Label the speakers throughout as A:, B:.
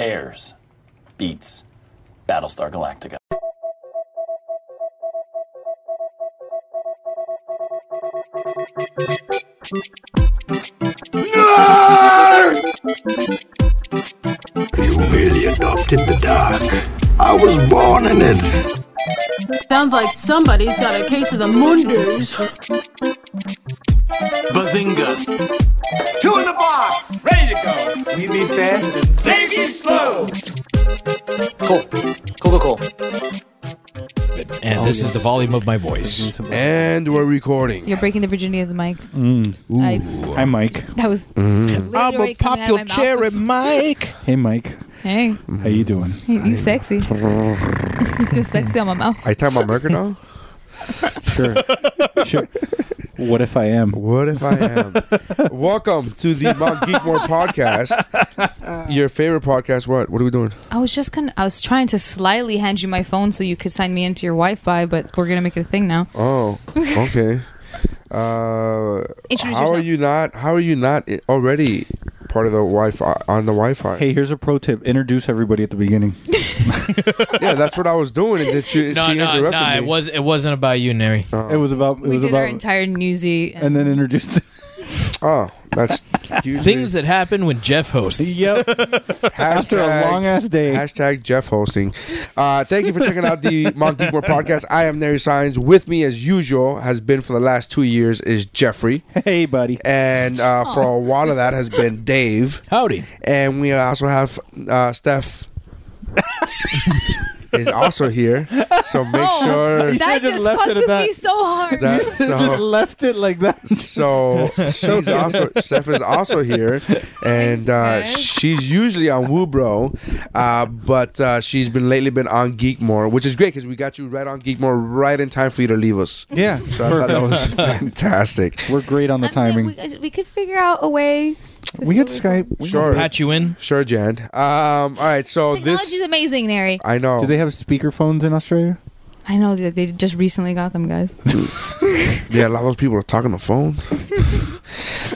A: bears beats Battlestar Galactica.
B: You really adopted the dark. I was born in it.
C: Sounds like somebody's got a case of the Mondays.
D: Bazinga!
E: Two in the box, ready to go. You be fast, they be slow.
F: Cool. Cool, cool, cool.
G: And this is the volume of my voice.
H: And we're recording.
I: So you're breaking the virginity of the mic.
J: Mm.
I: I,
J: Hi, Mike.
I: that was. literally coming out of my mouth.
G: Mike.
J: Hey, Mike.
I: Hey,
J: How you doing?
I: you, you sexy. you feel sexy on my mouth.
H: Are you talking about Mercury now?
J: Sure. sure. What if I am?
H: What if I am? Welcome to the Mount Geekmore podcast. Your favorite podcast? What? What are we doing?
I: I was just gonna. I was trying to slyly hand you my phone so you could sign me into your Wi-Fi, but we're gonna make it a thing now.
H: Oh, okay. Uh,
I: Introduce
H: how
I: yourself.
H: are you not? How are you not i- already part of the Wi-Fi on the Wi-Fi?
J: Hey, here's a pro tip. Introduce everybody at the beginning.
H: Yeah, that's what I was doing, and that you,
G: No,
H: she
G: no,
H: interrupted
G: no.
H: me. Oh.
G: It was. It wasn't about you, Neri.
J: It was about. It
I: we
J: was
I: did
J: about.
I: our entire newsy.
J: and then introduced.
H: oh, that's usually-
G: Things that happen when Jeff hosts.
J: yep. After a
H: Hashtag-
J: long ass day.
H: Hashtag Jeff hosting. Uh, thank you for checking out the Mount Geekmore podcast. I am Nary Signs. With me, as usual, has been for the last two years is Jeffrey,
J: hey, buddy.
H: and uh, for a while of that has been Dave,
G: Howdy.
H: and we also have uh, Steph is also here. So make
I: Oh.
H: sure
I: that
J: just
I: just
J: left
I: fucks
J: it at
I: with
J: that.
I: me so hard.
H: that
J: Just
H: so.
J: left it like that.
H: So she's also Steph is also here, and uh,
I: Thanks, guys.
H: she's usually on Woobro, uh, but uh, she's been lately been on Geekmore, which is great because we got you right on Geekmore right in time for you to leave us.
J: Yeah.
H: So I thought that was fantastic.
J: We're great on the
I: I'm saying
J: timing.
I: We, we could figure out a way.
J: We, get Skype. We-
H: Sure,
G: Pat you in.
H: sure, Jan. Um, all right,
J: Oh,
H: so
I: Technology's
H: this
I: amazing, Neri.
H: I know.
J: Do they have speakerphones in Australia?
I: I know that they just recently got them, guys.
H: yeah, a lot of those people are talking on the phone.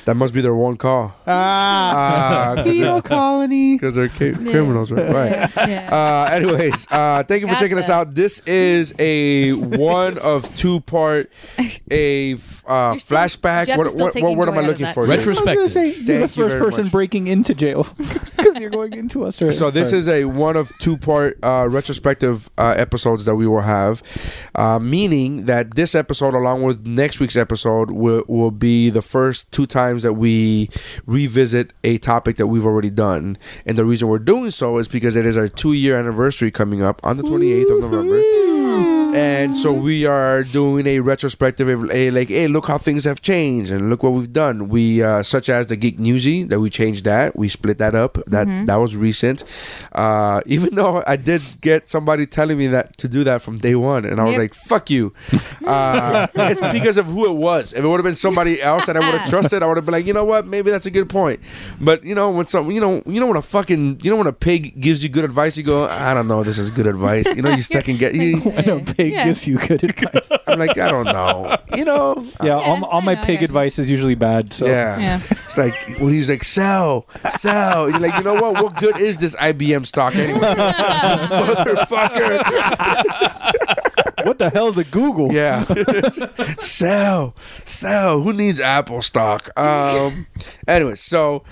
H: that must be their one call. Uh,
J: Ah.
H: Because
J: Penal colony.
H: they're ca- criminals, right? Right.
I: Yeah.
H: Uh, anyways, uh, thank you for
I: Got
H: checking us
I: that.
H: out. This is a one of two part a f- uh,
I: You're still-
H: flashback.
I: Jeff
H: what
I: is
H: what,
I: still
H: what
I: taking
H: word am
I: joy
H: I
I: out of
H: looking
I: that.
H: for? Dave?
J: I was gonna say
G: Retrospective.
J: you're the
H: Thank you
J: first
H: very
J: person
H: much.
J: breaking into jail because you're going into Australia.
H: So this
J: Sorry.
H: is a one of two part uh, retrospective uh, episodes that we will have, uh, meaning that this episode, along with next week's episode, will, will be the first two times that we revisit a topic that we've already done. And the reason we're doing so is because it is our two year anniversary coming up on the 28th of November. And so we are doing a retrospective, of, eh, like, hey, look how things have changed, and look what we've done. We, uh, such as the Geek Newsy, that we changed that, we split that up. That that was recent. Uh, even though I did get somebody telling me that to do that from day one, and I was
I: Yep.
H: like, "Fuck you." Uh, it's because of who it was. If it would have been somebody else that I would have trusted, I would have been like, you know what, maybe that's a good point. But you know, when some, you know, you know when a fucking, you know when a pig gives you good advice, you go, I don't know, this is good advice. You know, you second get. You,
J: when a pig
I: Yeah.
J: gives you good advice.
H: I'm like, I don't know. You know?
J: yeah, all, all
I: I
J: my
I: know, I
J: pig
I: got you.
J: advice is usually bad. So
H: Yeah.
I: Yeah.
H: It's like, well, he's like, sell, sell. And you're like, you know what? What good is this IBM stock anyway?
J: Uh,
H: Motherfucker.
J: what the hell's a Google?
H: Yeah. sell, sell. Who needs Apple stock? Um, anyway, so.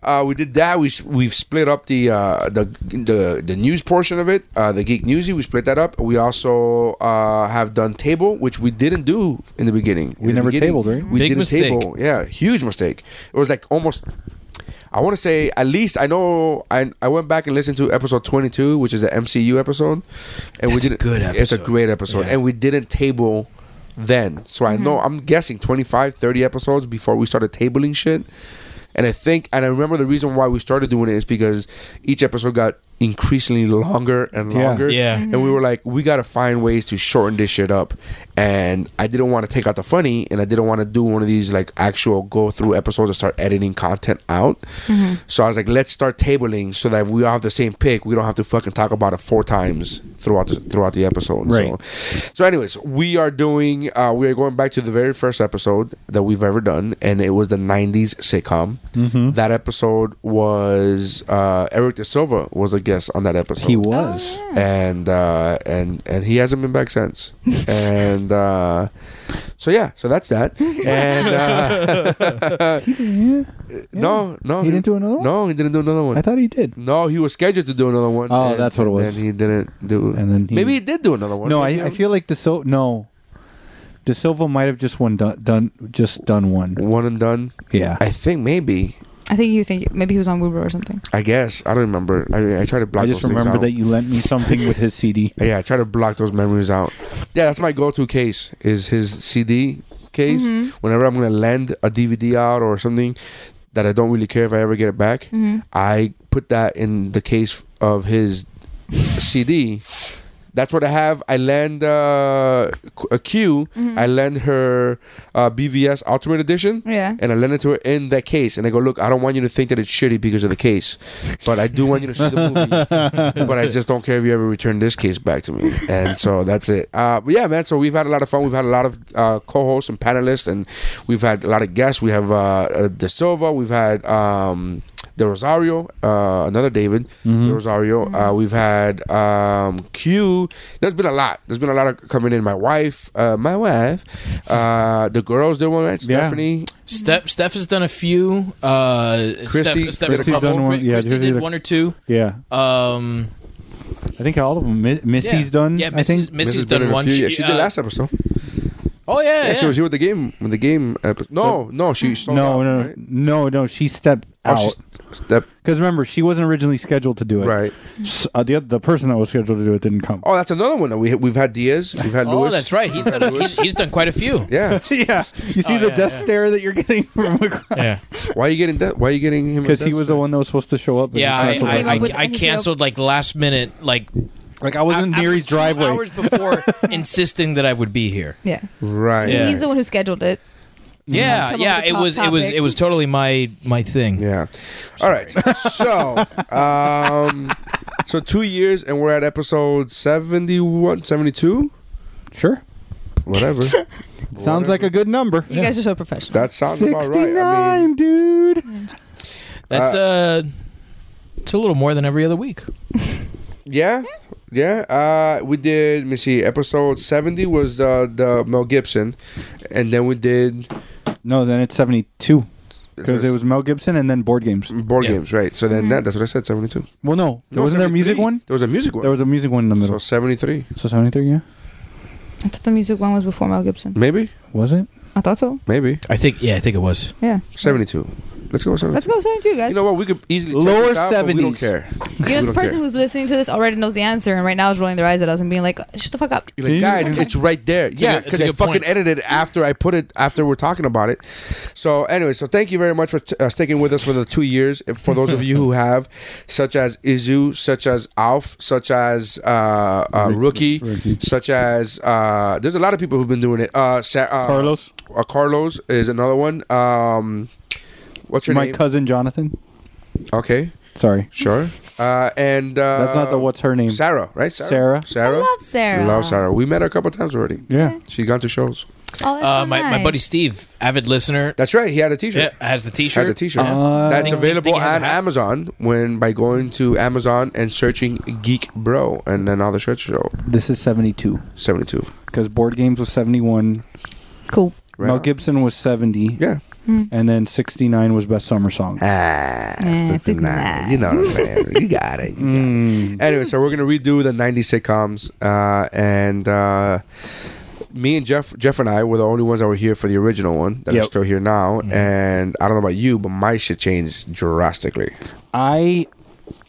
H: Uh, we did that. We s- we've split up the uh, the the the news portion of it, uh, the geek newsy. We split that up. We also uh, have done table, which we didn't do in the beginning. In
J: We
H: the
J: never
H: beginning,
J: tabled, right?
H: We
G: Big
H: didn't
G: mistake.
H: table. Yeah, huge mistake. It was like almost. I want to say at least I know I I went back and listened to episode twenty two, which is the MCU episode, and we
G: That's a
H: didn't.
G: good
H: It's a
G: episode.
H: great episode,
G: Yeah.
H: and we didn't table then. So I know I'm guessing 25, 30 episodes before we started tabling shit. And I think, and I remember the reason why we started doing it is because each episode got increasingly longer and
J: Yeah.
H: longer.
G: Yeah. Mhm.
H: And we were like, we gotta find ways to shorten this shit up. And I didn't want to take out the funny, and I didn't want to do one of these like actual go through episodes and start editing content out. So I was like, let's start tabling so that if we all have the same pick, we don't have to fucking talk about it four times throughout the, throughout the episode.
J: Right.
H: So, so anyways, we are doing. Uh, we are going back to the very first episode that we've ever done, and it was the '90s sitcom.
J: Mm-hmm.
H: That episode was uh, Eric De Silva was a guest on that episode
J: He was.
I: Oh,
H: and uh, and and he hasn't been back since. and uh, so yeah, so that's that. And uh, no, no,
J: He didn't do another one?
H: No, he didn't do another one.
J: I thought he did.
H: no, he was scheduled to do another one.
J: Oh, that's what it was.
H: And he didn't do.
J: And then he-
H: maybe he did do another one.
J: No, I,
H: Maybe
J: I feel like the so no. De Silva might have just one done, done just done one.
H: one and done.
J: Yeah.
H: I think maybe.
I: I think you think maybe he was on Uber or something.
H: I guess I don't remember. I, I try to block.
J: I just
H: those things
J: remember
H: out.
J: that you lent me something with his CD.
H: Yeah, I try to block those memories out. Yeah, that's my go-to case is his CD case. Whenever I'm gonna lend a DVD out or something that I don't really care if I ever get it back, I put that in the case of his CD. That's what I have. I lend uh, a Q. I lend her uh, BVS Ultimate Edition
I: Yeah.
H: and I lend it to her in that case. And I go, look, I don't want you to think that it's shitty because of the case, but I do want you to see the movie. but I just don't care if you ever return this case back to me. And so that's it. Uh, but yeah, man. So we've had a lot of fun. We've had a lot of uh, co-hosts and panelists, and we've had a lot of guests. We have uh, uh, De Silva. We've had. Um, De Rosario, uh, another David,
J: Mm-hmm.
H: De Rosario. Uh, we've had um, Q. There's been a lot. There's been a lot of coming in. My wife, uh, my wife, uh, the girls did one. Right?
J: Yeah.
H: Stephanie,
G: Steph, Steph has done a few. Uh,
H: Christy-
G: Steph,
J: Christy's
G: Steph did a couple.
J: done one- yeah,
G: Christy
J: Christy
G: did
J: did-
G: one or two.
J: Yeah,
G: Um,
J: I think all of them. Mi-
G: yeah.
J: Missy's done.
G: Yeah,
J: I think.
G: Missy's, Missy's
H: been in
G: done
H: a
G: one.
H: few. yeah, she did
G: uh,
H: last episode.
G: Oh yeah,
H: Yeah, she was here with the game. With the game uh, episode. No, no, she sold
J: no,
H: out,
J: no,
H: right?
J: no, no. She stepped
H: Oh,
J: out
H: she step
J: because remember she wasn't originally scheduled to do it.
H: right.
J: S- uh, the oth- the person that was scheduled to do it didn't come.
H: Oh, that's another one that we we've had Diaz, we've had
G: Oh,
H: Lewis.
G: that's right. He's done, he's, he's done quite a few.
H: Yeah.
J: yeah, you see
G: Oh,
J: the
G: yeah,
J: death
G: yeah.
J: stare that you're getting from
G: Yeah,
H: Why are you getting that? Why are you getting him? a
J: because he
H: death
J: was the
H: stare?
J: one that was supposed to show up. and
G: yeah.
J: he
G: I,
J: canceled
G: I,
J: it.
G: I,
I: With
G: I
I: anything
G: canceled like last minute, like
J: like I wasn't
G: after
J: near his
G: two
J: driveway.
G: hours before, insisting that I would be here.
I: Yeah.
H: Right.
G: Yeah.
I: He's the one who scheduled it.
J: Mm-hmm.
G: Yeah,
I: Come up
G: yeah.
I: with a
G: It
I: top
G: was, it was,
I: topic.
G: it was totally my my thing.
H: Yeah. All right. So, um, so two years, and we're at episode 71, 72?
J: Sure,
H: Whatever.
J: sounds like a good number.
I: You guys are so professional.
H: That sounds about right. I
J: Sixty-nine,
H: mean,
J: dude.
G: That's uh, it's a little more than every other week.
H: yeah, yeah. Uh, we did. Let me see. Episode seventy was uh, the Mel Gibson, and then we did
J: No, then it's seventy-two because it was Mel Gibson and then board games.
H: board
G: Yeah.
H: games, right? So then that, that's what I said, 72.
J: Well, no, there
H: No,
J: Mm-hmm. wasn't there a music
H: 73.
J: one.
H: There was a music one.
J: There was a music one in the
H: so
J: middle.
H: 73,
J: So seventy-three, yeah,
I: I thought the music one was before Mel Gibson.
H: maybe,
J: was it?
I: I thought so.
H: maybe
G: I think, yeah, I think it was.
I: Yeah.
H: 72. Let's go with 72.
I: Let's go seventy two, guys.
H: You know what? We could easily check
J: Lower
H: this out, but We don't
J: 70s.
H: care.
I: You know,
H: We
I: the
H: don't
I: person
H: care.
I: who's listening to this already knows the answer, and right now is rolling their eyes at us and being like, "Shut the fuck up."
H: You're like,
J: you-
H: guys, it's right there.
G: a
H: yeah,
G: good- it's
H: because
G: a
H: I
G: good
H: fucking
G: point.
H: edited it after I put it after we're talking about it. So anyway, so thank you very much for t- uh, sticking with us for the two years. And For those of you who have, such as Izu, such as Alf, such as uh, uh, Rookie, such as uh, there's a lot of people who've been doing it. Uh, Sa- uh,
J: Carlos,
H: uh, Carlos is another one. Um, what's your
J: my
H: name?
J: cousin Jonathan.
H: okay,
J: Sorry,
H: sure. Uh, and uh,
J: that's not the what's her name.
H: Sarah, right?
J: Sarah.
I: I
H: Sarah.
I: love Sarah.
H: Love Sarah. We met her a couple times already.
J: Yeah,
H: She's gone to shows.
I: Oh, that's
G: Uh,
I: so
G: my, my
I: nice.
G: buddy Steve, avid listener,
H: That's right. He had a
G: yeah,
H: T-shirt.
G: has the T-shirt.
H: Has a T-shirt
J: Uh,
H: that's
G: Think-
H: available
G: think he has
H: on
G: a hat?
H: Amazon when by going to Amazon and searching Geek Bro and then all the shirts show
J: this is seventy-two
H: seventy two.
J: because board games was seventy-one.
I: Cool.
H: Right
J: Mel
H: on.
J: Gibson was seventy.
H: Yeah.
I: Hmm.
J: and then sixty-nine was best summer song.
H: Ah,
I: Yeah, it's like that.
H: know what I'm saying. you got it. You got it.
J: Mm.
H: Anyway, so we're gonna redo the '90s sitcoms, uh, and uh, me and Jeff, Jeff and I were the only ones that were here for the original one that
J: Yep. Mm-hmm.
H: are still here now. And I don't know about you, but my shit changed drastically.
J: I,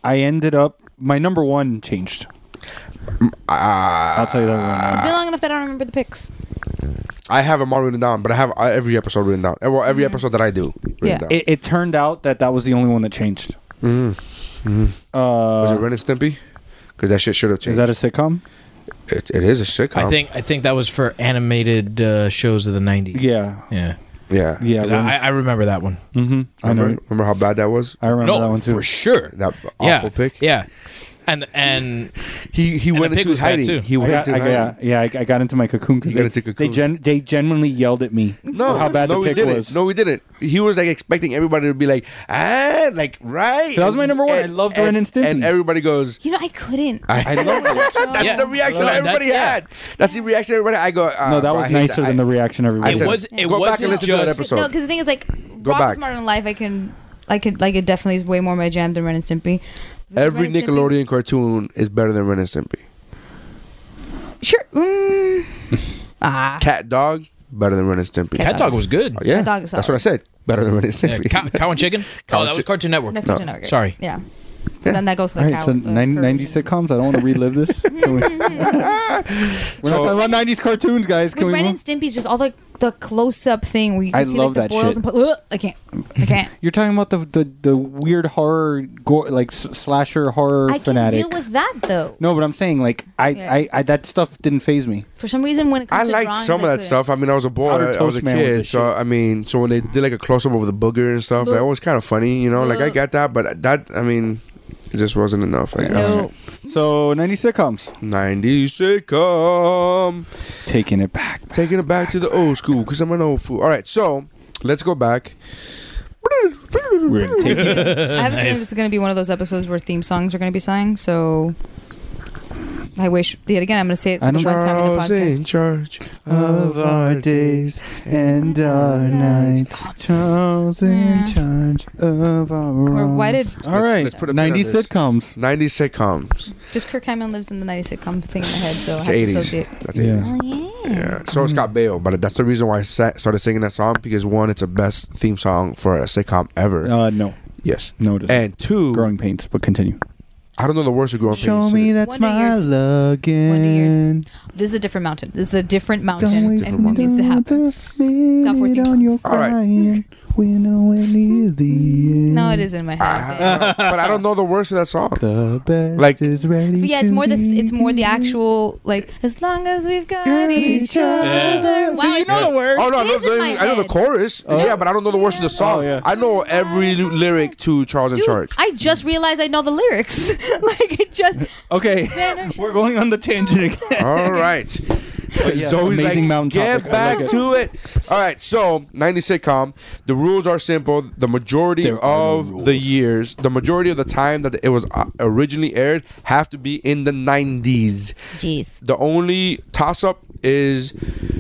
J: I ended up my number one changed.
H: Mm, ah.
J: I'll tell you that right
I: It's
J: now.
I: been long enough that I don't remember the picks.
H: I have them all written down, but I have uh,
J: Mm-hmm.
H: every episode written down. Well, every episode that I do. Written
I: Yeah.
H: down.
J: It, it turned out that that was the only one that changed.
H: Was it Ren and Stimpy? Because that shit should have
J: Is
H: changed.
J: that a sitcom?
H: it, it is a sitcom.
G: I think I think that was for animated uh, shows of the '90s.
J: Yeah.
G: yeah.
H: Yeah.
J: Yeah.
G: 'Cause I, I remember that one.
J: hmm I know.
H: Remember, remember how bad that was?
J: I remember that
G: No,
J: one too.
G: for sure.
H: That awful
G: yeah,
H: pick.
G: Yeah, and and
H: He he
G: the
H: went
G: pick
H: into
G: was bad,
H: hiding.
G: too.
H: He
J: I
H: went
J: got,
H: into
J: I got-
H: hiding.
J: yeah, I, I got into my cocoon because
H: You got
J: they,
H: into cocoon.
J: they, gen- they genuinely yelled at me
H: No,
J: for how bad
H: no,
J: the
H: we
J: pick
H: didn't.
J: was.
H: No, we didn't. He was like expecting everybody to be like, ah, like right.
J: That was my number one. I loved
H: and,
J: Ren and Stimpy.
H: And everybody goes,
I: You know, I couldn't.
H: I love it. That's
G: Yeah.
H: the reaction
G: No, that's-
H: everybody
G: yeah.
H: had. That's the reaction everybody. I go. Uh,
J: no, that
H: bro, I
J: was
H: hate
J: nicer than
H: I-
J: the reaction everybody.
G: it
H: said,
J: had.
G: was it
H: go back
G: wasn't
H: and listen to that
G: just
H: episode.
I: No, because the thing is, like,
H: back.
I: Rock's Modern Life, I can, I could, like, it definitely is way more my jam than Ren and Stimpy. Because
H: Every
I: Ren and Stimpy-
H: Nickelodeon cartoon is better than Ren and Stimpy.
I: Sure. Mm,
H: Cat Dog better than Ren and Stimpy.
I: Cat
G: Ah. Cat Dog was good.
H: Oh, yeah,
I: Cat Dog is
H: that's
I: solid.
H: what I said. Better than Ren and
G: Yeah,
H: Stimpy.
G: cow, cow and chicken.
H: Cow
G: oh,
H: and
G: that was
H: Chi-
G: Cartoon Network.
I: that's Cartoon Network.
G: Sorry.
I: Yeah. Then that goes to
J: All
I: the
J: right,
I: cow.
J: so
I: uh,
J: 90,
I: curve.
J: 90 sitcoms. I don't want to relive this. Can we- We're not talking about 90s cartoons, guys. Can
I: With
J: we?
I: Ren
J: move-
I: and Stimpy's just all the the close up thing where you can
J: I
I: see
J: love
I: like,
J: that
I: the boils
J: shit.
I: and put, Ugh, I can't. I can't.
J: You're talking about the the, the weird horror, gore, like s- slasher horror
I: I can
J: fanatic.
I: deal with that though.
J: no, but I'm saying like I,
I: Yeah.
J: I, I that stuff didn't phase me.
I: For some reason, when it comes
H: I
I: to
H: liked
I: drawings,
H: some
I: I
H: of that
I: couldn't.
H: stuff. I mean, I was a boy.
J: Outer
H: I, I was a
J: Toast Man was the
H: kid, so
J: shit.
H: I mean, so when they did like a close up over the booger and stuff, that was kind of funny, you know. Like I
I: Look.
H: got that, but that, I mean, it just wasn't enough. Like uh,
I: No,
J: So 90s sitcoms.
H: '90s sitcom,
J: Taking it back.
H: taking it back to the old school because I'm an old fool. All right, so let's go back.
J: We're gonna take it.
I: I have a feeling this is going to be one of those episodes where theme songs are going to be sang. So I wish yet again I'm going to say it for
J: I
I: the
J: don't-
I: one time in the
H: Charles
I: podcast.
H: in charge
J: of our days and our nights. Charles in charge of our.
I: Or why did
J: All right,
H: Let's- let's put a pin on
J: 90s
H: this.
J: sitcoms.
H: '90s sitcoms.
I: just Kirk Hammond lives in the '90s sitcom thing in my head? So I have
H: It's
I: to
H: '80s.
I: associate.
H: That's
J: Yeah.
H: '80s.
I: Oh yeah.
H: Yeah, so it's Scott Baio, but that's the reason why I sa- started singing that song because one, it's the best theme song for a sitcom ever.
J: Uh, no,
H: yes,
J: no, it isn't.
H: and two,
J: Growing pains, but continue.
H: I don't know the words of growing
J: Show
H: pains.
J: me that
I: Wonder Years.
J: smile again.
I: This is a different mountain. This is a different
J: Don't
I: mountain,
J: waste
I: and it needs to happen.
J: another minute
I: theme
J: on your
I: songs.
H: All right.
J: crying. We're nowhere near the end.
I: No, it is in my head.
H: I don't- but I don't know the words to that song.
J: The best
H: Like-
J: is ready.
I: But yeah, it's
J: to
I: more the
J: be
I: it's more the actual like as long as we've got each
J: each
I: other.
J: other.
I: Wow, you know the words.
H: Oh no, I know,
I: It is in
H: the,
I: my
H: I know the
I: head. Oh,
H: chorus. yeah, but I don't know the words to the song.
J: Oh, yeah.
H: I know every l- lyric to Charles in
I: Dude,
H: Charge.
I: I just realized I know the lyrics. like it just
J: Okay, we're going on the tangent again.
H: All right. It's always
J: amazing
H: like,
J: mountain
H: get
J: topic. I
H: back
J: like it.
H: to it. All right, so 90 sitcom. The rules are simple. The majority
J: There are no
H: of the
J: rules.
H: years, the majority of the time that it was uh, originally aired, have to be in the 90s.
I: jeez.
H: the only toss up is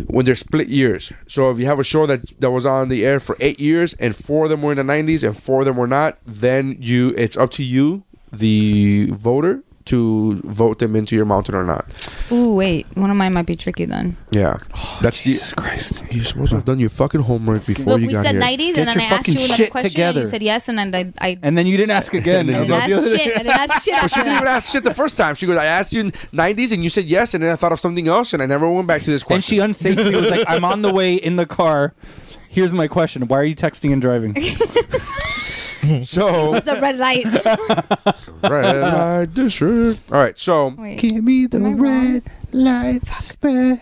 H: when they're split years. So if you have a show that that was on the air for eight years and four of them were in the nineties and four of them were not, then you it's up to you, the voter, to vote them into your mountain or not.
I: Ooh, wait, one of mine might be tricky then.
H: Yeah, that's
J: Oh, Jesus Christ.
H: the. You're supposed to have done your fucking homework before
I: Look,
H: you
I: we
H: got
I: said
H: here.
I: 90s,
J: Get
I: and then
J: your
I: I asked
J: fucking
I: you another
J: shit
I: question,
J: together.
I: and you said yes, and then I, I,
J: And then you didn't ask again.
I: I didn't ask shit, I didn't ask shit
H: She
I: after
H: didn't even
I: that.
H: ask shit the first time. She goes, "I asked you in '90s, and you said yes, and then I thought of something else, and I never went back to this question."
J: And she unsafely was like, I'm on the way in the car. Here's my question. Why are you texting and driving?
H: so
I: It's a red light.
H: red light district. All right, so
I: Wait,
J: Give me the
I: Am I wrong?
J: red light special.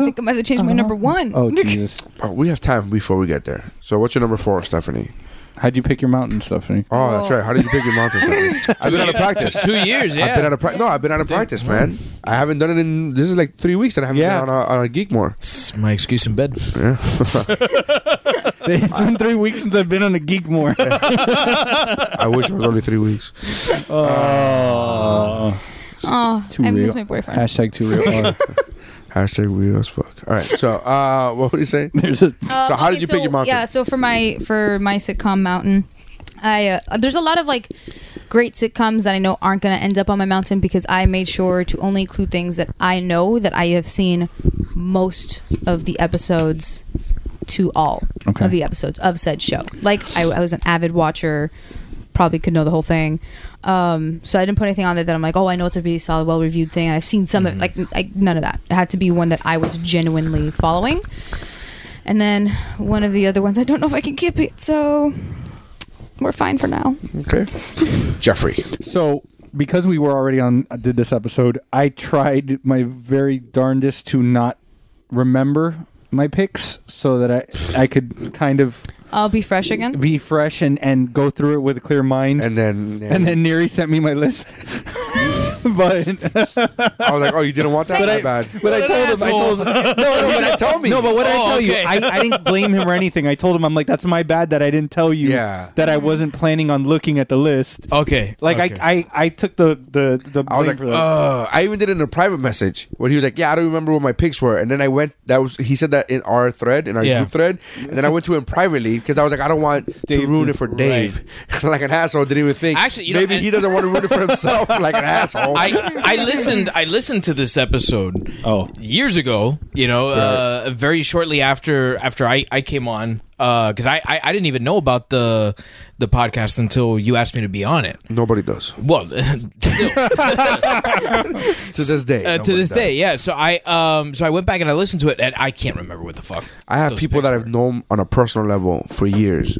I: I think I might have changed my number one.
J: oh, Jesus.
H: Uh-huh. Oh, we have time before we get there. So, what's your number four, Stephanie?
J: How'd you pick your mountain, Stephanie?
H: Oh, that's right. How did you pick your mountain? Stephanie? I've been out of practice.
G: Two years. Yeah.
H: I've been out of practice. No, I've been out of practice, man. I haven't done it in. This is like three weeks, and I haven't
J: Yeah.
H: been on a, on a geek more.
G: It's my excuse in bed.
J: it's been three weeks since I've been on a geek more.
H: I wish it was only three weeks.
J: oh.
I: Oh,
J: Too
I: I miss
J: real.
I: my boyfriend.
J: Hashtag too real. Oh,
H: Hashtag weird as fuck. All right. So, uh, what were you saying?
J: there's a
I: Uh,
H: So how did you pick your mountain?
I: Yeah, so for my for my sitcom mountain, I uh, there's a lot of like great sitcoms that I know aren't going to end up on my mountain because I made sure to only include things that I know that I have seen most of the episodes to all
J: Okay.
I: of the episodes of said show. Like I, I was an avid watcher, probably could know the whole thing. Um, so I didn't put anything on there that I'm like, oh, I know it's a really solid, well reviewed thing, and I've seen some of
H: Mm-hmm.
I: like I, none of that. It had to be one that I was genuinely following. And then one of the other ones, I don't know if I can keep it. So we're fine for now.
H: Okay. Jeffrey.
J: So because we were already on did this episode, I tried my very darndest to not remember my picks so that I I could kind of
I: I'll be fresh again.
J: be fresh and and go through it with a clear mind.
H: And then
J: and then Neri sent me my list. but
H: I was like, oh, you didn't want that?
J: But
H: My
J: I,
H: bad.
J: but I told him, I told him, no, no, but I told me. No, but what did I
G: Oh,
J: tell you?
G: okay.
J: I, I didn't blame him or anything. I told him, I'm like, that's my bad that I didn't tell you
H: Yeah.
J: that I wasn't planning on looking at the list.
G: Okay.
J: Like I, I, I took the the the blame
H: I was like,
J: for that.
H: uh, I even did it in a private message where he was like, "Yeah, I don't remember what my picks were." And then I went. That was he said that in our thread, in our
G: Yeah.
H: group thread. And then I went to him privately because I was like, I don't want to
J: Dave
H: ruin
J: to-
H: it for Dave. like an asshole, didn't even think.
G: Actually, you know,
H: maybe
G: and-
H: he doesn't want to ruin it for himself. like an asshole.
G: I, I listened I listened to this episode
J: Oh.
G: years ago you know uh, very shortly after after I, I came on because I, I I didn't even know about the the podcast until you asked me to be on it
H: Nobody does
G: well
H: to this day.
G: uh, to
H: nobody
G: this day
H: does.
G: yeah so I um so I went back and I listened to it and I can't remember what the fuck
H: I have
G: those
H: people that
G: picks Mm-hmm.
H: I've known on a personal level for years.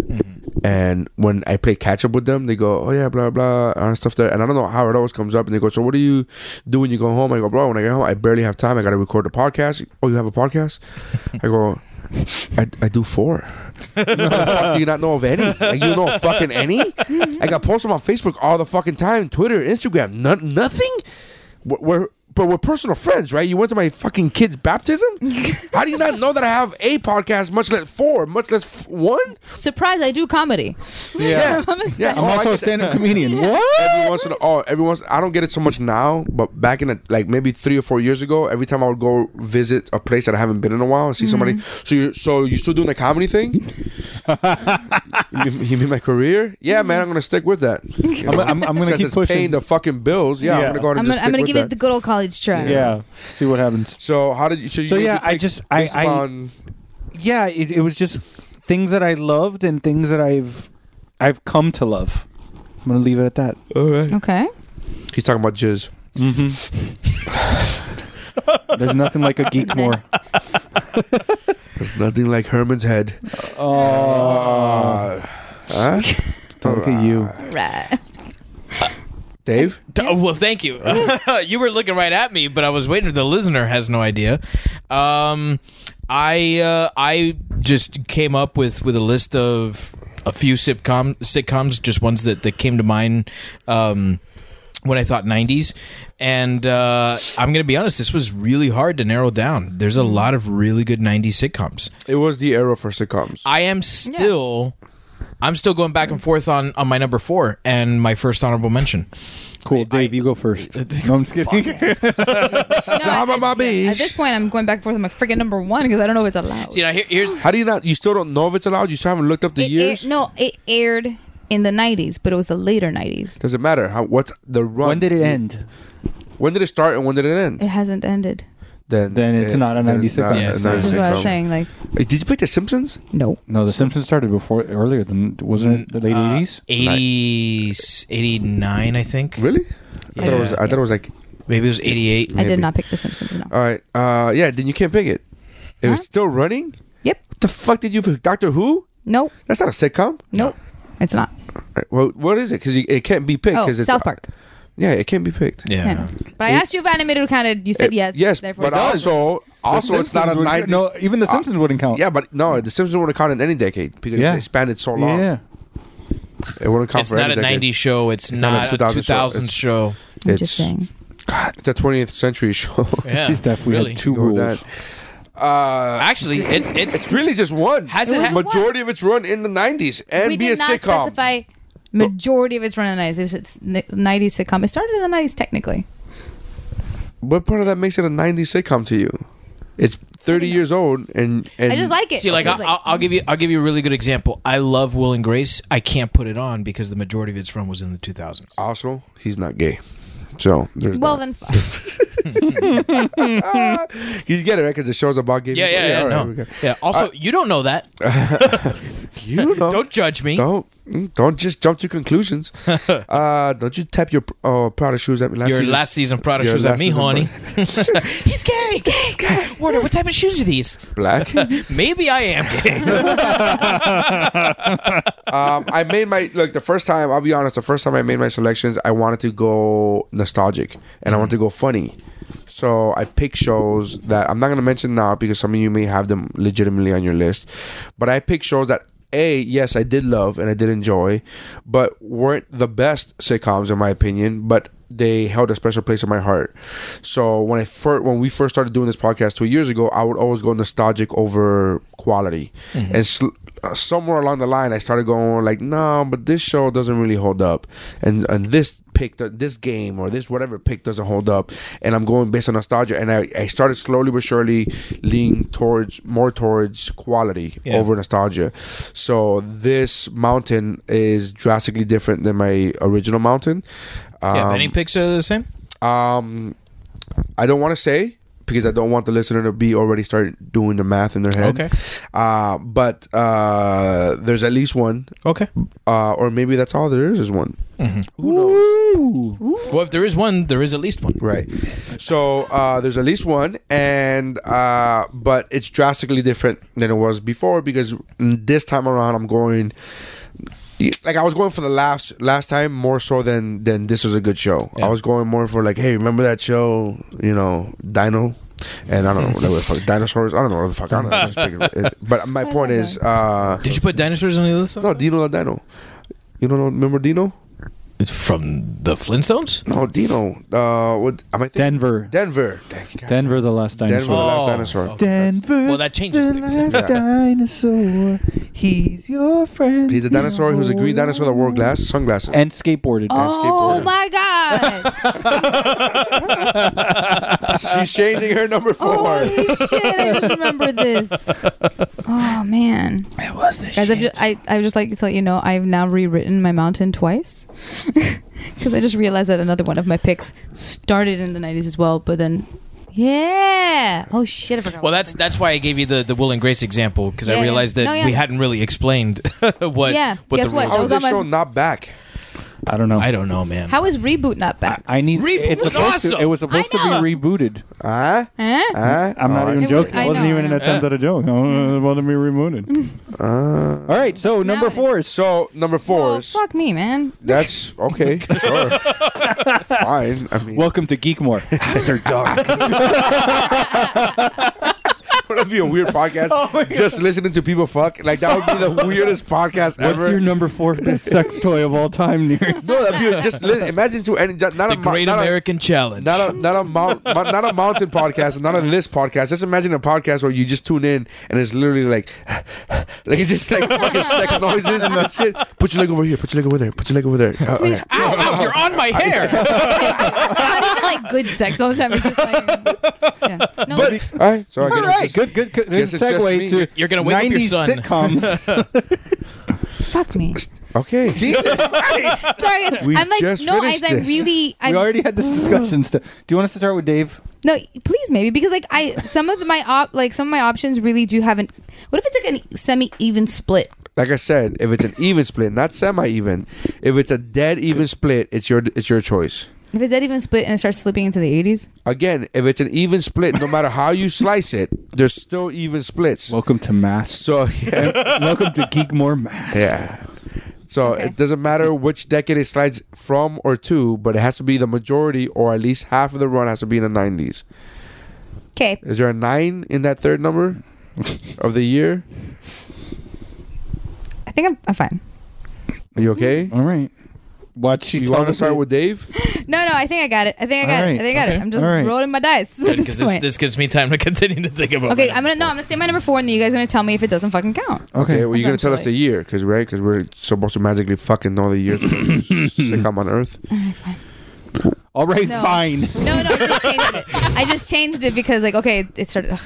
H: And when I play catch up with them, they go, "Oh yeah, blah blah," and stuff there. And I don't know how it always comes up. And they go, "So what do you do when you go home?" I go, "Bro, when I get home, I barely have time. I got to record the podcast." Oh, you have a podcast? I go, "I, I do four. How the fuck do you not know of any? Like, you know of fucking any? I got posts on my Facebook all the fucking time, Twitter, Instagram, no, nothing. We're, we're but we're personal friends, right? You went to my fucking kid's baptism. How do you not know that I have a podcast, much less four, much less f- one?
I: Surprise! I do comedy.
J: yeah.
H: Yeah,
J: I'm
H: oh,
J: also
H: I
J: a
H: get-
J: stand-up comedian. What?
H: Every once in a, oh, every once I don't get it so much now, but back in the, like maybe three or four years ago, every time I would go visit a place that I haven't been in a while and see somebody.
I: Mm-hmm.
H: So you so you still doing the comedy thing? you, mean, you mean my career? Yeah, man, I'm gonna stick with that. You
J: I'm,
H: know?
J: I'm, I'm gonna
H: Since
J: keep
H: it's
J: pushing.
H: paying the fucking bills. Yeah,
J: Yeah.
H: I'm gonna go ahead
I: I'm
H: and
I: gonna,
H: just
I: I'm gonna
H: stick
I: give
H: with
I: it
H: that.
I: the good old college try.
J: yeah. See what happens.
H: so how did you? So, you
J: So
H: did
J: yeah,
H: your
J: I
H: picks
J: just I,
H: based
J: I
H: upon-
J: yeah, it, it was just things that I loved and things that I've I've come to love. I'm gonna leave it at that.
I: Okay.
H: he's talking about jizz.
J: There's nothing like a geek more.
H: There's nothing like Herman's head.
J: Oh,
H: Uh, huh?
J: look at you.
I: Right.
H: Dave?
G: Th- Well, thank you. you were looking right at me, but I was waiting. The listener has no idea. Um, I uh, I just came up with with a list of a few sitcom sitcoms, just ones that that came to mind. Um, when I thought 90s. And uh, I'm going to be honest, this was really hard to narrow down. There's a lot of really good 90s sitcoms.
H: It was the era for sitcoms.
G: I am still, I'm still going back and forth on, on my number four and my first honorable mention.
J: Cool, Dave. you go first. No, I'm just kidding.
H: Saba my
I: At
H: bitch.
I: this point, I'm going back and forth on my freaking number one because I don't know if it's allowed.
G: You know, here, here's
H: How do you not? You still don't know if it's allowed? You still haven't looked up the
I: It aired-
H: years?
I: no, it aired in the 90s, but it was the later 90s.
H: Doesn't matter. How? What's the run?
J: when did it end?
H: When did it start and when did it
I: It
H: end?
I: hasn't ended.
H: Then,
J: Then it's not a
H: then
J: 90
H: it's not
J: sitcom.
G: Yeah,
H: a
G: it's
H: 90
I: This is what I was
H: sitcom.
I: saying. Like,
H: Hey, Did you pick The Simpsons?
I: no.
J: No, The Simpsons started before earlier than wasn't it the late eighties?
G: 80, 89, Uh, I think.
H: Really? I thought it was. I thought it was like.
G: Maybe it was 88.
I: I did
H: Maybe.
I: not pick The Simpsons. No.
H: All right. Uh, yeah. Then you can't pick it. If it's
I: Huh?
H: still running,
I: Yep.
H: what the fuck did you pick? Doctor Who?
I: Nope.
H: That's not a sitcom.
I: Nope. It's not.
H: All right, well, what is it? Because it can't be picked.
I: Oh,
H: 'cause it's,
I: South Park.
H: Yeah, it can't be picked.
G: Yeah.
I: But I asked you if animated counted. You said yes.
H: Yes,
I: therefore
H: but
I: it's not.
H: also, also it's not a night.
J: No, even The
H: Uh,
J: Simpsons wouldn't count.
H: Yeah, but no, The Simpsons wouldn't count in any decade because
J: Yeah.
H: it's expanded so long.
J: yeah.
H: It wouldn't count
G: It's
H: for
G: not
H: any
G: a
H: decade.
G: 90s show. It's, not, a 2000, show.
I: I'm
H: it's-
I: just saying.
H: It's a 20th century show.
G: Yeah.
J: She's deaf. We
G: really.
J: had two
H: Ignore
J: rules.
H: that. Uh,
G: Actually, it's it's
H: it's really just one.
G: has
I: It
G: it
I: was
G: ha-
I: one.
H: Majority of its run in the 90s and
I: we
H: be
I: did
H: a
I: not
H: sitcom.
I: specify majority of its run in the 90s. It's 90s sitcom. It started in the 90s technically.
H: What part of that makes it a 90s sitcom to you? It's 30 years old and, and
I: I just like it.
G: See, like,
I: It
G: I,
I: was
G: I'll, I'll give you, I'll give you a really good example. I love Will and Grace. I can't put it on because the majority of its run was in the 2000s.
H: also he's not gay. So there's
I: Well
H: that.
I: then, fuck.
H: you get it right because the show's about gay
G: Yeah,
H: people.
G: yeah, yeah.
H: all right,
G: no.
H: we got-
G: Yeah. Also, you don't know that.
H: You know,
G: Don't judge me.
H: don't mm, don't just jump to conclusions. uh, don't you tap your uh, product shoes at me last
G: Your
H: season.
G: last season product
H: Your
G: shoes at
H: last
G: me,
H: season
G: honey. He's gay. He's gay. He's gay. Warner, what type of shoes are these?
H: black. um,
G: Maybe I am gay.
H: Um, I made my look the first time. I'll be honest. The first time I made my selections, I wanted to go nostalgic and I wanted to go funny. So I picked shows that I'm not gonna mention now because some of you may have them legitimately on your list, but I picked shows that. A yes, I did love and I did enjoy, but weren't the best sitcoms in my opinion. But they held a special place in my heart. So when I first when we first started doing this podcast two years ago, I would always go nostalgic over quality, and sl- uh, somewhere along the line, I started going like, no, but this show doesn't really hold up, and and this pick th- this game or this whatever pick doesn't hold up and i'm going based on nostalgia and i, I started slowly but surely leaning towards more towards quality
G: Yeah.
H: over nostalgia so this mountain is drastically different than my original mountain
G: yeah, any picks are the same?
H: um, I don't want to say because I don't want the listener to be already start doing the math in their head.
G: Okay.
H: Uh, but uh, there's at least one,
G: Okay.
H: uh, or maybe that's all there is is one.
G: Well, if there is one, there is at least one.
H: Right. So uh, there's at least one, and uh, but it's drastically different than it was before because this time around I'm going. Like I was going for the last last time more so than than this was a good show. I was going more for like, hey, remember that show? You know, Dino. And I don't know whatever the fuck dinosaurs. I don't know what the fuck. I don't know. I'm just picking it. But my point is, uh,
G: Did you put dinosaurs on the list?
H: no, Dino the Dino. You don't know? Remember Dino?
G: It's from the Flintstones?
H: No, Dino. Uh, what am I thinking?
J: Denver.
H: Denver. Thank you, God.
J: Denver, the last
H: Denver, the
J: dinosaur.
H: last
G: Oh.
H: dinosaur.
J: Denver.
G: Well, that changes
J: the
G: things.
J: last dinosaur. He's your friend.
H: He's a dinosaur. He was a green dinosaur that wore glass sunglasses.
J: And skateboarded.
I: Oh my god!
H: she's changing her number four.
I: Holy shit! I just remember this. Oh man,
A: It was this
I: guys! I've just, I I would just like to let you know I've now rewritten my mountain twice because I just realized that another one of my picks started in the '90s as well, but then. Yeah. Oh shit! I forgot.
G: Well,
I: what
G: that's
I: happened.
G: that's why I gave you the, the Will and Grace example because
I: Yeah,
G: I
I: yeah.
G: realized that
I: No, yeah.
G: we hadn't really explained what
I: Yeah,
G: what
I: guess
G: the
I: what?
G: rules
H: How
I: I
H: was
G: were.
I: was on
H: this
I: my-
H: show not back?
J: I don't know.
G: I don't know, man.
I: How is reboot not back?
J: I need.
G: Reboot
J: it's
G: was
J: supposed
G: awesome.
J: to. It was supposed to
I: I know.
J: be rebooted.
H: Huh?
I: Huh?
H: Huh?
J: I'm not
H: Oh,
J: even
H: I-
I: It
J: joking.
I: was-
J: It
I: I
J: wasn't
I: know,
J: even an
I: I know.
J: attempt at a joke. Oh, it wanted to be rebooted.
H: Uh,
J: All right, so number
I: it-
J: four is
H: so number four
I: Oh
H: is
I: fuck me, man.
H: that's okay. Sure. Fine. I mean,
J: Welcome to Geekmore. After dark.
H: would that be a weird podcast?
J: Oh,
H: just listening to people fuck like that would be the weirdest podcast
J: What's
H: ever.
J: your number four best sex toy of all time, Neri?
H: no, that'd be just li- imagine to any not
G: the
H: a mo-
G: Great
H: not a,
G: American Challenge.
H: Not a not a mount, mo- not a mountain podcast, not a list podcast. Just imagine a podcast where you just tune in and it's literally like, like it's just like fucking sex noises and shit. Put your leg over here. Put your leg over there. Put your leg over there. Uh, okay.
G: ow, ow, you're on my hair.
I: not even like good sex all the time. It's just like, yeah. no, like,
H: All right. So I
J: All
H: guess
J: right,
H: it's just-
J: good, good, good,
H: guess it's just me.
J: segue to
G: You're gonna wake up your
J: 90s
G: son.
J: sitcoms.
I: fuck me.
H: okay.
I: Sorry, guys.
H: We
I: I'm like,
H: just
I: no, I,
H: finished
I: I
H: this.
I: really, I
J: we already had this discussion. St- Do you want us to start with Dave?
I: no, please, maybe because like I, some of my op, like some of my options really do have an. What if it's like an semi-even split?
H: Like I said, if it's an even split, not semi-even, if it's a dead even split, it's your it's your choice.
I: If it's that even split and it starts slipping into the 80s,
H: Again, if it's an even split, no matter how you slice it, there's still even splits.
J: Welcome to math.
H: So yeah.
J: Welcome to Geekmore math.
H: Yeah. So
I: Okay.
H: it doesn't matter which decade it slides from or to, but it has to be the majority or at least half of the run has to be in the nineties.
I: okay,
H: Is there a nine in that third number of the year?
I: I think I'm, I'm fine.
H: Are you okay?
G: Mm-hmm.
J: All right. Watch
H: You want to start with Dave?
I: No, no, I think I got it. I think I got
J: All
I: it. I think I got
G: right.
I: it. I'm just
J: All right.
I: rolling my dice. at
G: Because
I: this
G: this,
I: point.
G: this gives me time to continue to think about.
I: okay,
G: my
I: I'm gonna no, I'm gonna say my number four, and then you guys are gonna tell me if it doesn't fucking count.
H: Okay. Well, you're gonna tell us the
I: Essentially.
H: year, because right, because we're supposed to magically fucking know the years to come on Earth.
J: All right,
I: No.
J: fine.
I: No, no, I just changed it. I just changed it because like, okay, it started. ugh.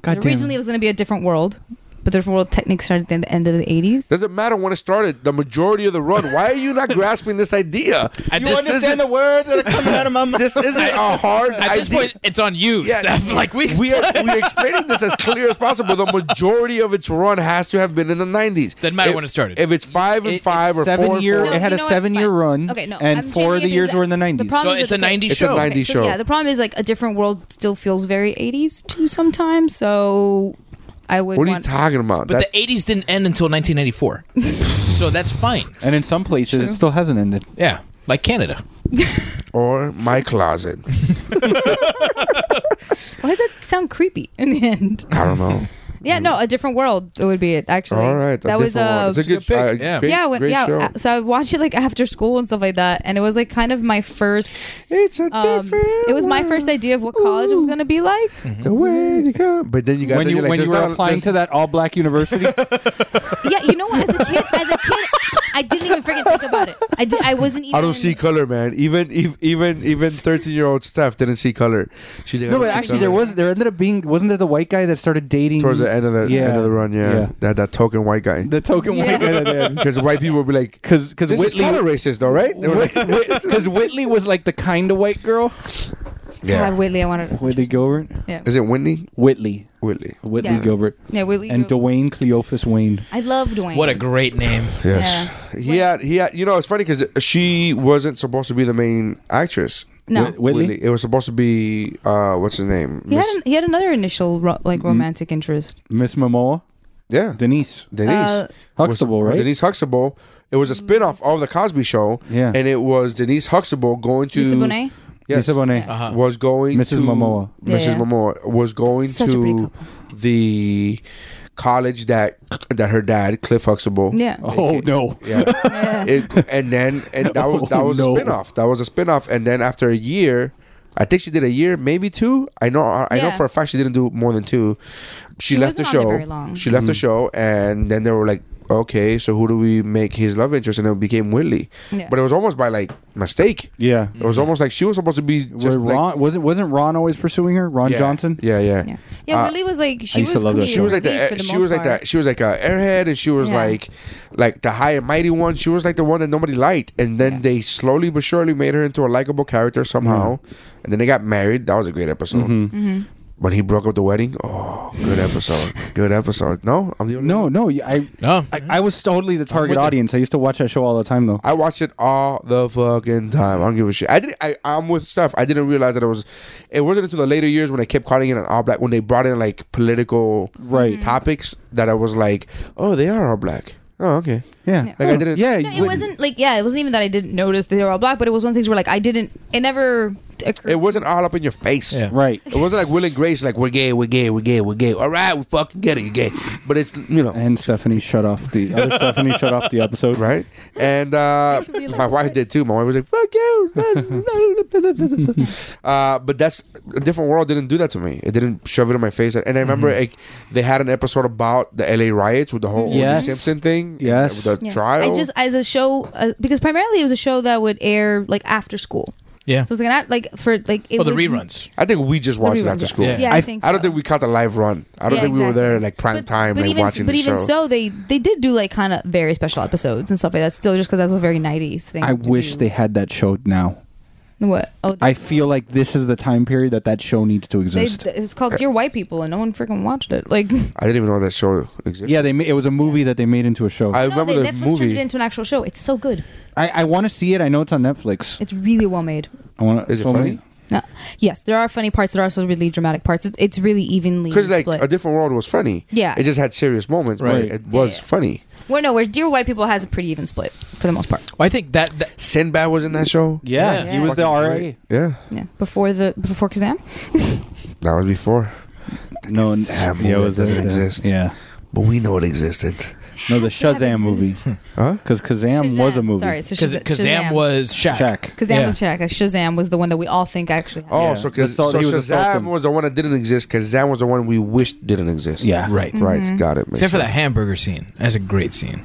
J: God damn.
I: Originally, it was going to be a different world, but but the world technically started at the end of the 80s.
H: Doesn't matter when it started. The majority of the run. Why are you not grasping this idea?
G: At
H: you
G: this
H: isn't,
F: understand the words that are coming out of my mouth.
H: this isn't a hard
G: At this
H: idea.
G: point, it's on you,
H: Yeah.
G: Steph. Like we,
H: we are we are explaining this as clear as possible. The majority of its run has to have been in the nineties.
G: Doesn't matter
H: If-
G: when it started.
H: If it's five and
J: It-
H: five
J: it's
H: or
J: seven
H: four, and
J: year-
H: four-
J: it had a
I: what?
J: seven-year
I: Fine.
J: run, and
I: I'm
J: four of the
I: changing it
J: years
I: because
J: were in the
I: that-
J: 90s.
I: problem
G: so
I: is
G: it's
I: that
G: a
I: the-
G: 90s
H: It's a
G: show.
H: 90s
I: Right, so
H: show.
I: Yeah, the problem is like a different world still feels very 80s too sometimes. So I would
H: what are you
I: want.
H: talking about?
G: But
H: That-
G: the 80s didn't end until 1994. so that's fine.
J: And in some places, it still hasn't ended.
G: Yeah. Like Canada.
H: or my closet.
I: Why does that sound creepy in the end?
H: I don't know.
I: Yeah, no, a different world. It would be it actually.
H: All right,
I: that was
H: different one.
I: uh,
H: It's a good
G: pick,
H: uh,
G: yeah.
H: Great,
I: yeah, when,
H: great
I: yeah.
H: show.
I: uh, So I watched it like after school and stuff like that, and it was like kind of my first.
H: It's a
I: Um,
H: different.
I: it was my first idea of what college was gonna be like.
H: The way you go. But then you got
J: When
H: then you're
J: you
H: like,
J: when you
H: there's
J: were
H: not a-
J: applying to
H: there's-
J: that all-black university,
I: Yeah, you know what? As a kid, as a kid, I didn't even freaking think about it. I did. I wasn't even.
H: I don't see color, man. Even if, even even thirteen year old Steph didn't see color. She didn't
J: no, but actually there was there ended up being wasn't there the white guy that started dating
H: towards the end of the end of the run. Yeah, that that token white guy.
J: the token white guy that did.
H: Because white people would be like,
J: Because because
H: this is kind of
J: Whitley
H: racist, though, right? They were like,
J: because Whitley was like the kind of white girl.
I: God,
H: yeah.
I: Whitley, I wanted. To,
J: Whitley Gilbert.
I: yeah,
H: Is it Whitney?
J: Whitley.
H: Whitley.
J: Whitley
I: Yeah.
J: Gilbert.
I: yeah, Whitley.
J: And
I: Gil-
J: Dwayne Cleophas Wayne.
I: I love Dwayne.
G: What a great name.
H: Yes. He had, he had, you know, it's funny because she wasn't supposed to be the main actress.
I: no.
J: Whit- Whitley?
H: It was supposed to be, uh, what's his name?
I: He had,
H: Miss-
I: an, he had another initial ro- like
J: Mm-hmm.
I: romantic interest.
J: Miss Momoa.
H: yeah.
J: Denise.
H: Denise.
I: Uh,
H: was-
J: Huxtable, right?
H: Denise Huxtable. It was a spin off of The Cosby Show.
J: Yeah.
H: And it was Denise Huxtable going to.
I: Lisa Bonet.
H: Yes.
J: Lisa Bonet.
I: Yeah.
G: Uh-huh.
H: was going
J: Mrs.
H: to-
J: Momoa.
I: Yeah,
H: Mrs.
I: yeah.
H: Momoa was going
I: Such a pretty
H: to the college that that her dad Cliff Huxtable.
I: Yeah.
J: Oh no.
H: Yeah. It- and then and that was that was
J: Oh, no.
H: a spinoff. That was a spinoff. And then after a year, I think she did a year, maybe two. I know I, I know
I: Yeah.
H: for a fact she didn't do more than two. She,
I: She
H: left the
I: wasn't on
H: show.
I: there very long.
H: She left the
J: Mm-hmm.
H: show, and then they were like, "Okay, so who do we make his love interest?" And it became Whitley.
I: Yeah.
H: But it was almost by like mistake.
J: Yeah.
H: It was almost like she was supposed to be just
J: Where
H: like-
J: Ron wasn't wasn't Ron always pursuing her? Ron
H: Yeah.
J: Johnson?
H: Yeah, yeah.
I: Yeah, yeah.
H: Uh,
I: Whitley was like she
J: used
I: was.
J: to love that
I: completely
J: show.
H: She was like
I: relieved for
H: the,
I: the
H: she
I: most
H: was like
I: part.
H: that she was like a airhead and she was
I: Yeah.
H: like like the high and mighty one. She was like the one that nobody liked, and then
I: Yeah.
H: they slowly but surely made her into a likable character somehow.
J: Mm-hmm.
H: And then they got married. That was a great episode.
I: Mm-hmm.
H: When he broke up the wedding, oh, good episode, good episode. No, I'm the only
J: No, no. yeah, I
G: No.
J: I, I was totally the target
G: you.
J: audience. I used to watch that show all the time though.
H: I watched it all the fucking time. I don't give a shit. I did. I, I'm with stuff. I didn't realize that it was. It wasn't until the later years when I kept calling it an all black. When they brought in like political
J: Right.
H: topics, that I was like, oh, they are all black. Oh, okay.
J: Yeah.
I: Yeah.
H: Like I didn't.
I: No,
J: Yeah. you
I: it
J: wouldn't-
I: wasn't like yeah, it wasn't even that I didn't notice they were all black, but it was one of the things where like I didn't. It never occurred.
H: It wasn't all up in your face.
G: Yeah.
J: Right.
H: It wasn't like Will and Grace, like we're gay, we're gay, we're gay, we're gay. All right, we fucking get it, you're gay. But it's you know
J: And Stephanie shut off the other Stephanie shut off the episode.
H: right. And uh, my wife did too. My wife was like, "Fuck you." uh, but that's a different world. Didn't do that to me. It didn't shove it in my face. And I remember
J: Mm-hmm.
H: like, they had an episode about the LA riots with the whole
J: Yes.
H: O.J. Simpson thing.
J: Yes.
H: with the
I: Yeah.
H: trial.
I: I just as a show uh, because primarily it was a show that would air like after school.
G: Yeah.
I: So it's like not like for like it
G: Oh, the
I: was-
G: reruns.
H: I think we just
I: the
H: watched it
I: reruns,
H: after school.
I: Yeah,
G: Yeah.
I: I,
J: I-
I: think.
H: I don't
I: so.
H: think we caught the live run. I don't
I: Yeah,
H: think we were
I: exactly.
H: there like prime
I: But-
H: time,
I: but
H: like
I: even,
H: watching
I: But
H: the
I: even
H: show.
I: so, they they did do like kind of very special episodes and stuff like that. Still, just because that's a very '90s thing.
J: I
I: to
J: wish
I: do.
J: they had that show now.
I: What? Oh,
J: I feel like this is the time period that that show needs to
I: they,
J: exist.
I: it's called Dear White People, and no one freaking watched it. Like,
H: uh, I didn't even know that show existed.
J: yeah, they ma- it was a movie that they made into a show.
H: I
J: I,
I: no,
H: remember
I: they,
H: the
I: Netflix
H: movie.
I: turned it into an actual show. It's so good.
J: I, want to see it. I know it's on Netflix.
I: It's really well made.
J: I want
H: Is it funny?
I: No. Yes, there are funny parts. There are also really dramatic parts. It's, it's really evenly
H: Because like
I: split.
H: a different world was funny.
I: Yeah.
H: it just had serious moments, right?
J: Right.
H: It was
I: yeah.
H: funny.
I: Well, no, whereas Dear White People has a pretty even split for the most part.
G: Well, I think that, that
H: Sinbad was in that show.
J: Yeah,
G: Yeah.
J: he was the RA.
H: Yeah,
I: Yeah, before the before Kazam.
H: that was before.
J: No, n-
H: Sam movie that doesn't
J: uh,
H: exist.
J: Yeah,
H: But we know it existed.
J: no, the
I: How does that
J: Shazam movie.
H: Huh?
J: Because Kazam was a movie.
I: Sorry, so
G: because
I: Shaz-
G: Kazam was Shaq.
J: Shaq.
I: Kazam
G: Yeah.
I: was Shaq. Shazam was the one that we all think actually. Happened.
H: Oh,
J: Yeah.
H: so because
J: The salt-
H: so
J: he was a
H: Shazam
J: sultan.
H: was the one that didn't exist. Kazam was the one we wished didn't exist.
J: Yeah,
G: Right.
H: Right. Got it. Makes
G: Mm-hmm. Except for that
H: sense.
G: hamburger scene. That's a great scene.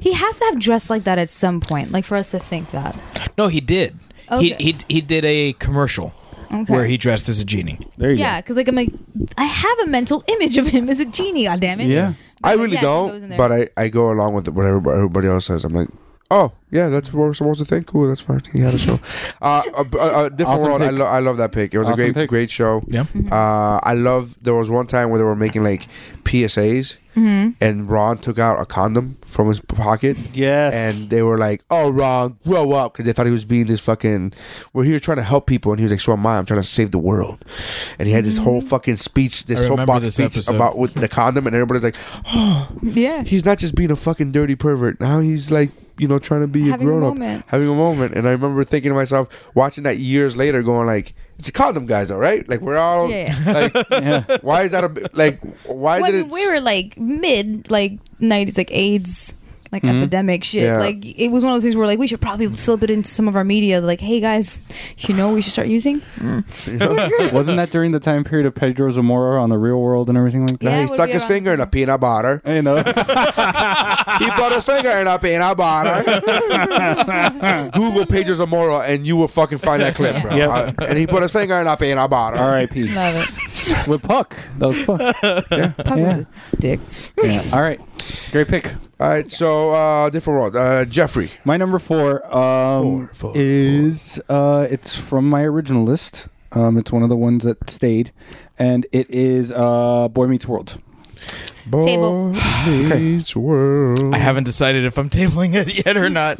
I: He has to have dressed like that at some point, like for us to think that.
G: No, he did.
I: Okay.
G: He, he he did a commercial
I: Okay.
G: where he dressed as a genie.
J: There you
I: Yeah, because like I'm like I have a mental image of him as a genie. God damn it.
J: go. Yeah.
H: I
I: Because,
H: really
I: yes, it goes in
H: don't,
I: there.
H: but I, I go along with what everybody, everybody else says. I'm like, oh yeah, that's what we're supposed to think. Cool, that's fine. He had a show. uh, a, a- a different
J: Awesome
H: world. I,
J: pick.
H: lo- I love that pick. It was
J: Awesome
H: a great
J: pick.
H: great show.
G: Yeah.
I: Mm-hmm.
H: Uh, I love. There was one time where they were making like PSAs,
I: Mm-hmm.
H: and Ron took out a condom from his pocket.
J: Yes.
H: And they were like, "Oh, Ron, grow up," because they thought he was being this fucking. We're here trying to help people, and he was like, "So am I. I'm trying to save the world." And he had this
I: Mm-hmm.
H: whole fucking speech,
G: I
H: this
G: remember
H: soapbox
G: this
H: speech
G: episode.
H: about with the condom, and everybody's like,
I: Yeah.
H: he's not just being a fucking dirty pervert. Now he's like, you know, trying to be
I: Having
H: a
I: a
H: grown up,
I: moment.
H: having a moment. And I remember thinking to myself, watching that years later, going like, it's a condom, guys, all right? Like we're all,
I: Yeah,
H: like,
J: yeah.
H: why is that a bi- like? Why
I: Well, I
H: did
I: mean,
H: it?
I: we were like mid like nineties, like AIDS, like epidemic shit.
H: Yeah.
I: Like it was one of those things where like we should probably slip it into some of our media. Like, hey guys, you know what we should start using.
J: Wasn't that during the time period of Pedro Zamora on the Real World and everything like that?
H: No,
I: Yeah,
H: he
I: it would
H: stuck
I: be
H: his
I: around the
H: finger in a peanut butter.
J: You know.
H: he put his finger in a peanut butter. Google Pedro Zamora, and you will fucking find that clip, bro.
J: Yeah.
H: Uh, and he put his finger in a peanut butter.
J: R.I.P.
I: Love it.
J: With Puck. That was Puck.
I: Puck
J: Yeah.
I: was a dick.
J: yeah. All right. Great pick.
H: All right, so uh, different world. Uh, Jeffrey.
J: My number four, um,
H: Four, four,
J: is uh, it's from my original list. Um, it's one of the ones that stayed, and it is uh, Boy Meets World.
I: Table.
H: Boys World.
G: I haven't decided if I'm tabling it yet or not.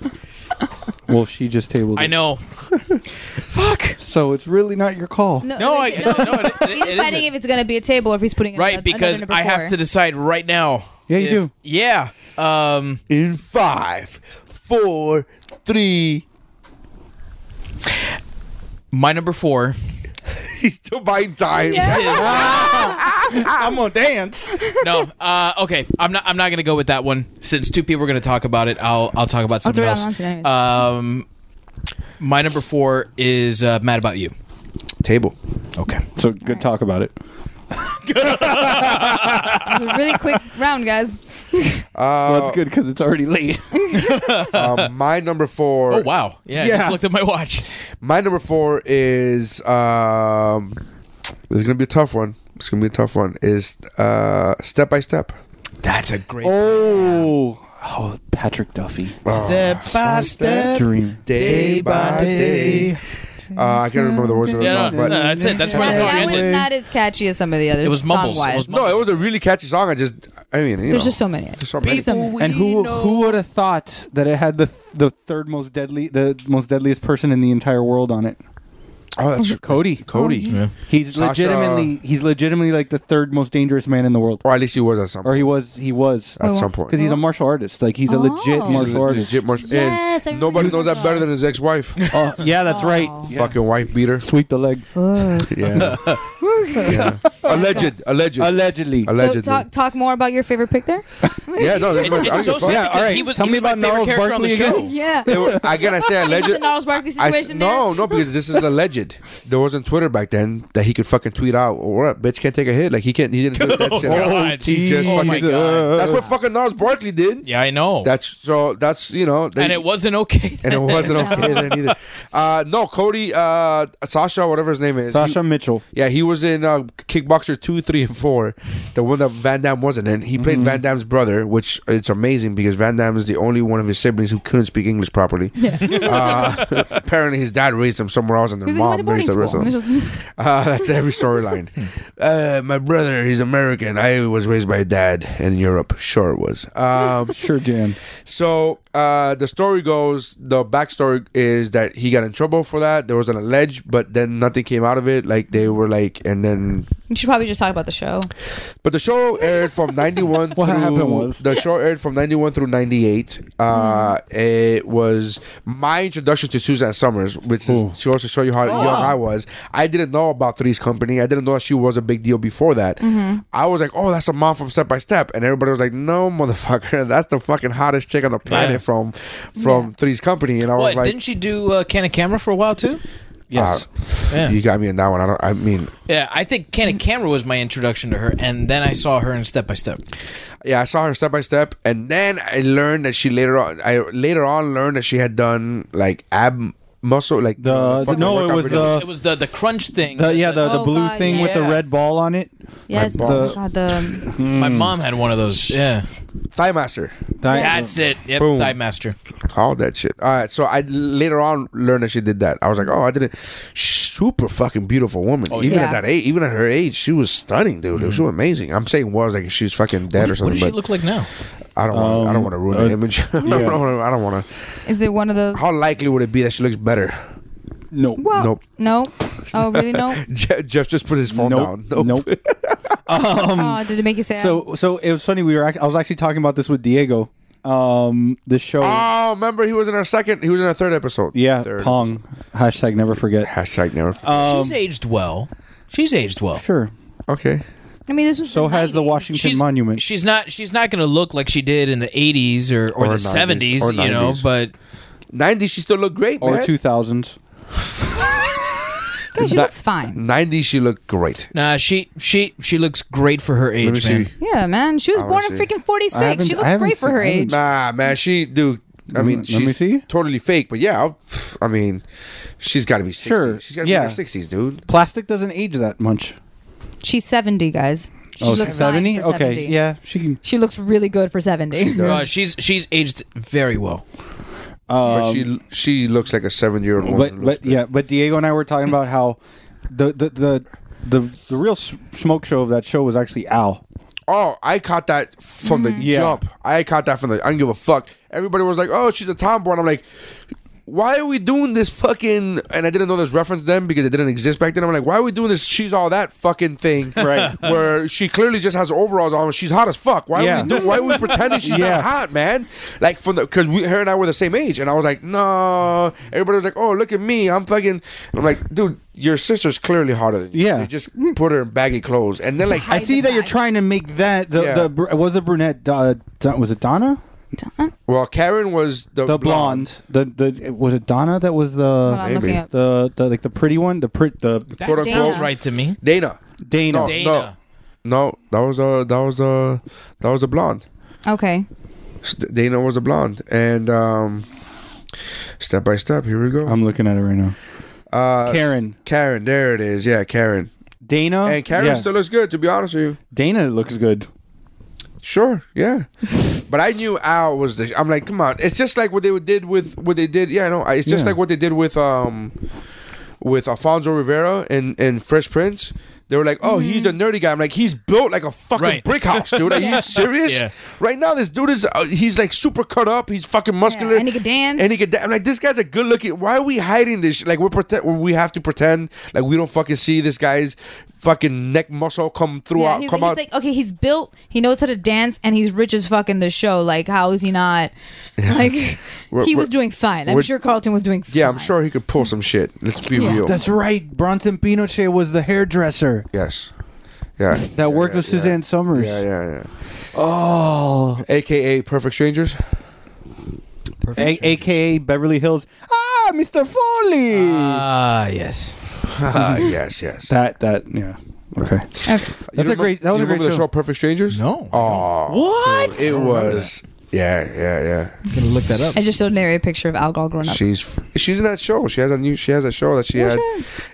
J: Well, she just tabled.
G: I
J: it.
G: know. Fuck.
J: So it's really not your call.
G: No, I-
I: it's-
G: no, it- it-
I: he's
G: it
I: deciding if
G: isn't.
I: it's gonna be a table or if he's putting
G: Right,
I: another-
G: because
I: another number
G: I have
I: four.
G: to decide right now.
J: Yeah, you
G: if-
J: do.
G: Yeah. Um,
H: In five, four, three.
G: my number four
H: He's still buying time.
G: is
J: I'm gonna dance.
G: no. Uh, okay, I'm not. I'm not gonna go with that one since two people are gonna talk about it. I'll I'll talk about
I: I'll
G: something
I: throw it
G: else.
I: on tonight.
G: Um, my number four is uh, "Mad About You."
H: Table.
G: Okay.
J: So good talk about it.
I: It was a really quick round, guys.
J: well, that's good because it's already late.
H: Uh, my number four.
G: Oh wow. Yeah. I
J: Yeah.
G: just looked at my watch.
H: My number four is. Um, this is gonna be a tough one. It's gonna be a tough one. Is uh, step by step.
G: That's a great.
J: oh, oh, Patrick Duffy.
G: Step by step,
J: Dream.
G: day by day.
H: Uh, I can't remember the words of the
G: Yeah,
H: song,
G: no,
H: but
G: no, that's it. That's where
I: Yeah,
G: the song
I: that was
G: ended.
I: not as catchy as some of the others.
G: It was mumbles. It
I: song-wise.
G: was mumbles.
H: no, it was a really catchy song. I just, I mean, you
I: There's
H: know,
I: just so many.
H: there's so many.
I: Some-
J: And who who would have thought that it had the the third most deadly the most deadliest person in the entire world on it?
H: Oh, that's
J: Cody.
H: Cody.
G: Oh,
J: He's
H: Sasha-
J: legitimately he's legitimately like the third most dangerous man in the world,
H: Or at least he was at some.
J: or he was he was
H: at
I: Oh,
H: some point.
J: because he's a martial artist. Like he's a legit
I: Oh.
H: He's a
J: martial artist.
H: legit martial- and
I: Yes, I remember
H: nobody
I: you
H: knows that
I: said
H: better
I: that.
H: than his ex-wife.
J: Oh, yeah, that's right.
I: Oh.
J: Yeah.
H: Fucking wife beater.
J: Sweep the leg.
H: Yeah. yeah. Alleged. Alleged.
J: Allegedly.
H: Allegedly.
I: So talk talk more about your favorite pick there.
H: yeah, no, that's
G: It's,
H: my, I
G: it's
H: don't give a
G: so sad
H: fuck.
J: Yeah,
G: because
J: all right.
G: he was,
J: Tell
G: he
J: me
G: was my
J: about
G: favorite
J: Gnarls
G: character on the
J: Barkley
G: show.
J: again.
I: Yeah.
H: They were- Again, I say
I: the
H: alleged.
I: Gnarls Barkley
H: I, s-
I: situation
H: no, no, because this is alleged. There wasn't Twitter back then that he could fucking tweet out, or what? Bitch can't take a hit. Like, he can't, he didn't do that
G: Oh,
H: shit. out.
G: God.
H: He just
G: Oh,
H: fucking,
G: my God.
H: that's what fucking Nars Barkley did.
G: Yeah, I know.
H: That's, so, that's, you know. They,
G: and it wasn't okay.
H: and it wasn't okay then either. Uh, no, Cody, uh, Sasha, whatever his name is. he-
J: Sasha Mitchell.
H: Yeah, he was in uh, Kickboxer two, three, and four, the one that Van Damme wasn't in. He
I: Mm-hmm.
H: played Van Damme's brother, which it's amazing because Van Damme is the only one of his siblings who couldn't speak English properly. uh, apparently, his dad raised him somewhere else, and
I: He
H: his
I: was like,
H: mom
I: he went
H: raised
I: to
H: the
I: boarding
H: rest of them.
I: school. And it's just- Hmm.
H: Uh, that's every storyline. uh, my brother, he's American. I was raised by dad in Europe. Sure, it was. Um,
J: Sure, Jan.
H: so uh, the story goes, the backstory is that he got in trouble for that. There was an alleged, but then nothing came out of it. Like they were like, and then,
I: You should probably just talk about the show.
H: but the show aired from ninety one.
J: What
H: through,
J: happened was-
H: the show aired from ninety one through ninety eight. Uh,
G: Hmm.
H: It was my introduction to Suzanne Summers, which
J: Ooh.
H: is she also show you
G: Oh,
H: how young I was. I didn't know about Three's Company. I didn't know she was a big deal before that.
G: Mm-hmm.
H: I was like, oh, that's a mom from Step by Step, and everybody was like, no, motherfucker, that's the fucking hottest chick on the planet
G: Yeah.
H: from from Three's Company. And I was
G: What,
H: like, ah,
G: didn't she do uh, Can of Camera for a while too?
J: Yes.
G: Yeah.
H: you got me in that one. I don't. I mean,
G: Yeah, I think Can of Camera was my introduction to her, and then I saw her in Step by Step.
H: Yeah, I saw her step by step, and then I learned that she later on. I later on learned that she had done like ab muscle like uh,
J: The-
H: fucking
J: no, it
H: workout
J: was
H: video?
J: the-
G: it was the the crunch thing.
J: The, yeah, the, the
I: Oh,
J: blue
I: God,
J: thing with the
G: yes.
J: red ball on it.
I: Yes,
H: My
I: the, um,
H: balls.
I: God, the
G: my mom had one of those. Yeah,
H: Thigh Master.
J: Di-
G: that's it. Yep,
H: Boom.
G: Thigh Master.
H: Called that shit. All right, so I later on learned that she did that. I was like, oh, I didn't. Super fucking beautiful woman.
G: Oh,
H: even
I: yeah.
H: at that age, even at her age, she was stunning, dude. She
J: Mm-hmm.
H: was amazing. I'm saying was like she's fucking dead or
G: What
H: something.
G: does she
H: But
G: look like now?
H: I don't. wanna, I don't
J: Um,
H: want to ruin
J: uh,
H: the image. I don't wanna- I don't want to.
I: is it one of those?
H: How likely would it be that she looks better?
J: No.
I: Well,
H: Nope.
I: No. Oh, really? No.
H: Jeff, Jeff just put his phone down.
J: Nope. Nope.
I: oh, did it make you sad?
J: Um, So so it was funny. We were act- I was actually talking about this with Diego. Um, the show.
H: Oh, remember he was in our second. He was in our third episode.
J: yeah,
H: Third
J: Pong. Uh, Hashtag never forget.
H: Hashtag never.
G: She's aged well. She's aged well.
J: Sure.
H: okay.
I: I mean, this was
J: So has the
I: 90s.
J: Washington
G: She's
J: Monument.
G: She's not. She's not going to look like she did in the '80s or, or,
H: Or
G: the
H: 90s,
G: '70s.
H: or
G: you know,
H: 90s.
G: but
H: Nineties, she still looked great,
J: or
H: man.
J: two thousands.
I: God, she looks fine.
H: Nineties, she looked great.
G: nah, she she she looks great for her
H: Let me
G: age, man.
H: see.
I: Yeah, man. She was
H: I
I: born in
H: wanna Oh, see.
I: freaking
J: I haven't-
I: 46. She
J: I
I: looks
J: haven't
I: great for
J: seen-
I: her
J: I haven't-
I: age.
H: Nah, man, she dude. I mean,
J: Let
H: she's
J: me see.
H: totally fake, but yeah, I'll, I mean, she's got to be 60.
J: Sure,
H: She's got to be in
J: yeah.
H: her sixties, dude.
J: Plastic doesn't age that much.
I: She's 70, guys. She
J: Oh,
I: looks
J: 70?
I: fine for
J: Okay,
I: 70.
J: yeah, she can.
I: She looks really good for 70.
G: Uh, she's she's aged very well.
H: but she she looks like a seven year old woman.
J: Um, But but yeah, but Diego and I were talking about how the the the the, the real s- smoke show of that show was actually Al.
H: Oh, I caught that from the
J: Yeah.
H: jump. I caught that from the. I don't give a fuck. Everybody was like, "Oh, she's a tomboy," and I'm like. Why are we doing this fucking? And I didn't know this reference then because it didn't exist back then. I'm like, why are we doing this? She's all that fucking thing,
J: Right.
H: Where she clearly just has overalls on. and She's hot as fuck. Why
J: Yeah.
H: are we doing? Why are we pretending she's
J: Yeah.
H: not hot, man? Like from the because we her and I were the same age, and I was like, no. Everybody was like, oh, look at me, I'm fucking. And I'm like, dude, your sister's clearly hotter than you.
J: Yeah.
H: You just put her in baggy clothes, and then like
J: I see that you're trying to make that the
H: Yeah.
J: the br- was the brunette uh, Don- was it Donna
H: Well, Karen was the,
J: the blonde, the the was it Donna that was
I: Hold on, I'm
J: the
I: looking
H: Maybe.
I: up.
J: the the like the pretty one the pret the
G: That
H: Quote,
G: sounds
H: unquote.
G: right to me.
H: Dana.
J: Dana.
H: No,
G: Dana.
H: no, no, that was uh that was uh that was a blonde.
I: Okay.
H: S- Dana was a blonde, and um, step by step, here we go.
J: I'm looking at it right now.
H: uh,
J: Karen,
H: Karen, there it is. Yeah, Karen.
J: Dana,
H: And Karen
J: Oh, yeah.
H: still looks good, to be honest with you.
J: Dana looks good.
H: Sure, yeah. but I knew Al was the. I'm like, come on. It's just like what they did with what they did. Yeah, no, I- it's just
J: Yeah.
H: like what they did with um with Alfonso Rivera and and Fresh Prince. They were like, oh, he's
I: Mm-hmm.
H: the nerdy guy. I'm like, he's built like a fucking
G: Right.
H: brick house, dude. Are you serious?
G: Yeah.
H: Right now, this dude is uh, he's like super cut up. He's fucking muscular,
I: and he can dance.
H: And he could. Da- I'm like, this guy's a good looking. Why are we hiding this? Sh-? Like, we're pretend. We have to pretend like we don't fucking see this guy's fucking neck muscle come through
I: Yeah,
H: out,
I: he's,
H: come
I: he's
H: out.
I: like, okay, he's built, he knows how to dance, and he's rich as fuck in this show. Like, how is he not? Like,
H: We're- we're-
I: he was doing fine. I'm
H: we're-
I: sure Carlton was doing fine.
H: Yeah, I'm sure he could pull some shit. Let's be real.
J: That's right. Bronson Pinochet was the hairdresser
H: yes. Yeah.
J: that worked with Suzanne Summers.
H: Yeah, yeah,
J: Oh,
H: yeah. AKA Perfect Strangers.
J: A- aka Beverly Hills. Ah, Mr. Foley.
G: Ah, yes.
H: Ah, yes, yes.
J: that that yeah. Okay.
H: You
J: That's a
H: remember-
J: great. That was
H: you
J: a great
H: remember
J: show.
H: the show Perfect Strangers?
G: No.
H: Oh,
G: What?
H: it was. Yeah, yeah,
G: Gonna look that up.
I: I just showed Larry a picture of Al Gol growing
H: yeah.
I: up.
H: She's she's in that show. She has a new. She has a show that she had.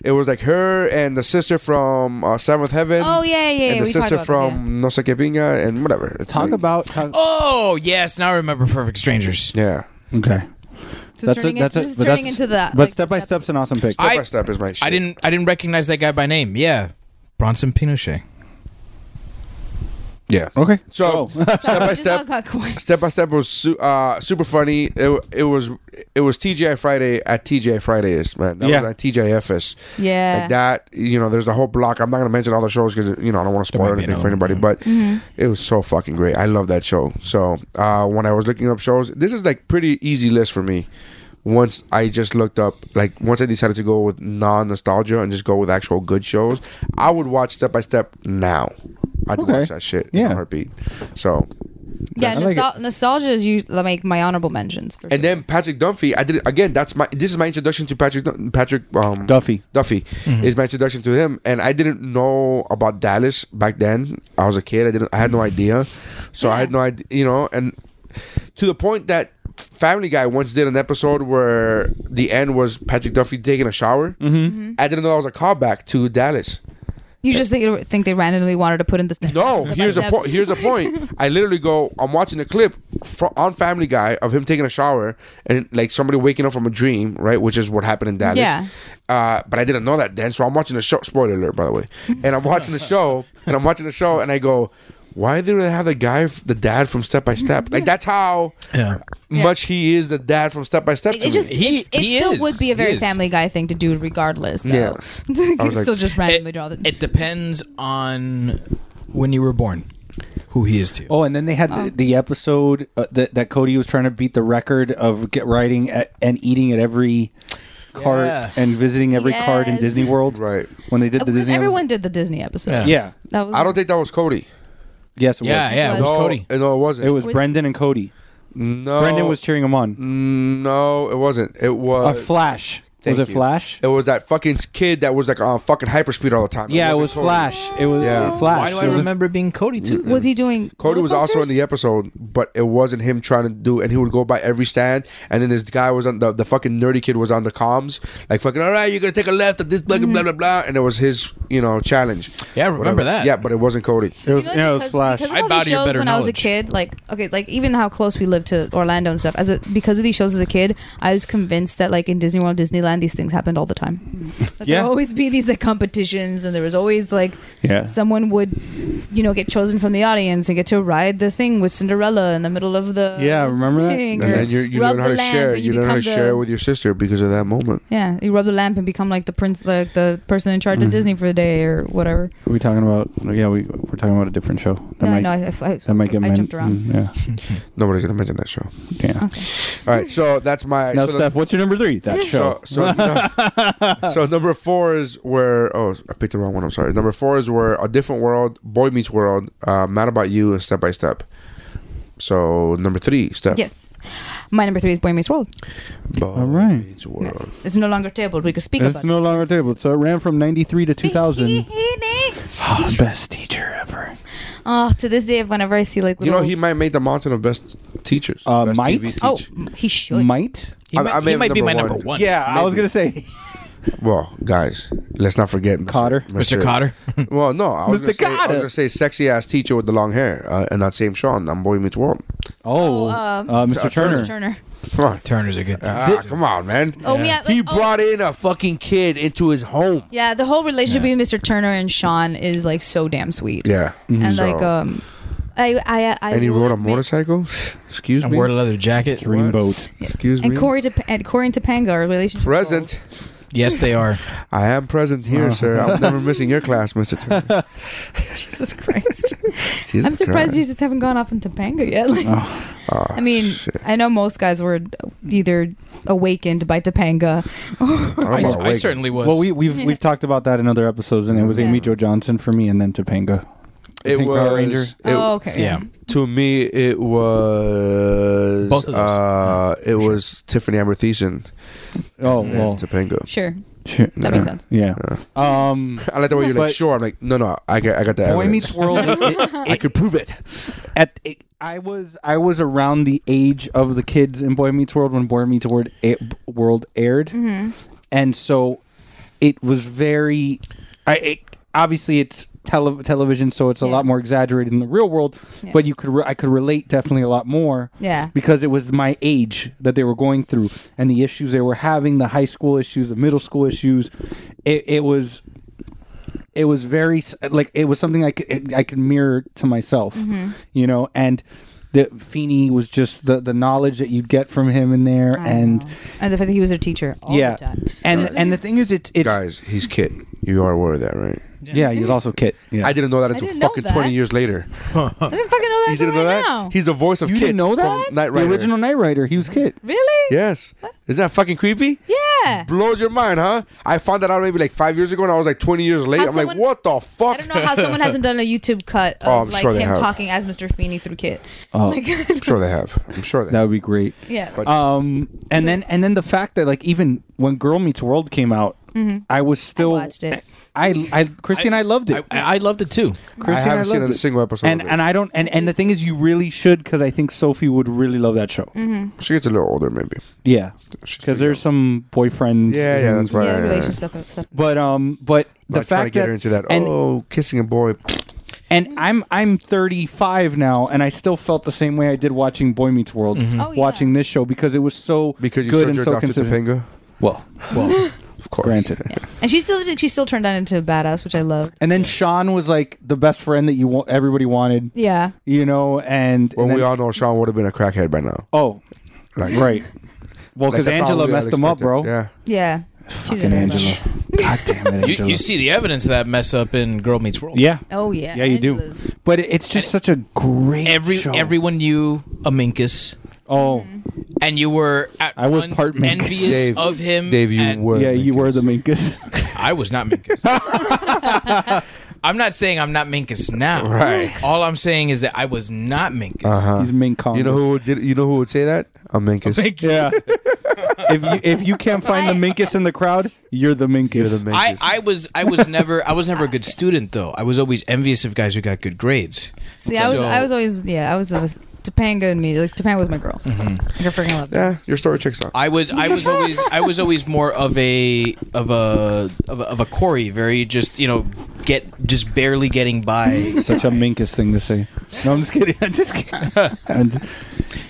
H: It was like her and the sister from uh, Seventh Heaven.
I: Oh, yeah, yeah, yeah.
H: And the
I: we talked
H: sister
I: about this, yeah.
H: from No sé qué pinga and whatever. It's
J: Talk
H: like-
J: about. Talk,
G: Oh yes, now I remember Perfect Strangers.
H: Yeah.
J: Okay.
I: So that's turning,
J: that's
I: that's it, this
J: a-
I: is
J: but
I: turning
J: that's-
I: into the.
J: But
I: like,
J: step by step's an awesome pick.
H: Step
G: I-
H: by step is my shit.
G: I didn't I didn't recognize that guy by name. Yeah, Bronson Pinochet.
H: Yeah.
J: okay.
H: So step by
I: Just all
H: step.
I: got quiet.
H: Step by Step was su- uh, super funny. It, it was it was TGI Friday at TGI Fridays, man. That
J: Yeah.
H: was at TGIFS.
I: Yeah.
H: Like that, you know, there's a whole block. I'm not going to mention all the shows because, you know, I don't want to
G: might
H: spoil
G: be
H: anything for
G: another one,
H: anybody, but it was so fucking great. I love that show. So uh, when I was looking up shows, this is like pretty easy list for me. Once I just looked up, like once I decided to go with non nostalgia and just go with actual good shows, I would watch Step by Step now. I'd
J: Okay.
H: watch that shit in
J: Yeah.
H: a heartbeat. So
I: Yeah,
J: I like
I: nostal- nostalgia is you like my honorable mentions. For
H: And
I: sure.
H: then Patrick Duffy, I did again. That's my. This is my introduction to Patrick. Dun- Patrick um,
J: Duffy.
H: Duffy
I: Mm-hmm.
H: is my introduction to him, and I didn't know about Dallas back then. I was a kid. I didn't. I had no idea. So I had no idea. You know, and to the point that Family Guy once did an episode where the end was Patrick Duffy taking a shower. Mm-hmm. I didn't know that was a callback to Dallas.
I: You just think, think they randomly wanted to put in this.
H: No,
I: step by
H: here's a
I: step.
H: point. Here's a point. I literally go. I'm watching a clip fro- on Family Guy of him taking a shower and like somebody waking up from a dream, right? Which is what happened in Dallas.
I: Yeah.
H: Uh, but I didn't know that then, so I'm watching the show. Spoiler alert, by the way. And I'm watching the show, and I'm watching the show, and I go, "Why do they have the guy, f- the dad from Step by Step? Like that's how much he is the dad from Step by Step."
I: It
H: to me.
I: just
G: He-
I: it's, it
G: he
I: still
G: is.
I: would be a
G: He
I: very
G: is.
I: Family Guy thing to do, regardless. Though.
H: Yeah.
I: you
H: I was like- eh.
I: still just randomly
G: it,
I: draw the.
G: it depends on when you were born, who he is to.
J: Oh, and then they had the, the episode uh, that that Cody was trying to beat the record of get riding at, and eating at every cart
G: Yeah.
J: and visiting every cart in
I: Yes.
J: Disney World.
H: Right.
J: When they did the
I: Because
J: Disney
I: everyone did the Disney episode.
G: Yeah.
J: Yeah.
I: That was
H: I don't think that was Cody.
J: Yes, it
G: yeah,
J: was.
G: yeah, it was
H: no, Uh,
G: Cody.
H: No, it wasn't.
J: It was
I: Was-
J: Brendan and Cody.
H: no.
J: Brendan was cheering him on.
H: Mm. No, it wasn't. It
J: A
H: was
J: Flash. Was
H: Thank
J: it
H: you.
J: Flash?
H: It was that fucking kid that was like on fucking hyperspeed all the time.
J: yeah, it
H: wasn't
J: was
H: Cody.
J: Flash. It was
H: Yeah.
J: Flash.
G: Why do I
J: It was a-
G: remember being Cody too?
I: was he doing?
H: Cody was also in the episode, but it wasn't him trying to do. And he would go by every stand, and then this guy was on the, the fucking nerdy kid was on the comms, like fucking all right, you're gonna take a left at this blah blah blah blah, and it was his you know challenge.
G: Yeah, I remember that.
H: Yeah, but it wasn't Cody.
J: it was, yeah, it was
I: because,
J: Flash.
I: Because
G: I
I: of
G: bow
I: all these
G: to your
I: shows
G: better
I: when I was a
G: knowledge.
I: kid, like okay, like even how close we lived to Orlando and stuff. As a, because of these shows as a kid, I was convinced that like in Disney World, Disneyland, these things happened all the time. That
J: Yeah.
I: There would always be these like competitions, and there was always like
J: Yeah.
I: someone would, you know, get chosen from the audience and get to ride the thing with Cinderella in the middle of the
J: Yeah, remember that?
I: thing,
H: And
I: or
H: then you, you
I: rub
H: learn how
I: the
H: to
I: lamp
H: share.
I: and
H: You learn how to
I: become the-
H: share with your sister because of that moment.
I: Yeah, you rub the lamp and become like the prince, like the person in charge
J: Mm-hmm.
I: of Disney for the day or whatever.
J: Are we talking about? Yeah, we we're talking about a different show. That
I: No,
J: might,
I: no, I, I,
J: that might get
I: I
J: men-
I: jumped around.
J: mm, Yeah,
H: Nobody's gonna mention that show.
J: yeah.
H: All right, so that's my
J: Now,
H: so the-
J: Steph, what's your number three? That show.
H: So, so, so number four is where oh I picked the wrong one. I'm sorry. Number four is where a different world, boy meets world, uh, mad about you, and step by step. So number three, step.
I: Yes. My number three is Boy Meets World.
H: Boy
J: All right.
H: meets world.
I: It's no longer tabled. We could speak
J: It's
I: about
J: no longer tabled. So it ran from '93 to
I: it.
J: 2000.
I: Evening.
J: Ah, Best teacher ever.
I: oh, to this day, whenever I see like
H: You
I: little,
H: know he might make the mountain of best teachers.
J: Uh,
H: best
J: might?
I: oh,
H: teacher.
I: he should.
J: Might.
G: He,
H: I-
G: might,
H: I
G: he
H: made
G: might be my
H: number
G: number
H: one.
G: one.
J: Yeah, I was gonna say
H: Well, guys, let's not forget Mr.
J: Cotter.
G: Mr. Cotter.
H: Well, no, I was
J: Mr.
H: gonna say, I was
J: Cotter.
H: gonna say sexy ass teacher with the long hair, uh, and that same Sean on Boy Meets World.
J: Oh,
I: Oh, um,
J: uh, Mr. Turner.
I: Mr. Turner.
H: Come on,
G: Turner's a good
H: Ah, come on, man.
I: Oh, yeah. like,
H: He
I: oh,
H: brought in a fucking kid into his home.
I: Yeah, the whole relationship
G: Yeah.
I: between Mr. Turner and Sean is like so damn sweet.
H: Yeah.
J: Mm-hmm.
I: And
H: So-
I: like, um, I, I, I.
H: and he
I: will
H: rode a
I: admit-
H: motorcycle. Excuse
G: And
H: me.
G: wore a leather jacket.
J: Dreamboat.
H: Excuse
I: And
H: me.
I: Corey, Tap- and Corey and Topanga are relationship.
H: Present.
I: goals.
G: Yes, they are.
H: I am present here,
J: Uh-huh.
H: sir. I'm never missing your class, Mister. Turner.
I: Jesus Christ.
H: Jesus
I: I'm surprised you
H: Christ.
I: just haven't gone off into Topanga yet. Like,
H: Oh,
I: I mean,
H: shit.
I: I know most guys were either awakened by Topanga.
H: I don't
G: I,
H: know,
G: I
H: like-
G: certainly was.
J: Well, we, we've we've talked about that in other episodes, and it was
I: Yeah.
J: Amy Jo Johnson for me, and then Topanga.
H: it
J: Pink
H: was.
J: Power Ranger.
H: it-
I: oh, okay.
G: yeah.
H: to me, it was.
G: Both of those.
H: Uh, it was Tiffany Amber Thiessen
J: Oh
H: and
J: well,
H: Topanga.
I: Sure.
J: shit.
I: That makes sense.
J: Yeah. Um,
H: I like the way you're like.
J: But-
H: Sure. I'm like. No, no. I got. I got that.
J: Boy Meets World. it- it-
H: I could prove it.
J: at it, I was I was around the age of the kids in Boy Meets World when Boy Meets World a- World aired,
I: Mm-hmm.
J: and so it was very. I it, obviously it's tele- television, so it's a
I: Yeah.
J: lot more exaggerated in the real world,
I: Yeah.
J: but you could re- I could relate definitely a lot more.
I: Yeah.
J: because it was my age that they were going through and the issues they were having, the high school issues, the middle school issues. It it was it was very s- like it was something I could I could mirror to myself,
I: Mm-hmm.
J: you know, and the Feeney was just the the knowledge that you'd get from him in there,
I: I
J: and
I: know. and the fact that he was their teacher all
J: yeah,
I: the time.
J: and and the thing is, it's it's
H: Guys, he's Kit. You are aware of that, right?
J: yeah, he's also Kit. Yeah,
H: I didn't know that
I: I
H: until
I: didn't know
H: fucking
I: that.
H: 20 years later.
I: I didn't fucking know that.
H: You didn't
I: until
H: know
I: right
H: that?
I: Now.
H: He's the voice of
J: you
H: Kit.
J: didn't know that
H: From Knight Rider.
J: the original Knight Rider, he was
I: Mm-hmm.
J: Kit.
I: really?
H: Yes. Isn't that fucking creepy?
I: Yeah.
H: Blows your mind, huh? I found that out maybe like five years ago, and I was like 20 years late.
I: How
H: I'm like,
I: someone-
H: what the
I: I
H: fuck?
I: don't know how someone hasn't done a YouTube cut of
H: Oh, I'm
I: like
H: sure they
I: him
H: have.
I: talking as Mr. Feeney through Kit. Like,
H: I'm sure they have. I'm sure they
J: That
H: have.
J: would be great.
I: yeah.
H: But-
J: Um, and then and then the fact that like even when Girl Meets World came out, I was still
I: Mm-hmm. watched it.
J: I, I Christy and I loved it.
G: I, I loved it too.
J: Christy
H: I
J: and
H: haven't seen
J: loved
H: a single episode
J: And
H: of it.
J: and I don't and, and the thing is, you really should because I think Sophie would really love that show.
H: She gets a little older, maybe.
J: Yeah,
H: She's still
J: because there's some boyfriends.
H: Yeah, yeah,
J: and-
H: that's right.
I: yeah,
H: yeah, yeah.
I: relationship and stuff.
J: But um, but the
H: Not trying to
J: fact
H: get
J: that
H: her into that.
J: and
H: oh, kissing a boy.
J: and I'm I'm 35 now, and I still felt the same way I did watching Boy Meets World,
I: Oh, yeah.
J: watching this show because it was so
H: Because you
J: good
H: still
J: and
H: jerked
J: so
H: off to
J: consistent.
H: Topanga?
J: Well, well,
H: Of course.
J: granted.
I: And she still she still turned out into a badass, which I loved.
J: And then Sean was like the best friend that you want, everybody wanted,
I: Yeah.
J: you know, and,
H: Well,
J: and
H: we
J: then-
H: all know Sean would have been a crackhead by now.
J: oh,
H: Like-
J: right. Well,
H: Like,
J: because
H: that's all
J: Angela
H: we had
J: messed him up, bro.
H: expected. Yeah.
I: Yeah.
J: Fucking Angela. God damn it,
G: You,
J: Angela.
G: you see the evidence of that mess up in Girl Meets World.
J: yeah.
I: Oh yeah.
J: Yeah, you
I: Angela's-
J: do. But it- it's just such a great
G: Every
J: show.
G: everyone knew a minkus,
J: oh
I: Mm-hmm.
G: and you were at
J: I was
G: once
J: part Minkus.
G: envious
H: Dave-
G: of him.
H: Dave, you
G: and-
H: were.
J: yeah, you were the Minkus.
G: I was not minkus. I'm not saying I'm not minkus now.
H: Right. Uh-huh.
G: All I'm saying is that I was not minkus.
J: He's Minkong.
H: You know who would, you know who would say that? A Minkus.
J: Yeah. if you if you can't find the minkus in the crowd, you're the minkus.
H: You're the Minkus.
G: I, I was I was never I was never a good student though. I was always envious of guys who got good grades.
I: See, I was
G: So-
I: I was always yeah I was always Topanga and me like Topanga was my girl. Like, I freaking loved her.
H: yeah, your story checks out.
G: I was I was always I was always more of a of a of a, of a Corey, very just you know get just barely getting by.
J: Such a minkus thing to say. No, I'm just kidding. I'm just kidding. I'm just-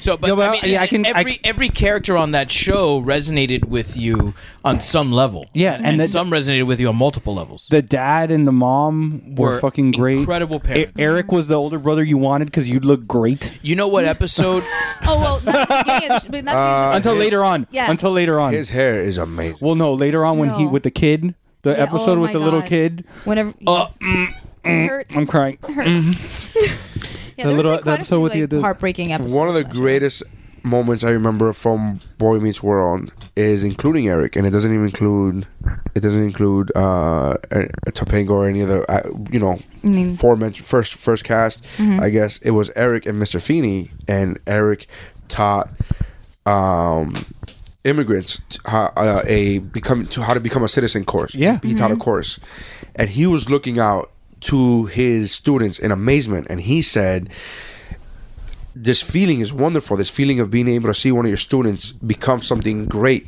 G: So, but,
J: No, but
G: I mean,
J: yeah, I can- I-
G: every every character on that show resonated with you on some level.
J: Yeah, and
G: and
J: that-
G: some resonated with you on multiple levels.
J: the dad and the mom were,
G: Were
J: fucking great.
G: incredible parents.
J: E- Eric was the older brother you wanted because you'd look great.
G: you know what episode?
I: Oh well, not the beginning of the sh- but not the
J: Until later on.
I: Yeah.
J: Until later on.
H: His hair is amazing.
J: well, no, later on when he
I: No.
J: with the kid, the
I: Yeah,
J: episode
I: oh
J: with
I: my
J: the little
I: God.
J: kid.
I: whenever
J: Uh,
I: yes. hurts.
J: I'm crying.
I: hurts. yeah, there was,
J: little-
I: like,
J: the
I: quite a
J: episode
I: few,
J: with the-
I: like,
J: the-
I: heartbreaking episodes.
H: One of the
I: of that show.
H: greatest moments I remember from Boy Meets World is including Eric, and it doesn't even include it doesn't include uh, uh, Topanga or any of the uh, you know
I: Mm.
H: forementioned first first cast. I guess it was Eric and Mr. Feeney, and Eric taught um, immigrants t- how, uh, a become to how to become a citizen course.
J: Yeah.
H: he taught a course, and he was looking out to his students in amazement, and he said this feeling is wonderful. This feeling of being able to see one of your students become something great.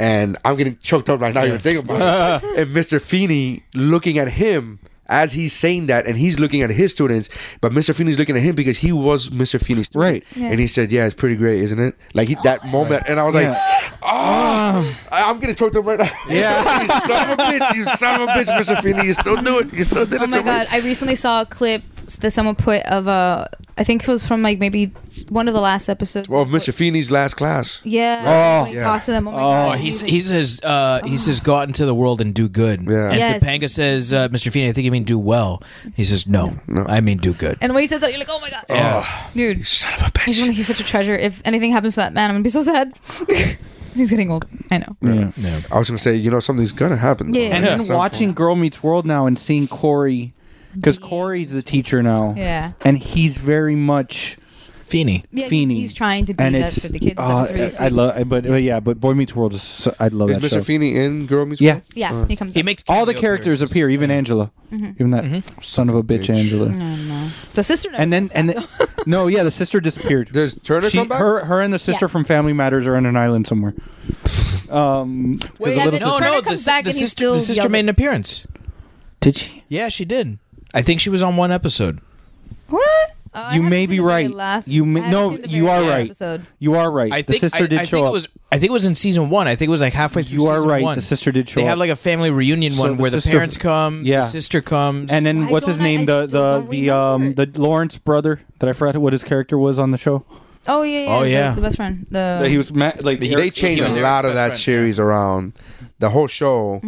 H: And I'm getting choked up right now even thinking about it. And Mr. Feeney looking at him as he's saying that, and he's looking at his students, but Mr. Feeney's looking at him because he was Mr. Feeney's student.
J: Right.
H: And he said, "Yeah, it's pretty great, isn't it?" Like he, that moment, and I was like,
J: Yeah. Um,
H: "Oh, I- I'm getting choked up right now."
J: Yeah.
H: you son of a bitch, you son of a bitch, Mr. Feeney, you still do it, you still did it.
I: Oh my
H: to me.
I: god! I recently saw a clip that someone put of a. I think it was from like maybe one of the last episodes.
H: Well, Mr. Feeney's last class.
I: Yeah.
J: Oh.
I: when he
H: Yeah.
I: talks to them. Oh my
G: Oh,
I: god.
G: he s- he says uh, he says go out into the world and do good.
H: Yeah.
G: And
I: Yes.
G: Topanga says, uh, Mr. Feeney, I think you mean do well. He says, No, I mean do good.
I: and when he says that, you're like, oh my god,
G: yeah.
I: dude.
H: Son of a bitch.
I: He's, one- he's such a treasure. If anything happens to that man, I'm gonna be so sad. he's getting old. I know.
J: Mm.
H: I was gonna say, you know, something's gonna happen.
I: Yeah.
J: And
I: Yeah.
J: then watching Girl Meets World now and seeing Corey, because Corey's the teacher now.
I: Yeah.
J: And he's very much
G: Feeney.
I: Yeah, he's-
J: Feeney.
I: He's, trying to be
J: and
I: that
J: it's,
I: for the kids.
J: uh,
I: That's really
J: I, I
I: sweet.
J: love, I- but, but yeah, but Boy Meets World is, so, I love
H: Is
J: that
H: Mr.
J: show.
H: Feeney in Girl Meets
J: Yeah.
H: World?
I: yeah, he comes.
G: He
I: Up.
G: makes
J: All the
G: cameo
J: characters
G: appearances.
J: appear, even Angela,
I: Mm-hmm.
J: even that son of a bitch,
H: Bitch.
J: Angela.
I: the sister. Never
J: And then, and then, no, yeah, the sister disappeared.
H: Does Turner
J: she,
H: come back?
J: her, her, and the sister
I: Yeah.
J: from Family Matters are on an island somewhere. Um, 'cause
G: Wait,
J: the
I: yeah,
J: little
I: but-
J: sister-
G: no,
I: Turner
G: no, the,
I: comes
G: s-
I: back
G: the
I: and he
G: sister,
I: still
G: the sister
I: yells
G: made
I: at-
G: an appearance.
J: did she?
G: Yeah, she did. I think she was on one episode.
I: What? Oh, I
J: You
I: haven't
J: may
I: seen
J: be
I: the very
J: right.
I: Last,
J: You may-
I: I haven't
J: no,
I: seen the
J: you
I: very
J: are
I: last
J: right.
I: Episode.
J: You are right.
G: I think
J: the sister
G: I,
J: did
G: I
J: show
G: think
J: up.
G: It was, I think it was in season one. I think it was like halfway through.
J: You are
G: season
J: right.
G: one.
J: The sister did show
G: They have
J: up.
G: like a family reunion
J: So
G: one
J: the
G: where the
J: sister-
G: parents come,
J: Yeah.
G: the sister comes,
J: and then
I: Why
J: what's
I: don't
J: his
I: I-
J: name?
I: I
J: the
I: still
J: the
I: don't
J: the um the Lawrence brother that I forgot what his character was on the show.
I: Oh yeah, yeah.
G: Oh,
I: the-
G: yeah.
I: the, best friend. The
J: That he was ma- like
G: But he-
H: They changed
G: He
H: a
G: was Eric's
H: lot of
G: best
H: that
G: friend,
I: Mm-hmm.
H: series around the whole show.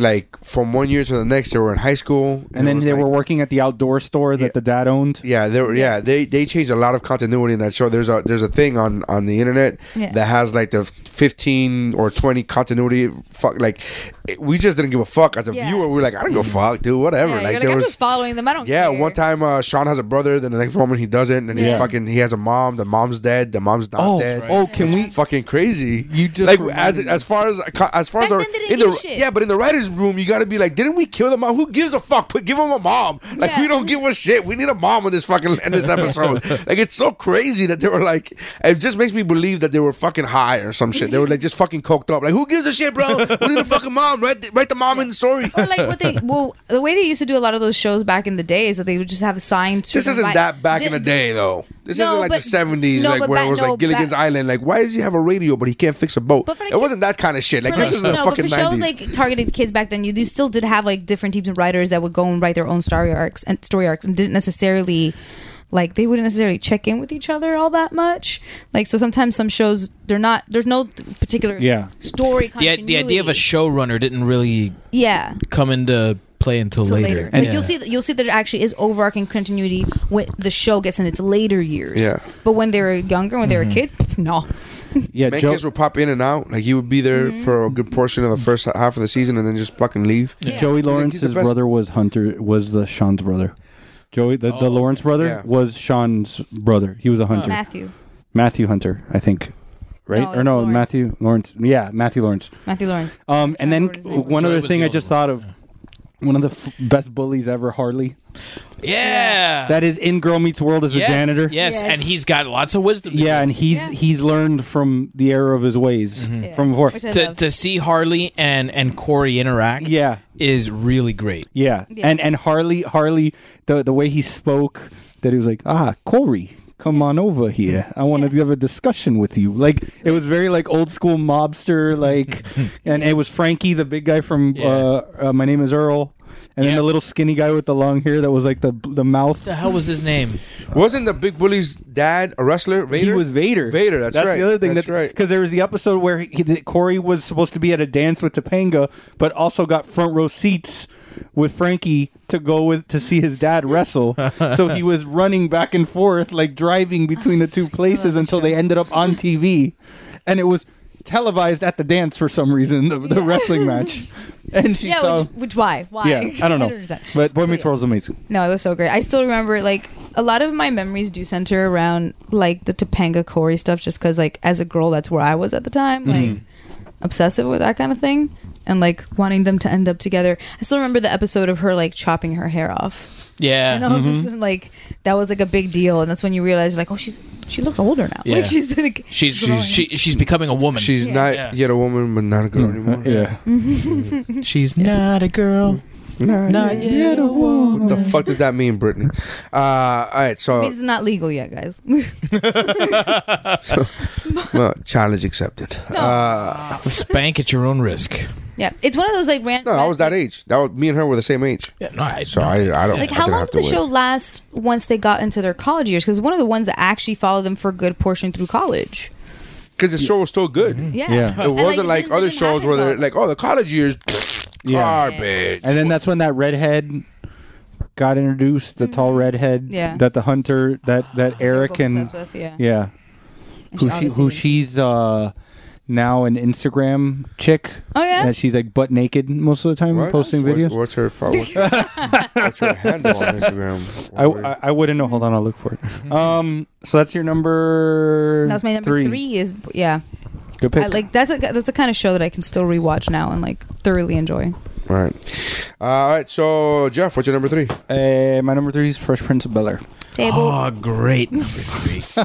H: like from one year to the next they were in high school
J: and
H: it
J: then
H: was
J: they
H: like-
J: were working at the outdoor store that the dad owned.
H: yeah they were yeah they they changed a lot of continuity in that show there's a there's a thing on on the internet
I: Yeah.
H: that has like the 15 or 20 continuity fuck like it- we just didn't give a fuck as a
I: Yeah.
H: viewer we were like i don't give a fuck dude whatever
I: Yeah,
H: like
I: you're
H: there
I: like, I'm
H: was
I: just following them. I don't
H: yeah,
I: care.
H: one time uh, Sean has a brother, then the next moment he doesn't, and he's
J: Yeah.
H: fucking he has a mom. The mom's dead. The mom's not
J: Oh,
H: dead.
J: oh, can
H: It's
J: we-
H: fucking crazy?
J: You just
H: like as
J: reminded me.
H: as far as as far as
I: Back
H: our,
I: then they didn't
H: in the
I: give a shit.
H: yeah, but in the writers' room, you got to be like, didn't we kill the mom? Who gives a fuck? Put give him a mom. Like
I: Yeah.
H: we don't give a shit. We need a mom in this fucking in this episode. like it's so crazy that they were like, it just makes me believe that they were fucking high or some shit. They were like just fucking coked up. Like who gives a shit, bro? We need a fucking mom. Write the, write the mom in the story.
I: Or like what they well the way they used to do a lot of those shows back in the day is that they would just have a sign.
H: This
I: driven
H: isn't
I: by-
H: that back in
I: Di-
H: the day though. This
I: No,
H: isn't like
I: but-
H: the seventies,
I: no,
H: like
I: but
H: where
I: back-
H: it was
I: no,
H: like Gilligan's
I: back-
H: Island. Like, why does he have a radio but he can't fix a boat?
I: But for the
H: it
I: kids-
H: wasn't that kind of shit. Like,
I: for,
H: this
I: like-
H: isn't the
I: no,
H: fucking
I: but for shows
H: nineties.
I: like targeted kids back then, you, you still did have like different teams of writers that would go and write their own story arcs and story arcs, and didn't necessarily like they wouldn't necessarily check in with each other all that much. Like so, sometimes some shows they're not. There's no particular
J: Yeah.
I: story.
G: The, the idea of a
I: continuity.
G: showrunner didn't really
I: yeah
G: come into play until
I: till
G: later.
I: later. Like
G: Yeah.
I: you'll see, that you'll see that there actually is overarching continuity when the show gets in its later years.
H: Yeah.
I: but when they were younger, when they were
J: Mm-hmm.
I: a kid, pff, no.
J: Yeah,
H: Man,
J: Joe,
H: kids would pop in and out. Like he would be there
I: Mm-hmm.
H: for a good portion of the first half of the season, and then just fucking leave.
J: Joey
H: he's the
J: Lawrence's
H: best.
J: brother was Hunter was the Sean's brother. Joey the,
G: Oh,
J: the Lawrence brother
H: Yeah.
J: was Sean's brother. He
I: Oh.
J: was a hunter.
I: Matthew,
J: Matthew Hunter, I think. Right?
I: No,
J: or
I: it's
J: no,
I: Lawrence.
J: Matthew Lawrence. Yeah, Matthew Lawrence.
I: Matthew Lawrence.
J: Um, and then
I: Sean Lawrence.
J: one
G: Joey
J: other
G: was
J: thing
G: the
J: I
G: older
J: just thought of. One of the f- best bullies ever, Harley.
G: yeah.
J: That is in Girl Meets World as the
G: Uh, Yes,
J: janitor.
G: Yes.
I: Yes.
G: and he's got lots of wisdom. to
J: Yeah,
G: give.
J: and he's
I: Yeah.
J: he's learned from the error of his ways
G: Mm-hmm.
J: from before.
I: Which I
G: to,
I: love.
G: to see Harley and and Corey interact.
J: Yeah.
G: is really great.
J: Yeah. And and Harley Harley the the way he spoke that he was like, "Ah, Corey, come on over here. I want to have a discussion with you." Like it was very like old school mobster like and it was Frankie the big guy from uh, uh My Name is Earl. And then
G: Yeah.
J: the little skinny guy with the long hair that was like the the mouth.
G: The hell was his name?
H: Wasn't the big bully's dad a wrestler? Vader.
J: He was Vader.
H: Vader. That's, right.
J: the other thing.
H: That's right.
J: Because there was the episode where he, that Corey was supposed to be at a dance with Topanga, but also got front row seats with Frankie to go with to see his dad wrestle. so he was running back and forth, like driving between the two places until they ended up on TV, and it was televised at the dance for some reason. The, the wrestling match, and she
I: yeah,
J: saw.
I: which, which why? Why?
J: yeah, I don't know,
I: understand.
J: but Boy Meets World was amazing.
I: No, it was so great. I still remember like a lot of my memories do center around like the Topanga Corey stuff, just because like as a girl, that's where I was at the time,
G: Mm-hmm.
I: like obsessive with that kind of thing, and like wanting them to end up together. I still remember the episode of her like chopping her hair off.
G: Yeah. Mm-hmm.
I: And all of a sudden, like that was like a big deal, and that's when you realize like, oh, she's she looks older now.
G: Yeah.
I: Like she's like
G: She's
I: growing.
G: she's she, she's becoming a woman.
H: She's
I: Yeah.
H: not
G: Yeah.
H: yet a woman, but not a girl anymore.
J: Mm-hmm. Yeah,
G: she's not a girl.
H: Nah,
G: Not yet a woman.
H: What the
J: Mm-hmm.
H: fuck does that mean, Brittany? Uh, all right,
I: I
G: uh,
H: so
I: mean, it's not legal yet, guys.
H: well, uh, challenge accepted. Uh,
G: Spank at your own risk.
I: yeah, it's one of those like random.
H: no, I was that age. That was, me and her were the same age.
G: Yeah, no, I,
H: So
G: no,
H: I- I don't-
I: Like,
H: I
I: how
H: didn't
I: long
H: have
I: did the
H: to
I: show
H: wait.
I: last once they got into their college years? Because one of the ones that actually followed them for a good portion through college.
H: Because the show was still good.
I: Yeah.
J: Yeah.
H: It wasn't like, other shows where they're like, oh, the college years,
J: Yeah.
H: garbage.
J: And then that's when that redhead got introduced, the tall redhead
I: Mm-hmm. Yeah.
J: that the hunter that that Eric and
I: yeah.
J: yeah,
I: And she
J: who she who
I: obviously-
J: she's uh now an Instagram chick.
I: Oh, yeah?
J: that she's like butt naked most of the time
H: What?
J: posting
H: What's-
J: videos.
H: What's her fo- what's her, what's her handle on Instagram?
J: I, I, I wouldn't know. Hold on, I'll look for it. Um, so that's your number.
I: Mm-hmm. That's my number three. is yeah.
J: Good pick.
I: I, like that's a, that's the kind of show that I can still rewatch now and like thoroughly enjoy.
H: All right. Uh, all right. So Jeff, what's your number three?
J: Uh, my number three is Fresh Prince of Bel Air.
H: Ah.
I: Table.
G: oh, great number three.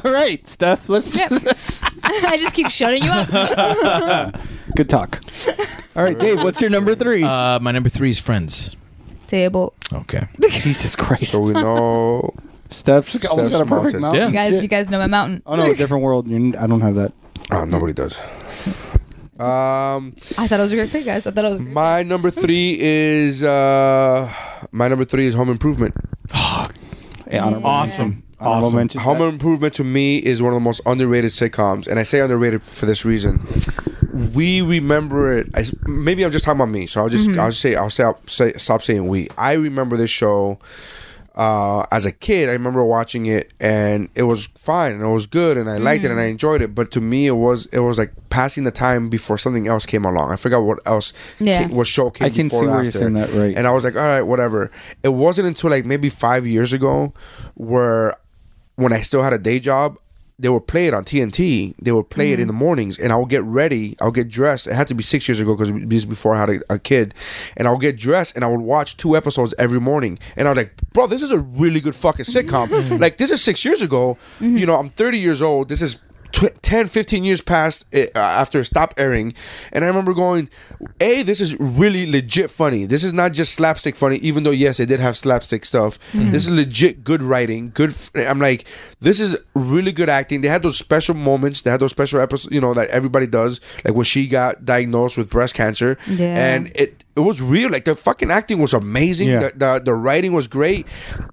J: All right, Steph. Let's just
I: I just keep shutting you up.
J: good talk. All right, Gabe. What's your number three?
G: Uh, my number three is Friends.
I: Table.
G: Okay.
J: Jesus Christ.
H: So we know.
J: Steph's got, always got a
H: Steph's mountain.
J: perfect mountain.
G: Yeah.
I: You guys, you guys know my mountain.
H: Uh,
J: Oh no, different world. You're, n- I don't have that.
H: Oh, nobody does. Um,
I: I thought it was a great pick, guys. I thought it was. a great
H: my number three is uh, my number three is Home Improvement.
J: Hey, honorable.
G: Awesome.
J: honorable
G: Awesome.
J: mention.
H: Home Improvement to me is one of the most underrated sitcoms, and I say underrated for this reason. We remember it. I, maybe I'm just talking about me, so I'll just I'll just say I'll say, I'll say stop saying we. I remember this show uh, as a kid. I remember watching it, and it was fine, and it was good, and I liked it, and I enjoyed it. But to me, it was it was like passing the time before something else came along. I forgot what else,
I: Yeah.
H: came, what show came
J: I can
H: before
J: see
H: or
J: where you're
H: after.
J: saying that, right.
H: And I was like, all right, whatever. It wasn't until like maybe five years ago where when I still had a day job, they would play it on TNT. They would play it
J: Mm-hmm.
H: in the mornings, and I would get ready. I would get dressed. It had to be six years ago because this before I had a, a kid, and I would get dressed and I would watch two episodes every morning. And I was like, "Bro, this is a really good fucking sitcom. like this is six years ago.
J: Mm-hmm.
H: You know, I'm 30 years old. This is." Tw- 10 15 years passed uh, after it stopped airing and i remember going a this is really legit funny this is not just slapstick funny even though yes it did have slapstick stuff this is legit good writing good f- eh, i'm like this is really good acting they had those special moments they had those special episodes you know that everybody does like when she got diagnosed with breast cancer
I: Yeah.
H: and it it was real like the fucking acting was amazing
J: Yeah.
H: the, the the writing was great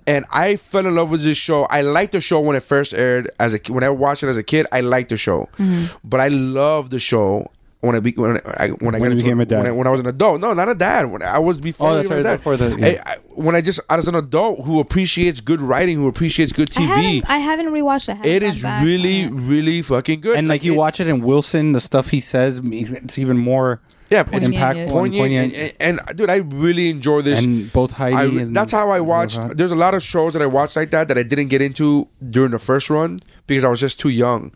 H: and i fell in love with this show i liked the show when it first aired as a ki- when i watched it as a kid i liked the show
I: Mm-hmm.
H: but i loved the show when I be, when I when I got
J: When you
H: into
J: became a dad.
H: When, I, when I was an adult, no, not a dad. When I was before,
J: Oh, that's
H: even
J: right,
H: that.
J: before the- yeah.
H: I, I- when I just as an adult who appreciates good writing, who appreciates good
I: I
H: TV,
I: haven't, I haven't rewatched it. I haven't
H: it
I: gone
H: is
I: back on
H: really,
I: it.
H: really fucking good.
J: and like you
H: it-
J: watch it and Wilson, the stuff he says, it's even more
H: yeah,
I: Poignant, yeah.
J: impactful,
H: poignant,
J: and, poignant.
H: And, and, and, dude, I really enjoy this.
J: and both Heidi.
H: I,
J: and
H: that's how I watched. There's a lot of shows that I watched like that that I didn't get into during the first run because I was just too young.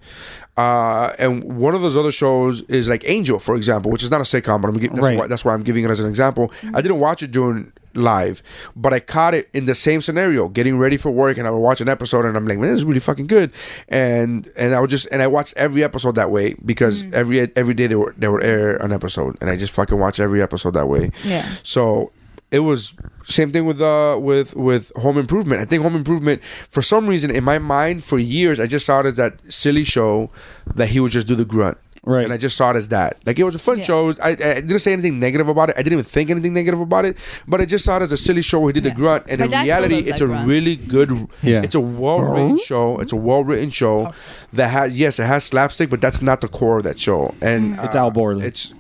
H: Uh, and one of those other shows is like Angel, for example, which is not a sitcom, but I'm gi- that's,
J: Right.
H: why, that's why I'm giving it as an example. I didn't watch it during live, but I caught it in the same scenario, getting ready for work, and I would watch an episode, and I'm like, man, this is really fucking good, and and I would just and I watched every episode that way because every every day they were they would air an episode, and I just fucking watched every episode that way.
I: Yeah.
H: So it was same thing with uh with with Home Improvement. I think Home Improvement for some reason in my mind for years I just saw it as that silly show that he would just do the grunt.
J: Right.
H: And I just saw it as that. Like it was a fun
I: Yeah.
H: show. I, I didn't say anything negative about it. I didn't even think anything negative about it. But I just saw it as a silly show where he did
I: Yeah.
H: the grunt. And
I: My
H: in
I: dad still
H: reality,
I: loves
H: it's
I: that
H: a
I: grunt.
H: really good.
J: Yeah. Oh.
H: It's a well written show. It's a well written show that has yes, it has slapstick, but that's not the core of that show. And
I: Mm.
H: uh,
J: It's Al Borland.
H: It's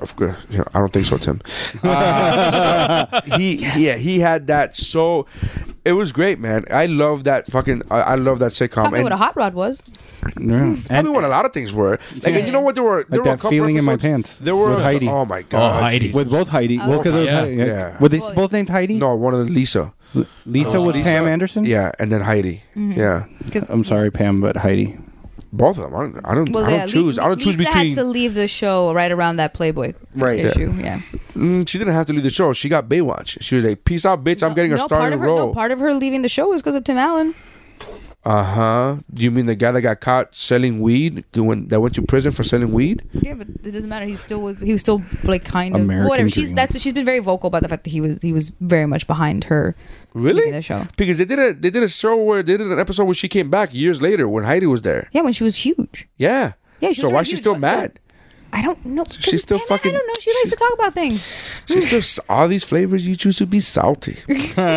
H: of course, you know, I don't think so, Tim. Uh, so he, yeah, he had that. So it was great, man. I love that fucking. I, I love that sitcom.
I: Tell me
H: and
I: what a hot rod was.
J: Yeah.
H: tell me what a lot of things were. Like, and you know what? There were there
J: Like
H: were a
J: that
H: couple
J: feeling in my
H: episodes-
J: pants
H: There were.
J: with Heidi.
H: Oh my god.
G: Heidi.
J: with both Heidi. Well, 'cause it was
G: Yeah.
J: Heidi, yeah.
H: Yeah.
J: Were they
I: Well,
J: both named Heidi?
H: No, one of the Lisa.
J: Lisa was Pam
I: Mm-hmm.
J: Anderson.
H: Yeah, and then Heidi. Yeah,
J: I'm sorry, Pam, but Heidi.
H: both of them. I don't. I don't,
I: Well,
H: I don't
I: yeah,
H: choose.
I: Lisa,
H: I don't choose
I: Lisa
H: between.
I: had to leave the show right around that Playboy
J: Right. Yeah.
I: issue. Yeah.
H: Mm, she didn't have to leave the show. She got Baywatch. She was like, "Peace out, bitch. I'm getting a
I: no,
H: starring
I: part of her,
H: role."
I: No, part of her leaving the show was because of Tim Allen.
H: Uh huh. You mean the guy that got caught selling weed? who went- That went to prison for selling weed?
I: Yeah, but it doesn't matter. He still was. He was still like kind of
J: American
I: whatever. She's
J: dream.
I: that's she's been very vocal about the fact that he was he was very much behind her.
H: Really?
I: leaving The show.
H: Because they did a they did a show where they did an episode where she came back years later when Heidi was there.
I: Yeah, when she was huge.
H: Yeah.
I: Yeah, she
H: so
I: was
H: why
I: really
H: is she
I: huge,
H: still
I: but-
H: mad?
I: I don't know. 'cause
H: She's still
I: Anna,
H: fucking-
I: I don't know. She likes to talk about things.
H: She's just all these flavors you choose to be salty.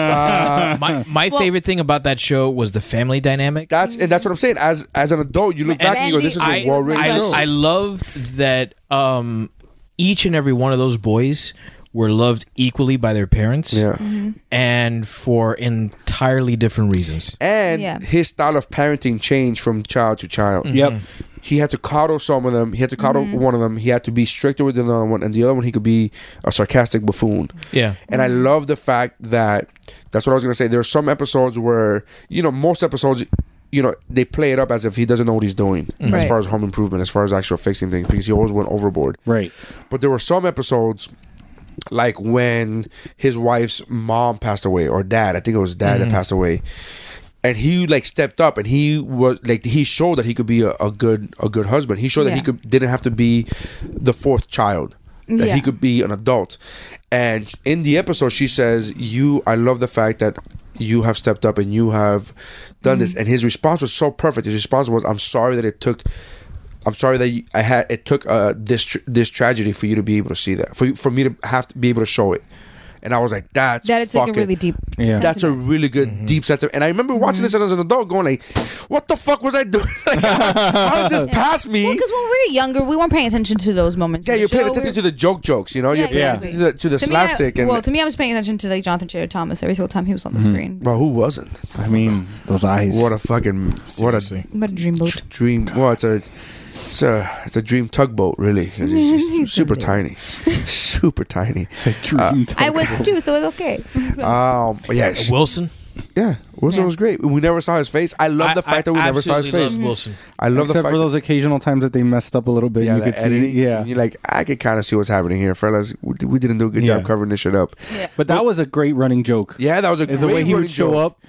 G: My, my favorite thing about that show was the family dynamic.
H: That's and that's what I'm saying. As as an adult, you look
I: And-
H: back and you go, "This is
I: Mandy,
H: a
G: I,
H: well written
G: I,
H: show."
G: I loved that um, each and every one of those boys were loved equally by their parents
H: yeah.
G: and for entirely different reasons.
H: And
I: Yeah.
H: his style of parenting changed from child to child.
J: Yep.
H: he had to coddle some of them. He had to coddle
I: Mm-hmm.
H: one of them. He had to be stricter with the other one, and the other one he could be a sarcastic buffoon.
G: Yeah.
H: And
I: Mm-hmm.
H: I love the fact that that's what I was gonna say. There are some episodes where you know most episodes, you know, they play it up as if he doesn't know what he's doing as
I: Mm-hmm. Right.
H: far as home improvement, as far as actual fixing things, because he always went overboard.
J: Right.
H: But there were some episodes like when his wife's mom passed away or dad, I think it was dad that
I: Mm-hmm.
H: passed away. And he like stepped up and he was like he showed that he could be a, a good a good husband. He showed that he
I: Yeah.
H: could didn't have to be the fourth child. That
I: Yeah.
H: he could be an adult. And in the episode she says, You I love the fact that you have stepped up and you have done this.
I: Mm-hmm.
H: And his response was so perfect. His response was, I'm sorry that it took I'm sorry that you, I had it took uh, this tr- this tragedy for you to be able to see that for you, for me to have to be able to show it. And and I was like, that's
I: That it's like a
H: fucking-
I: really deep
J: Yeah.
H: That's a really good deep sentiment. And I remember watching
I: Mm-hmm.
H: this as an adult, going like, "What the fuck was I doing? like, how did this pass me?"
I: because when we were younger, we weren't paying attention to those moments.
H: yeah,
I: in the
H: you're paying
I: show.
H: attention to
I: We're-
H: the joke jokes, you know. you're paying
I: exactly.
H: attention to the, to the
I: To me, I-
H: slapstick, and
I: well, to me, I was paying attention to like Jonathan Taylor Thomas every single time he was on the
J: Mm-hmm.
I: screen.
H: well, who wasn't?
J: I mean, those eyes.
H: What a fucking what a
G: Seriously.
I: What a dreamboat!
H: dream. Well, it's a it's a it's a dream tugboat, really. 'cause It's just super tiny, super tiny.
J: Uh,
I: I was too, so it's okay.
H: Um, but yeah, sh-
G: Wilson.
H: yeah. Wilson
I: Yeah.
H: was great. We never saw his face. I love the fact that we never saw his
G: absolutely
H: face.
G: love Wilson.
H: I love the
J: Except
H: fact
J: for
H: that-
J: those occasional times that they messed up a little bit.
H: yeah,
J: you
H: the
J: could
H: editing.
J: see. Yeah.
H: you're like I could kind of see what's happening here, fellas. We, d- we didn't do a good
J: Yeah.
H: job covering this shit up.
J: But that was a great running joke.
H: Yeah, that was a great
J: Is the way he
H: running
J: would show
H: joke.
J: up.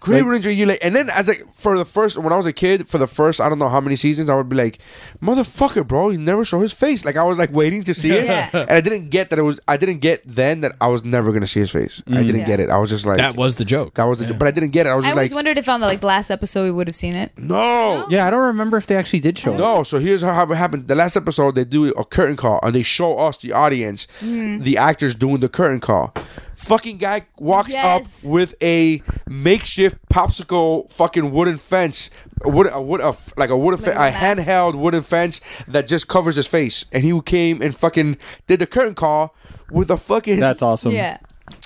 H: Great
J: Like-
H: running joke. You like, and then as like for the first when I was a kid, for the first I don't know how many seasons, I would be like, motherfucker, bro, you never show his face. Like I was like waiting to see it,
I: Yeah.
H: and I didn't get that it was. I didn't get then that I was never gonna see his face. I didn't
I: Yeah.
H: get it. I was just like
G: Mm. That was the joke.
H: that was, the but I didn't get it. I was
I: I
H: just
I: always
H: like
I: wondered if on the like last episode we would have seen it.
H: no.
J: Yeah, I don't remember if they actually did show up.
H: No, so here's how how it happened. The last episode, they do a curtain call and they show us, the audience,
I: Hmm.
H: the actors doing the curtain call. Fucking guy walks
I: Yes.
H: up with a makeshift popsicle fucking wooden fence, wood, a wood, a, f- like a wooden, fe-
I: Like a
H: a
I: mask.
H: handheld wooden fence that just covers his face. And he came and fucking did the curtain call with a fucking.
J: That's awesome.
I: Yeah,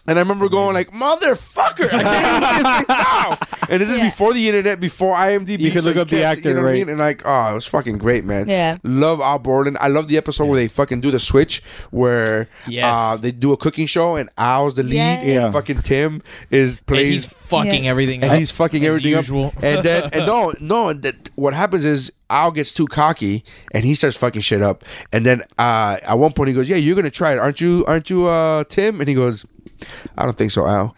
H: And I remember going like, "Motherfucker!" I can't even see his face now. And this is
I: Yeah.
H: before the internet, before IMDb.
J: You could
H: so
J: look up the
H: can't see-
J: actor,
H: you know what I
J: right.
H: mean? And like, oh, it was fucking great, man.
I: Yeah.
H: Love Al Borland. I love the episode where they fucking do the switch, where
G: Yes.
H: uh, they do a cooking show, and Al's the lead,
I: Yes.
H: and
J: Yeah.
H: fucking Tim is
G: And
H: plays
G: he's fucking
I: Yeah.
G: everything.
H: and
G: up,
H: he's fucking
G: as
H: everything
G: usual.
H: up. And then and no, no, that what happens is Al gets too cocky and he starts fucking shit up. And then uh, at one point he goes, "Yeah, you're gonna try it, aren't you? Aren't you, uh, Tim?" And he goes. I don't think so, Al.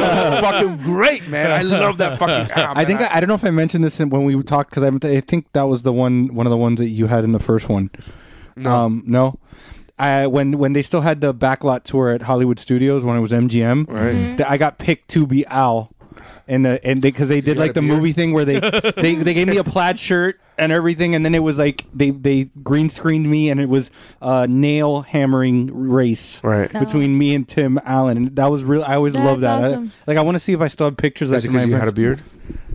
H: fucking great, man! I love that fucking. Al,
J: I
H: man.
J: think I, I don't know if I mentioned this in- when we talked because I, I think that was the one one of the ones that you had in the first one. No, um, no. I, when when they still had the backlot tour at Hollywood Studios when it was MGM,
H: Mm-hmm.
J: right. I got picked to be Al, and the and because they, did
H: had
J: like
H: a
J: the
H: beard?
J: movie thing where they, they they gave me a plaid shirt and everything, and then it was like they they green screened me and it was uh, nail hammering race
H: Right. No.
J: between me and Tim Allen, and that was real. I always loved
I: Oh. That's
J: that. I-
I: awesome.
J: like I want to see if I still have pictures
H: Is
J: like
H: it because you had a beard?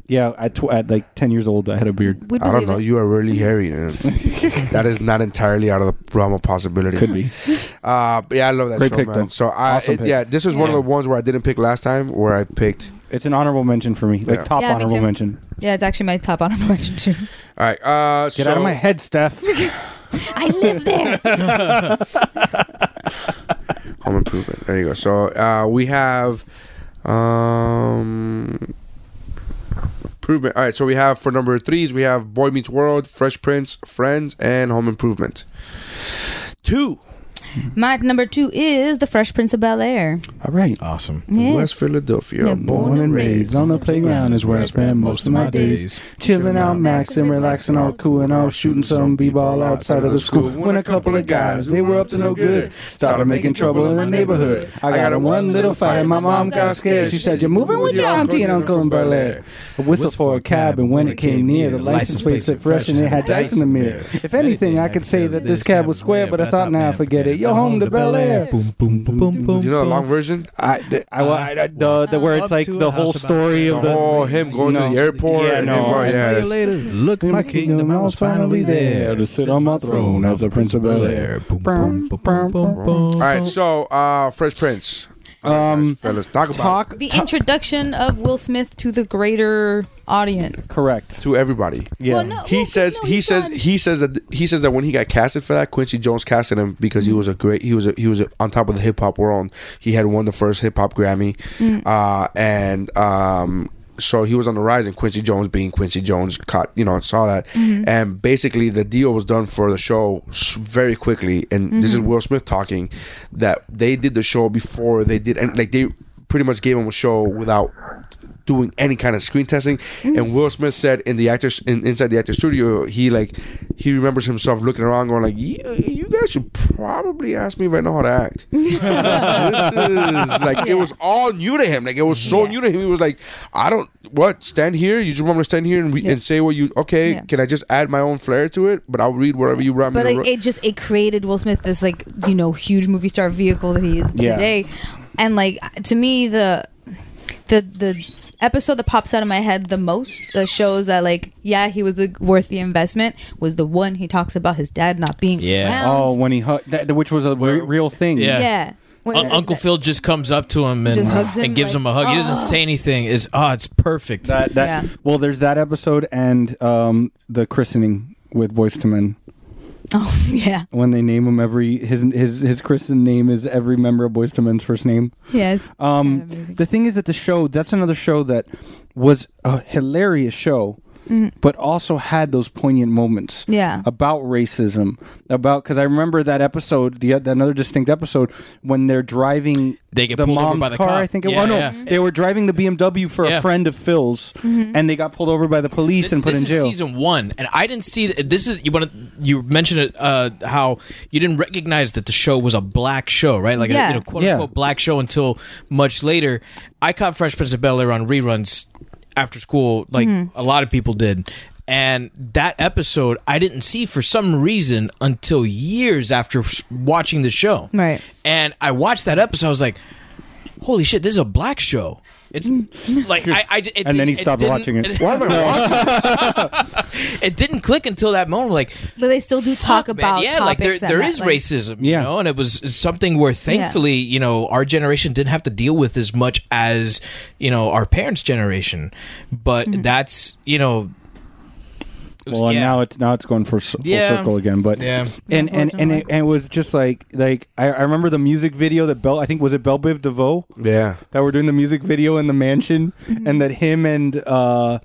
J: yeah, at, tw- at like 10 years old, I had a beard.
I: we
H: I don't know. You are really hairy. man. that is not entirely out of the realm of possibility.
J: Could be.
H: Uh, but yeah, I love that
J: Great
H: show,
J: pick,
H: man.
J: though.
H: So I,
J: Awesome
H: it-
J: pick.
H: yeah, this was one of the ones where I didn't pick last time, where I picked.
J: It's an honorable mention for me,
H: Yeah.
J: like top
I: Yeah, me
J: honorable
I: too.
J: mention.
I: Yeah, it's actually my top honorable mention too.
H: All right, uh,
J: Get out of my head, Steph.
I: I live there.
H: Home Improvement. There you go. So uh, we have um, Improvement. All right. So we have for number threes, we have Boy Meets World, Fresh Prince, Friends, and Home Improvement. Two.
I: my number two is The Fresh Prince of Bel Air.
J: All right.
G: awesome.
I: Yeah.
H: West Philadelphia.
I: Yeah,
H: born,
J: Born and raised on the playground is where I spend most of my days. Chilling out, maxing, relaxing, all cool and all, shooting some b-ball outside of the school. When a couple of guys, they were up to no good, started making trouble in the neighborhood. I got in one little fight and my mom got scared. She said, "You're moving with your auntie and uncle in Bel Air." A whistle for a cab, and when it came near, the license plate said fresh and it had dice in the mirror. If anything, I could say that this cab was square, but I thought, nah, forget it. Yo, home to Bel Air.
H: Do you know the long version?
J: I, the, I, I, I- the, the where it's like
D: to a
J: the whole
D: house about
J: story
H: The
J: of the
H: whole Oh, him going to
J: No.
H: the airport.
J: Yeah,
H: and
J: no.
H: everyone- yeah, it's-
D: later, look, my kingdom, I was finally there to sit on my throne as the Prince of Bel Air.
J: Boom, boom, boom, boom.
H: All right. So uh, Fresh Prince. Um, fellas, talk about it
J: Talk
I: The introduction of Will Smith to the greater audience.
J: correct.
H: to everybody.
J: Yeah.
I: Well, no,
H: he
I: well,
H: says
I: no,
H: he
I: he's
H: says
I: not.
H: he says that he says that when he got casted for that Quincy Jones casted him because
I: Mm.
H: he was a great he was a, he was a, on top of the hip hop world. He had won the first hip hop Grammy,
I: Mm.
H: uh, and um, so he was on the rise. And Quincy Jones, being Quincy Jones, caught you know saw that,
I: Mm-hmm.
H: and basically the deal was done for the show s- very quickly. And this is
I: Mm-hmm.
H: Will Smith talking that they did the show before they did and like they pretty much gave him a show without doing any kind of screen testing. And Will Smith said in the actors in, inside the actor studio, he like he remembers himself looking around, going like, "You, you guys should probably ask me if I know how to act." this is like it was all new to him. Like it was so
I: Yeah.
H: new to him. He was like, "I don't what stand here. You just want me to stand here and, re-
I: Yeah.
H: and say what you okay?
I: Yeah.
H: Can I just add my own flair to it? But I'll read whatever you want me
I: But
H: to."
I: like
H: ri-
I: it just it created Will Smith this like you know huge movie star vehicle that he is
J: Yeah.
I: today. and like to me the the the episode that pops out of my head the most that shows that like yeah he was the worth the investment was the one he talks about his dad not being
G: Yeah.
I: around.
J: Oh, when he hu- that, which was a re- real thing.
G: Yeah.
I: yeah When-
G: Un- Uncle Phil just comes up to him and,
I: Just hugs him,
G: and gives
I: like,
G: him a hug. He doesn't
I: "Oh."
G: say anything. Is oh, it's perfect.
J: That, that,
I: Yeah.
J: Well, there's that episode and um, the christening with Voice to Men.
I: oh yeah
J: When they name him every his his his christened name is every member of Boys to Men's first name.
I: yes
J: Um,
I: Yeah, amazing.
J: the thing is that the show that's another show that was a hilarious show, but also had those poignant moments.
I: Mm. Yeah.
J: about racism, about because I remember that episode, the uh, that another distinct episode when they're driving
G: They get
J: the
G: pulled over
J: mom's
G: by the
J: car.
G: cop.
J: I think it
G: Yeah,
J: oh, no,
G: yeah.
J: they were driving the BMW for
G: Yeah.
J: a friend of Phil's,
I: Mm-hmm.
J: and they got pulled over by the police
G: this,
J: and put
G: this
J: in jail.
G: Is season one, and I didn't see th- this. Is you want to you mentioned it uh, how you didn't recognize that the show was a black show, right? Like
I: Yeah.
G: a you know, quote
J: Yeah.
G: unquote black show until much later. I caught Fresh Prince of Bel Air on reruns after school, like
J: Mm-hmm.
G: a lot of people did. And that episode I didn't see for some reason until years after s- watching the show.
I: Right.
G: And I watched that episode. I was like, "Holy shit, this is a black show." It's like I, I it
J: And then he
G: didn't-
J: stopped
G: didn't-
J: watching it.
H: Why am I watching?
G: it didn't click until that moment. Like,
I: but they still do talk
G: fuck, man,
I: about
G: yeah, like
I: topics
G: there,
I: that
G: there
I: ma-
G: is
I: like-
G: racism,
J: Yeah.
G: you know, and it was something where thankfully, you know, our generation didn't have to deal with as much as you know our parents' generation, but
I: Mm-hmm.
G: that's you know, it was-
J: well, and
G: yeah.
J: now it's now it's going for s- full
G: Yeah.
J: circle again. But
G: Yeah.
J: and and and it, and it was just like like I, I remember the music video that Bell I think was it Bell Biv DeVoe
H: Yeah.
J: that were doing the music video in the mansion,
I: Mm-hmm.
J: and that him and uh,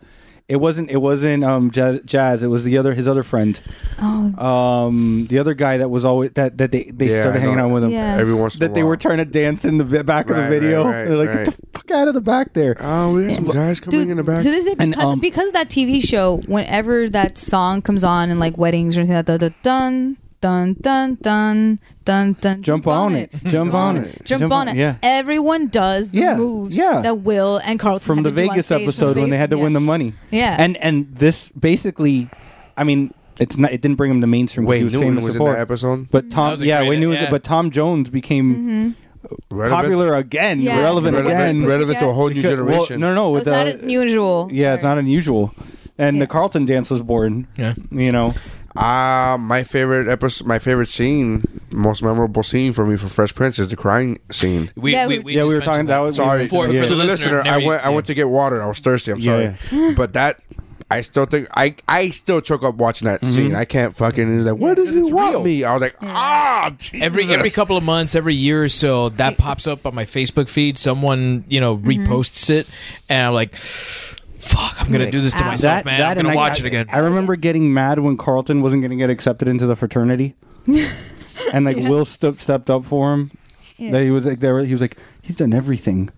J: it wasn't it wasn't um jazz, jazz it was the other his other friend,
I: oh
J: um the other guy that was always that that they they
H: Yeah,
J: started
H: I
J: hanging
H: know.
J: out with him.
I: Yeah.
H: Every once in
J: That
H: a
J: they
H: while.
J: were trying to dance in the vi- back of
H: Right,
J: the video.
H: right, right,
J: They're like, get
H: right.
J: the fuck out of the back there.
H: Oh, we got some guys coming
I: Dude,
H: in the back.
I: To this day, because,
J: And, um,
I: because of that TV show, whenever that song comes on in like weddings or anything, like that the dun dun dun dun dun dun.
J: Jump on it. Jump on it.
I: Jump, on it.
J: Yeah.
I: Everyone does the
J: Yeah,
I: moves
J: yeah.
I: that Will and Carlton
J: From
I: had
J: the
I: to do on
J: Vegas
I: stage.
J: episode
I: From
J: when they had to
I: Vegas,
J: win the
I: yeah.
J: money.
I: Yeah.
J: And and this basically, I mean, it's not. It didn't bring him to mainstream. 'cause
H: Wayne
J: he was
H: Newton
J: famous
H: was in
J: before.
H: that episode.
J: But
G: That
J: Tom,
G: was a
J: yeah,
G: great-
J: Wayne Newton was
G: yeah.
J: it, but Tom Jones became
I: Mm-hmm.
H: Relevant-
J: popular again,
I: Yeah.
J: relevant
I: Relevant-
J: again.
H: Relevant, relevant to a whole new
J: Because- well,
H: generation.
J: no, no,
I: Oh,
J: with
I: it's not
J: the-
I: unusual.
J: yeah, it's not unusual. And the Carlton dance was born.
G: Yeah.
J: you know,
H: Uh, my favorite episode, my favorite scene, most memorable scene for me for Fresh Prince is the crying scene.
G: we,
I: Yeah,
G: we,
I: we-
G: we
J: yeah,
G: just
J: we were talking
G: mentioned
J: that was
H: Sorry,
G: For-
H: to
G: yeah.
H: the
G: for the
H: listener,
G: listener,
H: I went. I
G: yeah.
H: went to get water. I was thirsty. I'm
J: Yeah,
H: sorry, but that I still think I I still choke up watching that
J: Mm-hmm.
H: scene. I can't fucking. It's like, what does he want me? I was like, ah,
G: Every
H: Jesus."
G: every couple of months, every year or so, that pops up on my Facebook feed. Someone you know
J: Mm-hmm.
G: reposts it, and I'm like, "Fuck, I'm gonna do this to
I: Ow.
G: myself,
J: uh, that.
G: man.
J: that
G: I'm gonna
J: and
G: watch
J: I,
G: it again."
J: I remember getting mad when Carlton wasn't going to get accepted into the fraternity, and like Will st- stepped up for him.
I: Yeah.
J: That he was like, there he was like, he's done everything.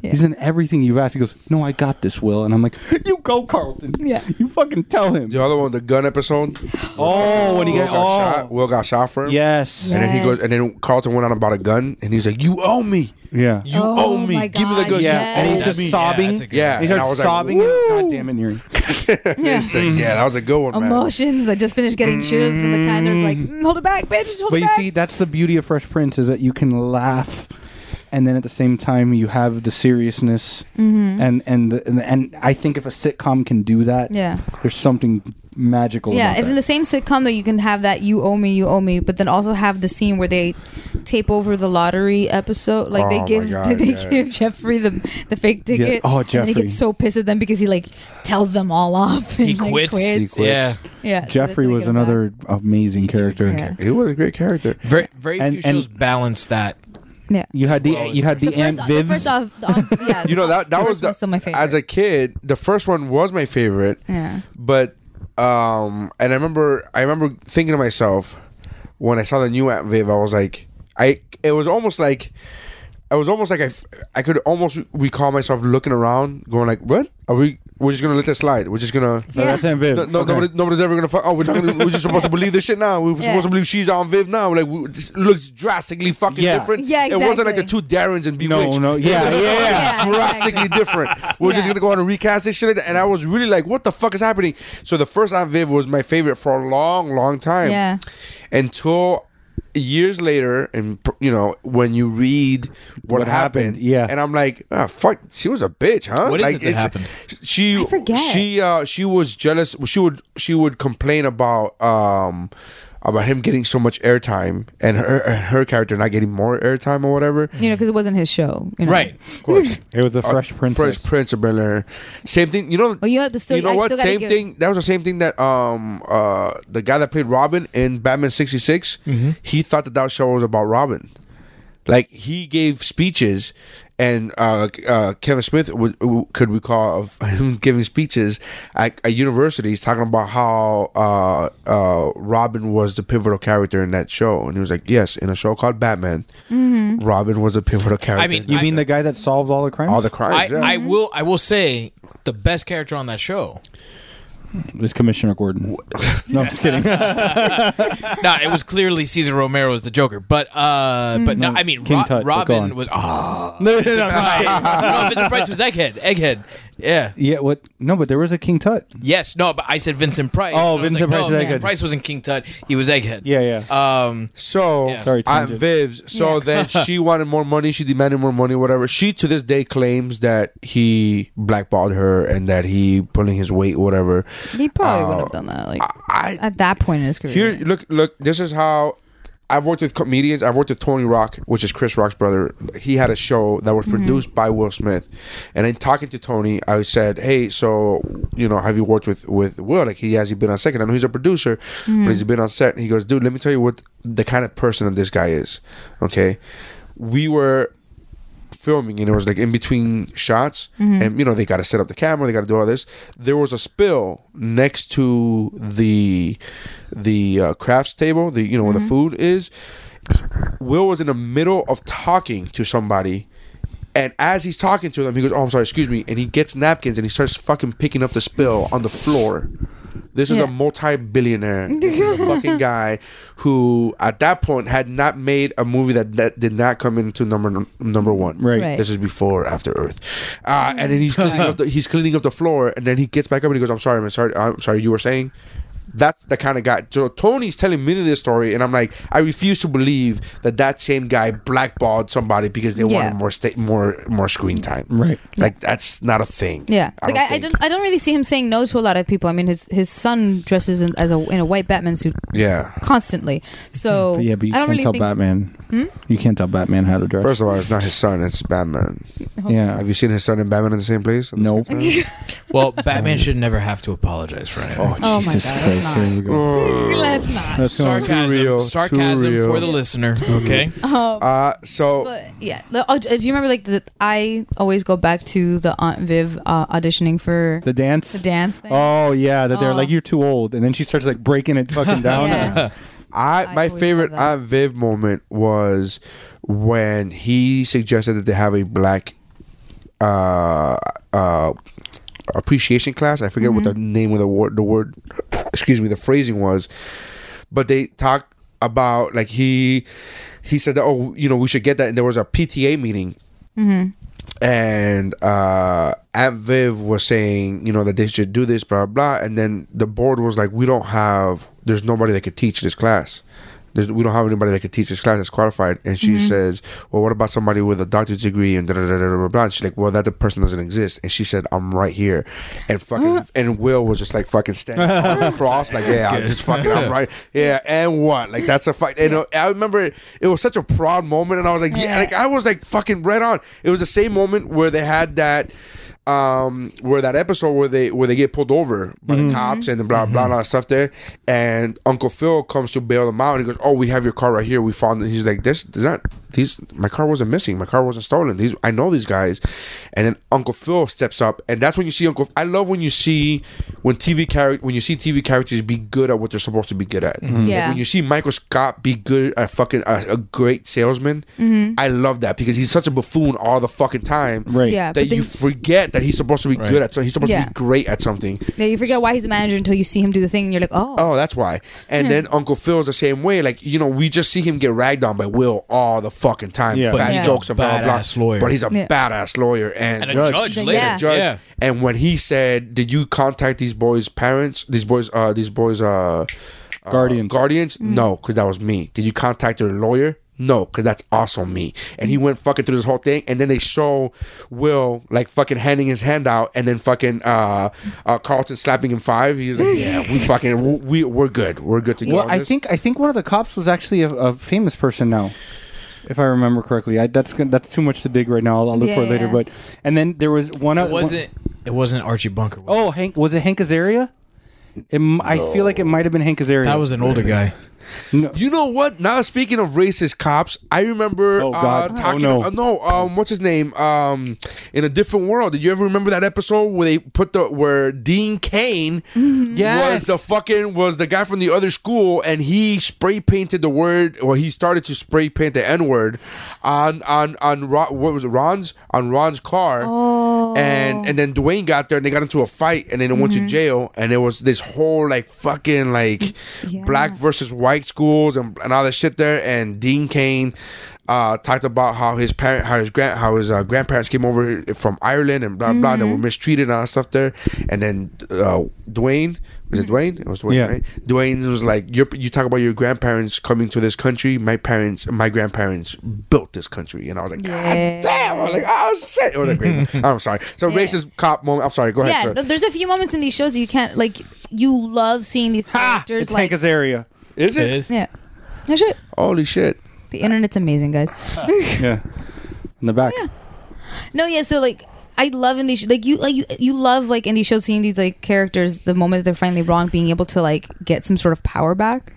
J: He's done everything you've asked. He goes, no, I got this, Will, and I'm like, you go, Carlton.
I: Yeah.
J: you fucking tell him.
H: The other one, the gun episode.
J: Oh, when he
H: Will
J: got,
H: got shot.
J: oh,
H: Will got shot for him.
J: yes,
H: And then he goes,
I: Yes.
H: and then Carlton went on about a gun, and he's like, "You owe me,
J: yeah,
H: you
I: Oh
H: owe me,
I: my
H: give me the
I: God,
H: gun."
J: yeah,
I: yes.
J: and he's
G: That's-
J: just
G: yeah,
J: sobbing.
G: that's a good
H: Yeah,
J: He
H: and I
J: starts
H: was like,
J: sobbing.
H: "Woo."
J: God damn it, Neri.
I: Yeah.
H: It's like, yeah, that was a good one, man.
I: Emotions. I just finished getting cheers from the kind of like, "Mm, hold it back, bitch. Hold
J: But
I: it
J: you
I: back.
J: see, that's the beauty of Fresh Prince is that you can laugh, and then at the same time you have the seriousness,
I: Mm-hmm.
J: and and the, and, the, and I think if a sitcom can do that,
I: Yeah.
J: there's something magical.
I: Yeah,
J: about
I: if in
J: that.
I: the same sitcom that you can have that you owe me, you owe me, but then also have the scene where they tape over the lottery episode. Like
H: Oh
I: they
H: my
I: give
H: God,
I: they
H: yeah.
I: give Jeffrey the the fake ticket.
J: Oh,
I: And he
J: Jeffrey.
I: gets so pissed at them because he like tells them all off. And,
G: he,
I: like,
G: quits.
H: He quits.
G: Yeah,
I: Yeah. so
J: Jeffrey
I: they don't
J: was
I: get him
J: another amazing character.
I: back. Yeah.
H: He was a great character.
G: very very
J: And-
G: few shows
J: and-
G: balance that.
I: Yeah.
J: You had the you had the, Aunt
I: first,
J: Vivs.
I: First off, the- um, yeah,
H: You know that that
I: the
H: was
I: first
H: the
I: one's still my favorite.
H: as a kid. The first one was my favorite.
I: Yeah.
H: But um, and I remember I remember thinking to myself when I saw the new Aunt Viv, I was like, I it was almost like. I was almost like I, f- I could almost recall myself looking around, going like, "What are we? We're just gonna let that slide. We're just gonna
J: No,
I: Yeah.
J: that's Aunt Viv.
H: No, no,
J: Okay.
H: nobody, nobody's ever gonna fuck. Oh, we're, not gonna, we're just supposed to believe this shit now. We're
I: Yeah.
H: supposed to believe she's on Viv now. Like, we, this looks drastically fucking
J: Yeah.
H: different.
I: Yeah,
H: It wasn't like the
I: exactly.
H: two Darrens and
J: No,
H: Bewitched.
J: no, yeah,
H: It was
J: yeah,
I: yeah.
H: drastically different. We're just
I: Yeah.
H: gonna go ahead and recast this shit. like that. And I was really like, what the fuck is happening? So the first Aunt Viv was my favorite for a long, long time.
I: Yeah.
H: Until years later, and you know when you read what,
J: What
H: happened,
J: happened, yeah.
H: and I'm like, ah, fuck, she was a bitch, huh?
G: What is
H: like,
G: it that
H: it's-
G: happened?
H: She
I: I forget.
H: she uh, she was jealous. She would she would complain about um about him getting so much airtime and her her character not getting more airtime or whatever.
I: you know, because it wasn't his show. You know?
G: Right.
H: Of course.
J: It was the Fresh Prince.
H: uh, Fresh Prince of Bel Air. Same thing. You know.
I: Well, you have to still.
H: you know
I: I
H: what?
I: Still gotta
H: Same
I: give-
H: thing. That was the same thing that um uh the guy that played Robin in Batman '66.
G: Mm-hmm.
H: He thought that that show was about Robin. Like he gave speeches, and uh, uh, Kevin Smith was, could recall of him giving speeches at, at universities talking about how uh, uh, Robin was the pivotal character in that show, and he was like, "Yes, in a show called Batman,
I: Mm-hmm.
H: Robin was a pivotal character."
G: mean,
J: You mean the guy that solved all the crimes?
H: all the crimes. yeah.
J: Mm-hmm.
G: I, I will. I will say the best character on that show.
J: it was Commissioner Gordon. no, I'm just kidding.
G: no, it was clearly Caesar Romero as the Joker, but uh, but no, I mean
J: Mm-hmm. King
G: Ro-
J: Tut, but go
G: Robin
J: on.
G: was ah.
J: no, no, no, I'm just kidding.
G: no, Vincent Price was Egghead. Egghead. Yeah.
J: Yeah, what? No, but there was a King Tut.
G: Yes. No. But I said Vincent Price.
J: Oh,
G: and I
J: Vincent
G: was like,
J: Price
G: No,
J: is
G: Vincent
J: Egghead.
G: Price wasn't King Tut. He was Egghead.
J: Yeah,
G: yeah. Um.
H: So
G: Yeah.
J: Sorry,
H: I'm
J: tangent.
H: Viv's. So
I: Yeah.
H: then she wanted more money. She demanded more money. Whatever. She to this day claims that he blackballed her and that he pulling his weight. Whatever.
I: He probably
J: Oh.
H: Uh,
I: wouldn't have done that. Like
H: I
I: at that point in his career.
H: here look look. This is how I've worked with comedians. I've worked with Tony Rock, which is Chris Rock's brother. He had a show that was produced by Will Smith, and in talking to Tony, I said, "Hey, so you know, have you worked with with Will? Like, he has he been on second? I know he's a producer, but has he been on set?" And he goes, "Dude, let me tell you what the kind of person that this guy is. Okay, we were." filming and it was like in between shots and you know they got to set up the camera they got to do all this there was a spill next to the the uh, crafts table the you know where the food is will was in the middle of talking to somebody and as he's talking to them he goes oh i'm sorry excuse me and he gets napkins and he starts fucking picking up the spill on the floor this is
I: Yeah.
H: a multi-billionaire this is a fucking guy who at that point had not made a movie that, that did not come into number number one
J: Right.
I: Right.
H: this is before After Earth, uh, and then he's cleaning up the he's cleaning up the floor, and then he gets back up and he goes, "I'm sorry, man. Sorry, I'm sorry. You were saying." That's the kind of guy. So Tony's telling me this story, and I'm like, I refuse to believe that that same guy blackballed somebody because they
I: Yeah.
H: wanted more sta- more more screen time.
J: Right.
H: Like that's not a thing.
I: Yeah, like I, I
H: think.
I: don't, I don't really see him saying no to a lot of people. I mean, his his son dresses in, as a in a white Batman suit
H: Yeah.
I: constantly, so
J: But yeah, but you
I: I don't
J: can't
I: really
J: tell
I: think. Hmm?
J: Batman. You can't tell Batman how to dress.
H: First of all, it's not his son; it's Batman.
J: yeah.
H: Have you seen his son and Batman in the same place? at the
J: Nope.
I: Oh
H: same time?
G: Well, Batman should never have to apologize for anything.
I: Oh my
J: Jesus
I: God,
J: Christ,
I: that's
J: here we go.
I: Let's not.
J: Let's go.
G: sarcasm.
H: Too real, too
G: sarcasm
H: real.
G: for the listener. Okay.
H: uh, so
I: But yeah, Like, oh, do do you remember like the, I always go back to the Aunt Viv uh, auditioning for
J: The dance.
I: the dance thing.
J: Oh yeah, that they're
I: Oh.
J: like you're too old, and then she starts like breaking it fucking down.
I: Yeah.
H: I
I: I
H: my
I: always love
H: favorite
I: that.
H: Aunt Viv moment was when he suggested that they have a black uh uh appreciation class. I forget what the
I: Mm-hmm.
H: name of the word the word excuse me, the phrasing was. But they talked about like he he said that oh you know we should get that and there was a PTA meeting and uh Aunt Viv was saying, you know, that they should do this, blah blah, blah. and then the board was like, we don't have, there's nobody that could teach this class. There's, we don't have anybody that could teach this class that's qualified. And she says, well, what about somebody with a doctorate degree and da da da da blah blah. And she's like, well, that the person doesn't exist. And she said, I'm right here, and fucking and Will was just like fucking standing arms crossed, like yeah, I'm just fucking, I'm right, yeah, and what? Like that's a fight. And uh, I remember it was such a proud moment, and I was like, yeah, like I was like fucking right on. It was the same moment where they had that um where that episode where they where they get pulled over by the cops and the blah blah blah stuff there and uncle phil comes to bail them out and he goes oh we have your car right here we found it he's like this they're not these my car wasn't missing my car wasn't stolen these i know these guys and then uncle phil steps up and that's when you see uncle i love when you see when tv character when you see tv characters be good at what they're supposed to be good at
I: Yeah.
H: when you see Michael Scott be good at fucking a, a great salesman,
I: Mm-hmm.
H: I love that because he's such a buffoon all the fucking time.
J: Right.
I: Yeah,
H: That
I: but then-
H: you forget that he's supposed to be good at something. He's supposed to
I: Yeah.
H: be great at something.
I: Yeah, you forget why he's a manager until you see him do the thing, and you're like, oh, Hmm.
H: Oh, that's why. And then Uncle Phil's the same way. Like you know, we just see him get ragged on by Will all the fucking time.
J: Yeah.
H: Yeah.
J: But
H: Fat
I: he's a
H: jokes about blah,
G: badass
H: blah.
G: lawyer.
H: But he's a
I: Yeah.
H: badass lawyer and,
G: And a
H: judge.
G: judge,
I: Yeah.
G: later.
I: Yeah.
H: judge.
G: Yeah.
H: And when he said, "Did you contact these boys' parents? These boys, uh, these boys, uh,
J: Guardians.
H: Guardians? No, because that was me. Did you contact your lawyer? No, because that's also me. And he went fucking through this whole thing, and then they show Will like fucking handing his hand out, and then fucking uh, uh Carlton slapping him five. He's like, yeah, we fucking we we're good, we're good to go.
J: Well,
H: on
J: I
H: this."
J: think I think one of the cops was actually a, a famous person now, if I remember correctly. I, that's gonna- that's too much to dig right now. I'll, I'll look for it later.
I: Yeah.
J: But and then there was one.
G: It
J: other
G: wasn't. It wasn't Archie Bunker. was it?
J: Oh, Hank was it Hank Azaria? It, m I I feel like it might have been Hank Azaria.
G: that was an older guy.
H: You know what? Now speaking of racist cops, I remember.
J: Oh,
H: Uh,
J: God. Oh,
H: talking,
J: no.
H: uh, no. Um, what's his name? Um, in a different world. Did you ever remember that episode where they put the where Dean Kane
J: Mm-hmm. Yes.
H: was the fucking was the guy from the other school and he spray painted the word or he started to spray paint the N word on on on Ron, what was it Ron's on Ron's car. And and then Dwayne got there and they got into a fight and then they went to jail and it was this whole like fucking like black versus white schools and, and all that shit there and Dean Kane uh, talked about how his parent how his grand how his uh, grandparents came over from Ireland and blah blah and they were mistreated and all that stuff there and then uh, Dwayne was it Dwayne it was Dwayne
J: Yeah.
H: right Dwayne was like you you talk about your grandparents coming to this country my parents my grandparents built this country and I was like God damn I was like oh shit it was a great moment. I'm sorry so racist cop moment I'm sorry go ahead
I: Yeah,
H: sir.
I: no, there's a few moments in these shows that you can't like. You love seeing these characters.
J: it's
I: like,
J: Hank Azaria.
H: is it,
G: It is.
I: Yeah. No shit.
H: holy shit
I: The internet's amazing, guys.
J: Yeah, in the back.
I: No, yeah. So like, I love in these like you like you, you love like in these shows seeing these like characters the moment that they're finally wrong being able to like get some sort of power back.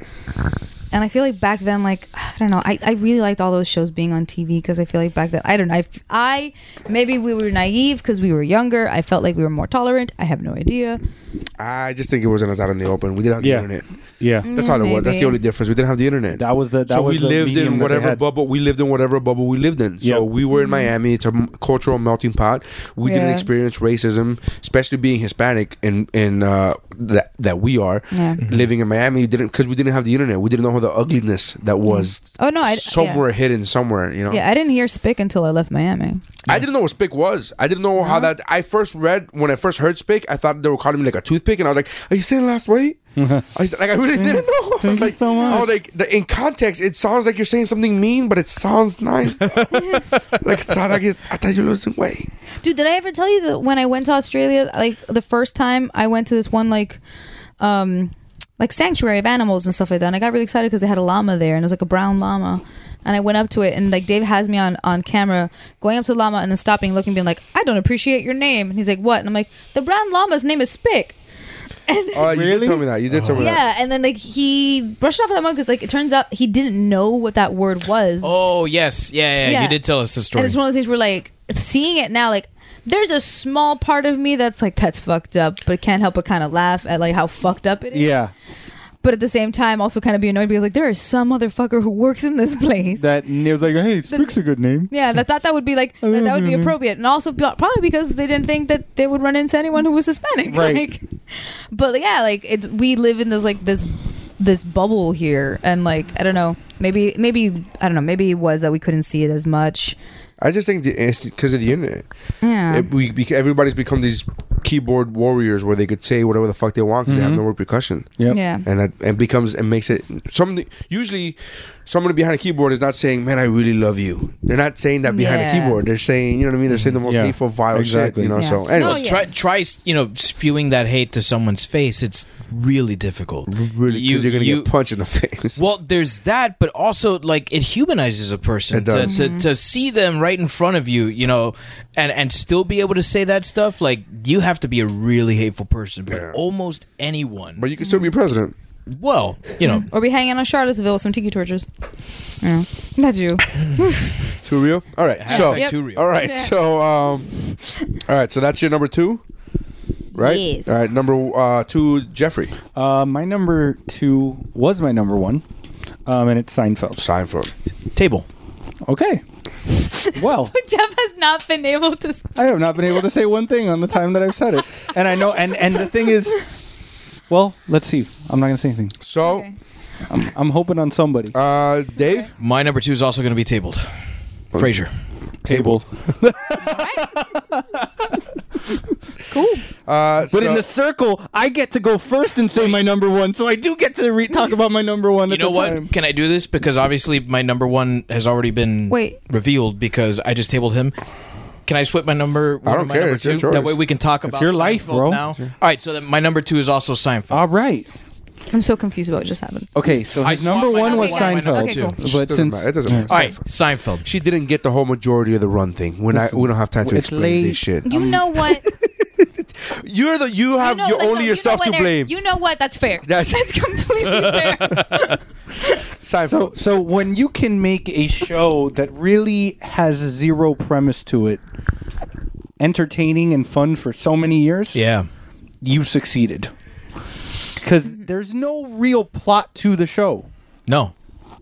I: And I feel like back then, like I don't know, I, I really liked all those shows being on TV because I feel like back then I don't know, I, I maybe we were naive because we were younger. I felt like we were more tolerant. I have no idea.
H: I just think it wasn't as out in the open we didn't have the
J: Yeah.
H: internet
J: Yeah,
H: that's all it was that's the
I: maybe.
H: only difference we didn't have the internet
J: that was the that
H: so
J: was
H: we
J: the
H: lived
J: medium
H: in
J: that they
H: whatever
J: had.
H: bubble we lived in whatever bubble we lived in so
J: Yep.
H: we were in miami it's a m- cultural melting pot we didn't
I: Mm. Yeah.
H: experience racism especially being hispanic and and uh that that we are
J: Mm-hmm.
H: Mm-hmm.
I: Yeah.
H: living in miami didn't because we didn't have the internet we didn't know the ugliness that was
I: Oh no, I
H: somewhere
I: yeah.
H: hidden somewhere you know
I: Yeah, I didn't hear Spick until I left Miami.
H: I didn't know what spick was. I didn't know how that. I first read when I first heard spick. I thought they were calling me like a toothpick, and I was like, "Are you saying last weight?" I was, like I really didn't know. I was
J: Thank you
H: like,
J: so much.
H: I was like, the, in context, it sounds like you're saying something mean, but it sounds nice. like it sounds like it's, I thought you were losing weight.
I: Dude, did I ever tell you that when I went to Australia, like the first time I went to this one like um like sanctuary of animals and stuff like that. And I got really excited because they had a llama there and it was like a brown llama. And I went up to it and like Dave has me on on camera going up to the llama and then stopping, looking, being like, I don't appreciate your name. And he's like, What? And I'm like, The brown llama's name is Spick. And
H: Oh, you did
J: Really?
H: tell me that. You did tell me that.
I: yeah, and then like he brushed off that moment because like it turns out he didn't know what that word was.
G: Oh yes, yeah, yeah,
I: Yeah.
G: You did tell us the story.
I: And it's one of those things where like seeing it now, like there's a small part of me that's like that's fucked up, but can't help but kind of laugh at like how fucked up it is.
J: Yeah,
I: But at the same time, also kind of be annoyed because like there is some motherfucker who works in this place.
J: that it was like, hey, Spook's a good name.
I: yeah, that thought that would be like that, that would be appropriate, and also pro- probably because they didn't think that they would run into anyone who was Hispanic.
J: Right.
I: Like, but yeah, like it's we live in this like this this bubble here, and like I don't know, maybe maybe I don't know, maybe it was that we couldn't see it as much.
H: I just think the, it's because of the internet.
I: Yeah.
H: It- we, bec everybody's become these keyboard warriors where they could say whatever the fuck they want because they have no repercussion.
J: Yep.
I: Yeah.
H: and that and becomes and makes it something usually somebody behind a keyboard is not saying man i really love you they're not saying that behind
I: Yeah.
H: a keyboard they're saying you know what i mean they're saying the most
J: Yeah.
H: hateful vile shit
J: Exactly.
H: you know
I: Yeah.
H: so
I: No,
H: anyway
I: yeah.
G: try try you know spewing that hate to someone's face. It's really difficult.
H: really
G: You-
H: because you, are gonna
G: you-
H: get punched in the face
G: Well, there's that, but also like it humanizes a person
H: It does.
J: Mm-hmm.
G: To, to to see them right in front of you, you know, and and still be able to say that stuff. Like you have to be a really hateful person, but
H: Yeah.
G: almost anyone.
H: but you can still be president
G: well, you know,
I: or be hanging on Charlottesville with some tiki torches. Yeah, that's you.
H: too real all right
G: hashtag
H: so
I: Yep.
G: too real.
H: all right
I: Yeah.
H: so um all right so that's your number two right
I: Yes.
H: all right number uh two jeffrey
J: Uh, my number two was my number one, um, and it's Seinfeld.
H: seinfeld
G: Table.
J: Okay. Well,
I: Jeff has not been able to.
J: I have not been able to say one thing on the time that I've said it, and I know. And and the thing is, well, let's see. I'm not gonna say anything.
H: so
I: Okay.
J: I'm, I'm hoping on somebody.
H: uh dave
G: My number two is also going to be tabled.
H: Uh,
G: Frasier.
J: Tabled.
I: Cool.
H: Uh,
J: But
H: so-
J: in the circle, I get to go first and say my number one, so I do get to re- talk about my number one.
G: You
J: at
G: know
J: the
G: what?
J: Time.
G: Can I do this? Because obviously my number one has already been
I: Wait.
G: revealed because I just tabled him. Can I switch my number? One
H: don't
G: to my
H: care.
G: number
H: It's your
G: two?
H: choice.
G: That way we can talk about
J: your life,
G: Seinfeld
J: bro.
G: Now. All right. So that my number two is also Seinfeld.
J: All right.
I: I'm so confused about what just happened.
J: Okay, so
G: I
J: his
G: swapped
J: number
G: my
J: one
G: number
J: was
I: one and my
J: Seinfeld,
I: number two. Okay, cool.
J: but
H: doesn't
J: since
H: matter. It doesn't matter.
G: All right. Seinfeld.
H: She didn't get the whole majority of the run thing. We're not. We don't have time to
J: It's
H: explain
J: late.
H: this shit.
I: You know what?
H: You're the. You Um, have
I: you know,
H: your
I: like, no,
H: only
I: you know
H: yourself
I: when
H: to
I: they're-
H: blame.
I: You know what? That's fair.
H: That's-
I: That's, completely fair.
J: so
H: Seinfeld.
J: so when you can make a show that really has zero premise to it, entertaining and fun for so many years,
G: Yeah.
J: you succeeded. Because there's no real plot to the show
G: No.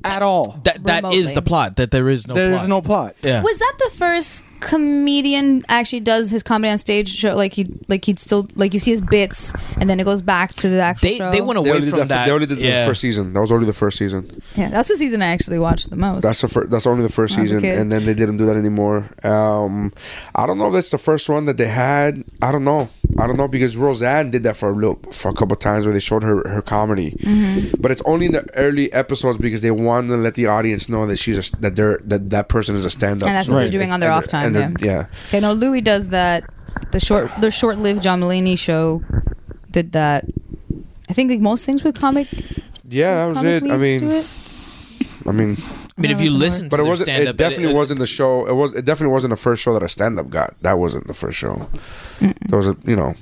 J: at all.
G: That that is
I: Remotely.
G: the plot. That there is no.
J: there's
G: plot.
J: no plot.
G: Yeah.
I: Was that the first comedian actually does his comedy on stage show? Like he, like he'd still like you see his bits, and then it goes back to the actual
G: they
I: show.
G: they went
H: They
G: away
H: only,
G: from
H: did that,
G: that.
H: they only did
G: yeah.
H: the first season. That was only the first season.
I: Yeah, that's the season I actually watched the most.
H: That's the first. That's only the first
I: When I was a
H: season,
I: kid.
H: and then they didn't do that anymore. Um, I don't know if that's the first one that they had. I don't know. I don't know because Roseanne did that for a little, for a couple times where they showed her her comedy,
I: Mm-hmm.
H: but it's only in the early episodes because they want to let the audience know that she's a, that they're that that person is a stand up.
I: and that's what they're doing on their off time. Yeah.
H: yeah.
I: Okay, no, Louis does that. The short, the short-lived John Mulaney show did that. I think like most things with comic,
H: Yeah, that was
I: comic
H: it. I
I: leads to
H: mean,
I: it.
H: I mean,
G: I mean, if you listen,
H: but it
G: to their
H: wasn't.
G: stand-up,
H: It definitely wasn't the show. It was. It definitely wasn't the first show that a stand up got. That wasn't the first show. There was a you know,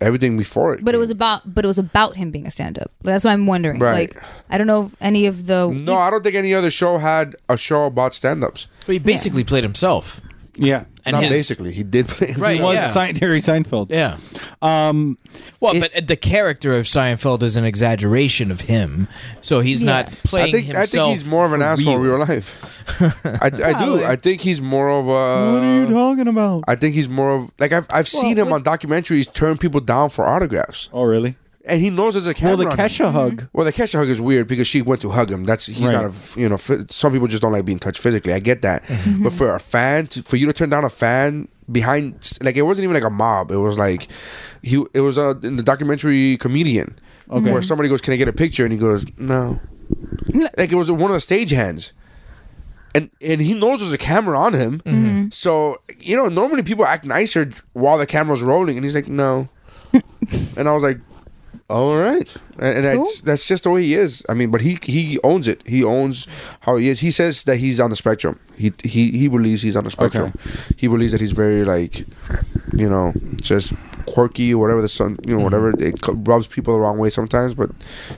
H: everything before it.
I: But it
H: came.
I: was about, but it was about him being a stand-up. That's what I'm wondering.
H: Right.
I: Like, I don't know if any of the
H: No, I don't think any other show had a show about stand ups.
G: But he basically played himself.
J: Yeah.
G: And
H: Not
G: his-
H: basically. He did play.
G: Right.
J: It was
G: yeah.
J: Sein- Jerry Seinfeld.
G: yeah.
J: Um,
G: Well, but the character of Seinfeld is an exaggeration of him, so he's not playing
H: I think I
G: himself.
H: think he's more of an
G: for
H: asshole in
G: real.
H: real life. I, I do.
I: Probably.
H: I think he's more of a.
J: what are you talking about?
H: I think he's more of like I've I've seen him on documentaries turn people down for autographs,
J: oh, really?
H: and he knows there's a
J: Well,
H: camera.
J: the
H: on him.
J: Kesha hug.
H: Well, the catch hug is weird because she went to hug him. That's he's
J: Right.
H: not a f- you know. F- some people just don't like being touched physically. I get that, but for a fan, to, for you to turn down a fan behind, like it wasn't even like a mob. It was like he. It was a in the documentary comedian where somebody goes, "Can I get a picture?" and he goes, "No." Like it was one of the stagehands. And, and he knows there's a camera on him, so you know normally people act nicer while the camera's rolling, and he's like, "No," and I was like, all right, and, and
I: Cool.
H: that's that's just the way he is. I mean, but he he owns it. He owns how he is. He says that he's on the spectrum. He he he believes he's on the spectrum. He believes that he's very like, you know, just quirky or whatever the sun, you know, whatever it co- rubs people the wrong way sometimes. But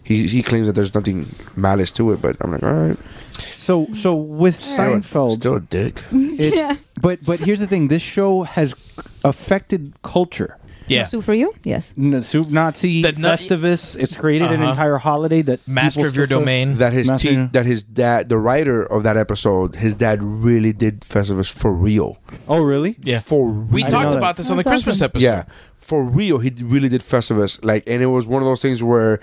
H: he he claims that there's nothing malice to it. But I'm like, all right,
J: So, so with
H: Still a-
J: Seinfeld, Mm-hmm.
H: still a dick.
J: it's, but but here's the thing: this show has affected culture.
G: Yeah.
I: Sue for you, yes.
J: N- Soup Nazi,
G: The nut-
J: Festivus. It's created an
G: Uh-huh.
J: entire holiday that
G: Master
J: people
G: of your
J: still-
G: domain.
H: That his
J: Nothing.
H: te- that his dad, the writer of that episode, his dad really did Festivus for real.
J: Oh, really?
G: yeah.
H: For
G: we
H: real.
J: didn't know
G: talked
J: that.
G: about this on the
I: That's
G: Christmas
I: awesome.
G: episode.
H: Yeah, for real, he d- really did Festivus. Like, and it was one of those things where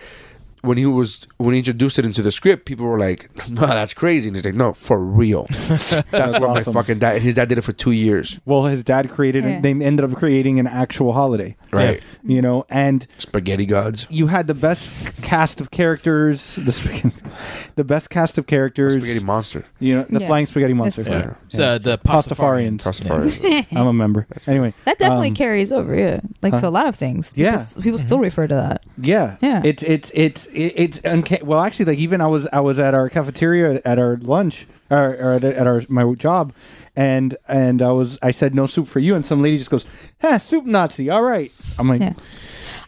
H: when he was when he introduced it into the script, people were like, "No, that's crazy," and he's like, "No, for real." that's what my
J: awesome.
H: fucking dad. His dad did it for two years,
J: Well, his dad created.
I: Yeah.
J: They ended up creating an actual holiday,
H: right?
J: you know, and
H: Spaghetti gods,
J: you had the best cast of characters. The spag- the best cast of characters.
H: spaghetti monster,
J: you know, the
I: Yeah.
J: flying spaghetti monster.
G: Yeah. So the Pastafarian.
J: Pastafarians.
H: Rastafarian.
J: I'm a member. Anyway,
I: That definitely
J: um,
I: carries over, yeah. Like to a lot of things. People
J: Yeah. Mm-hmm.
I: s- People, still refer to that.
J: Yeah,
I: Yeah.
J: It's it's it's it, it's unca- well, actually, like even I was I was at our cafeteria at our lunch or, or at, at our my job, and and I was I said no soup for you, and some lady just goes, "Ha, soup Nazi." All right, I'm like,
I: Yeah.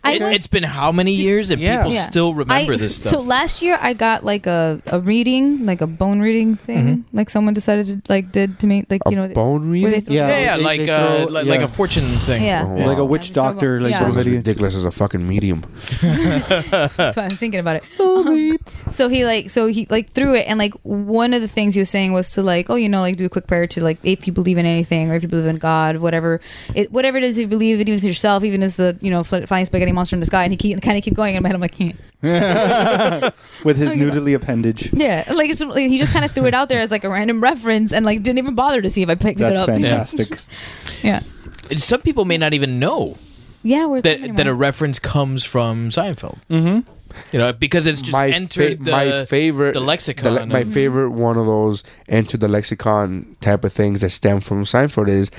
I: I
G: It,
I: was-
G: has been how many years and
J: Yeah.
G: people
I: yeah.
G: still remember
I: I-
G: this stuff.
I: So last year I got like a, a reading, like a bone reading thing.
J: Mm-hmm.
I: Like someone decided to like did to me like you know
H: bone
I: where they
H: reading.
I: throw
J: Yeah.
G: yeah, yeah,
J: They-
G: like
J: they
G: uh,
J: throw-
G: like, like
J: yeah.
G: a fortune thing.
I: Yeah.
H: Oh,
J: like
H: wow.
J: a witch
I: Yeah, they throw
J: doctor,
I: them-
J: like
I: yeah.
H: Someone's
J: somebody.
H: ridiculous as a fucking medium.
I: That's why I'm thinking about it. Uh-huh. so he like so he like threw it and like one of the things he was saying was to like oh you know like do a quick prayer to like if you believe in anything or if you believe in God whatever it whatever it is you believe in even yourself even as the you know fl- flying spaghetti monster in the sky and he keep, kind of keep going in my head I'm like yeah.
J: with his nudely appendage.
I: Yeah, like, it's, like, he just kind of threw it out there as like a random reference and like didn't even bother to see if I picked it
J: That's
I: up.
J: fantastic.
I: yeah.
G: And Some people may not even know
I: Yeah, we're
G: that that a reference comes from Seinfeld. Mm-hmm. You know, because it's just
H: my fa-
G: entered the
H: my favorite
G: the lexicon.
H: the le- my
G: of-
H: favorite one of those enter the lexicon type of things that stem from Seinfeld is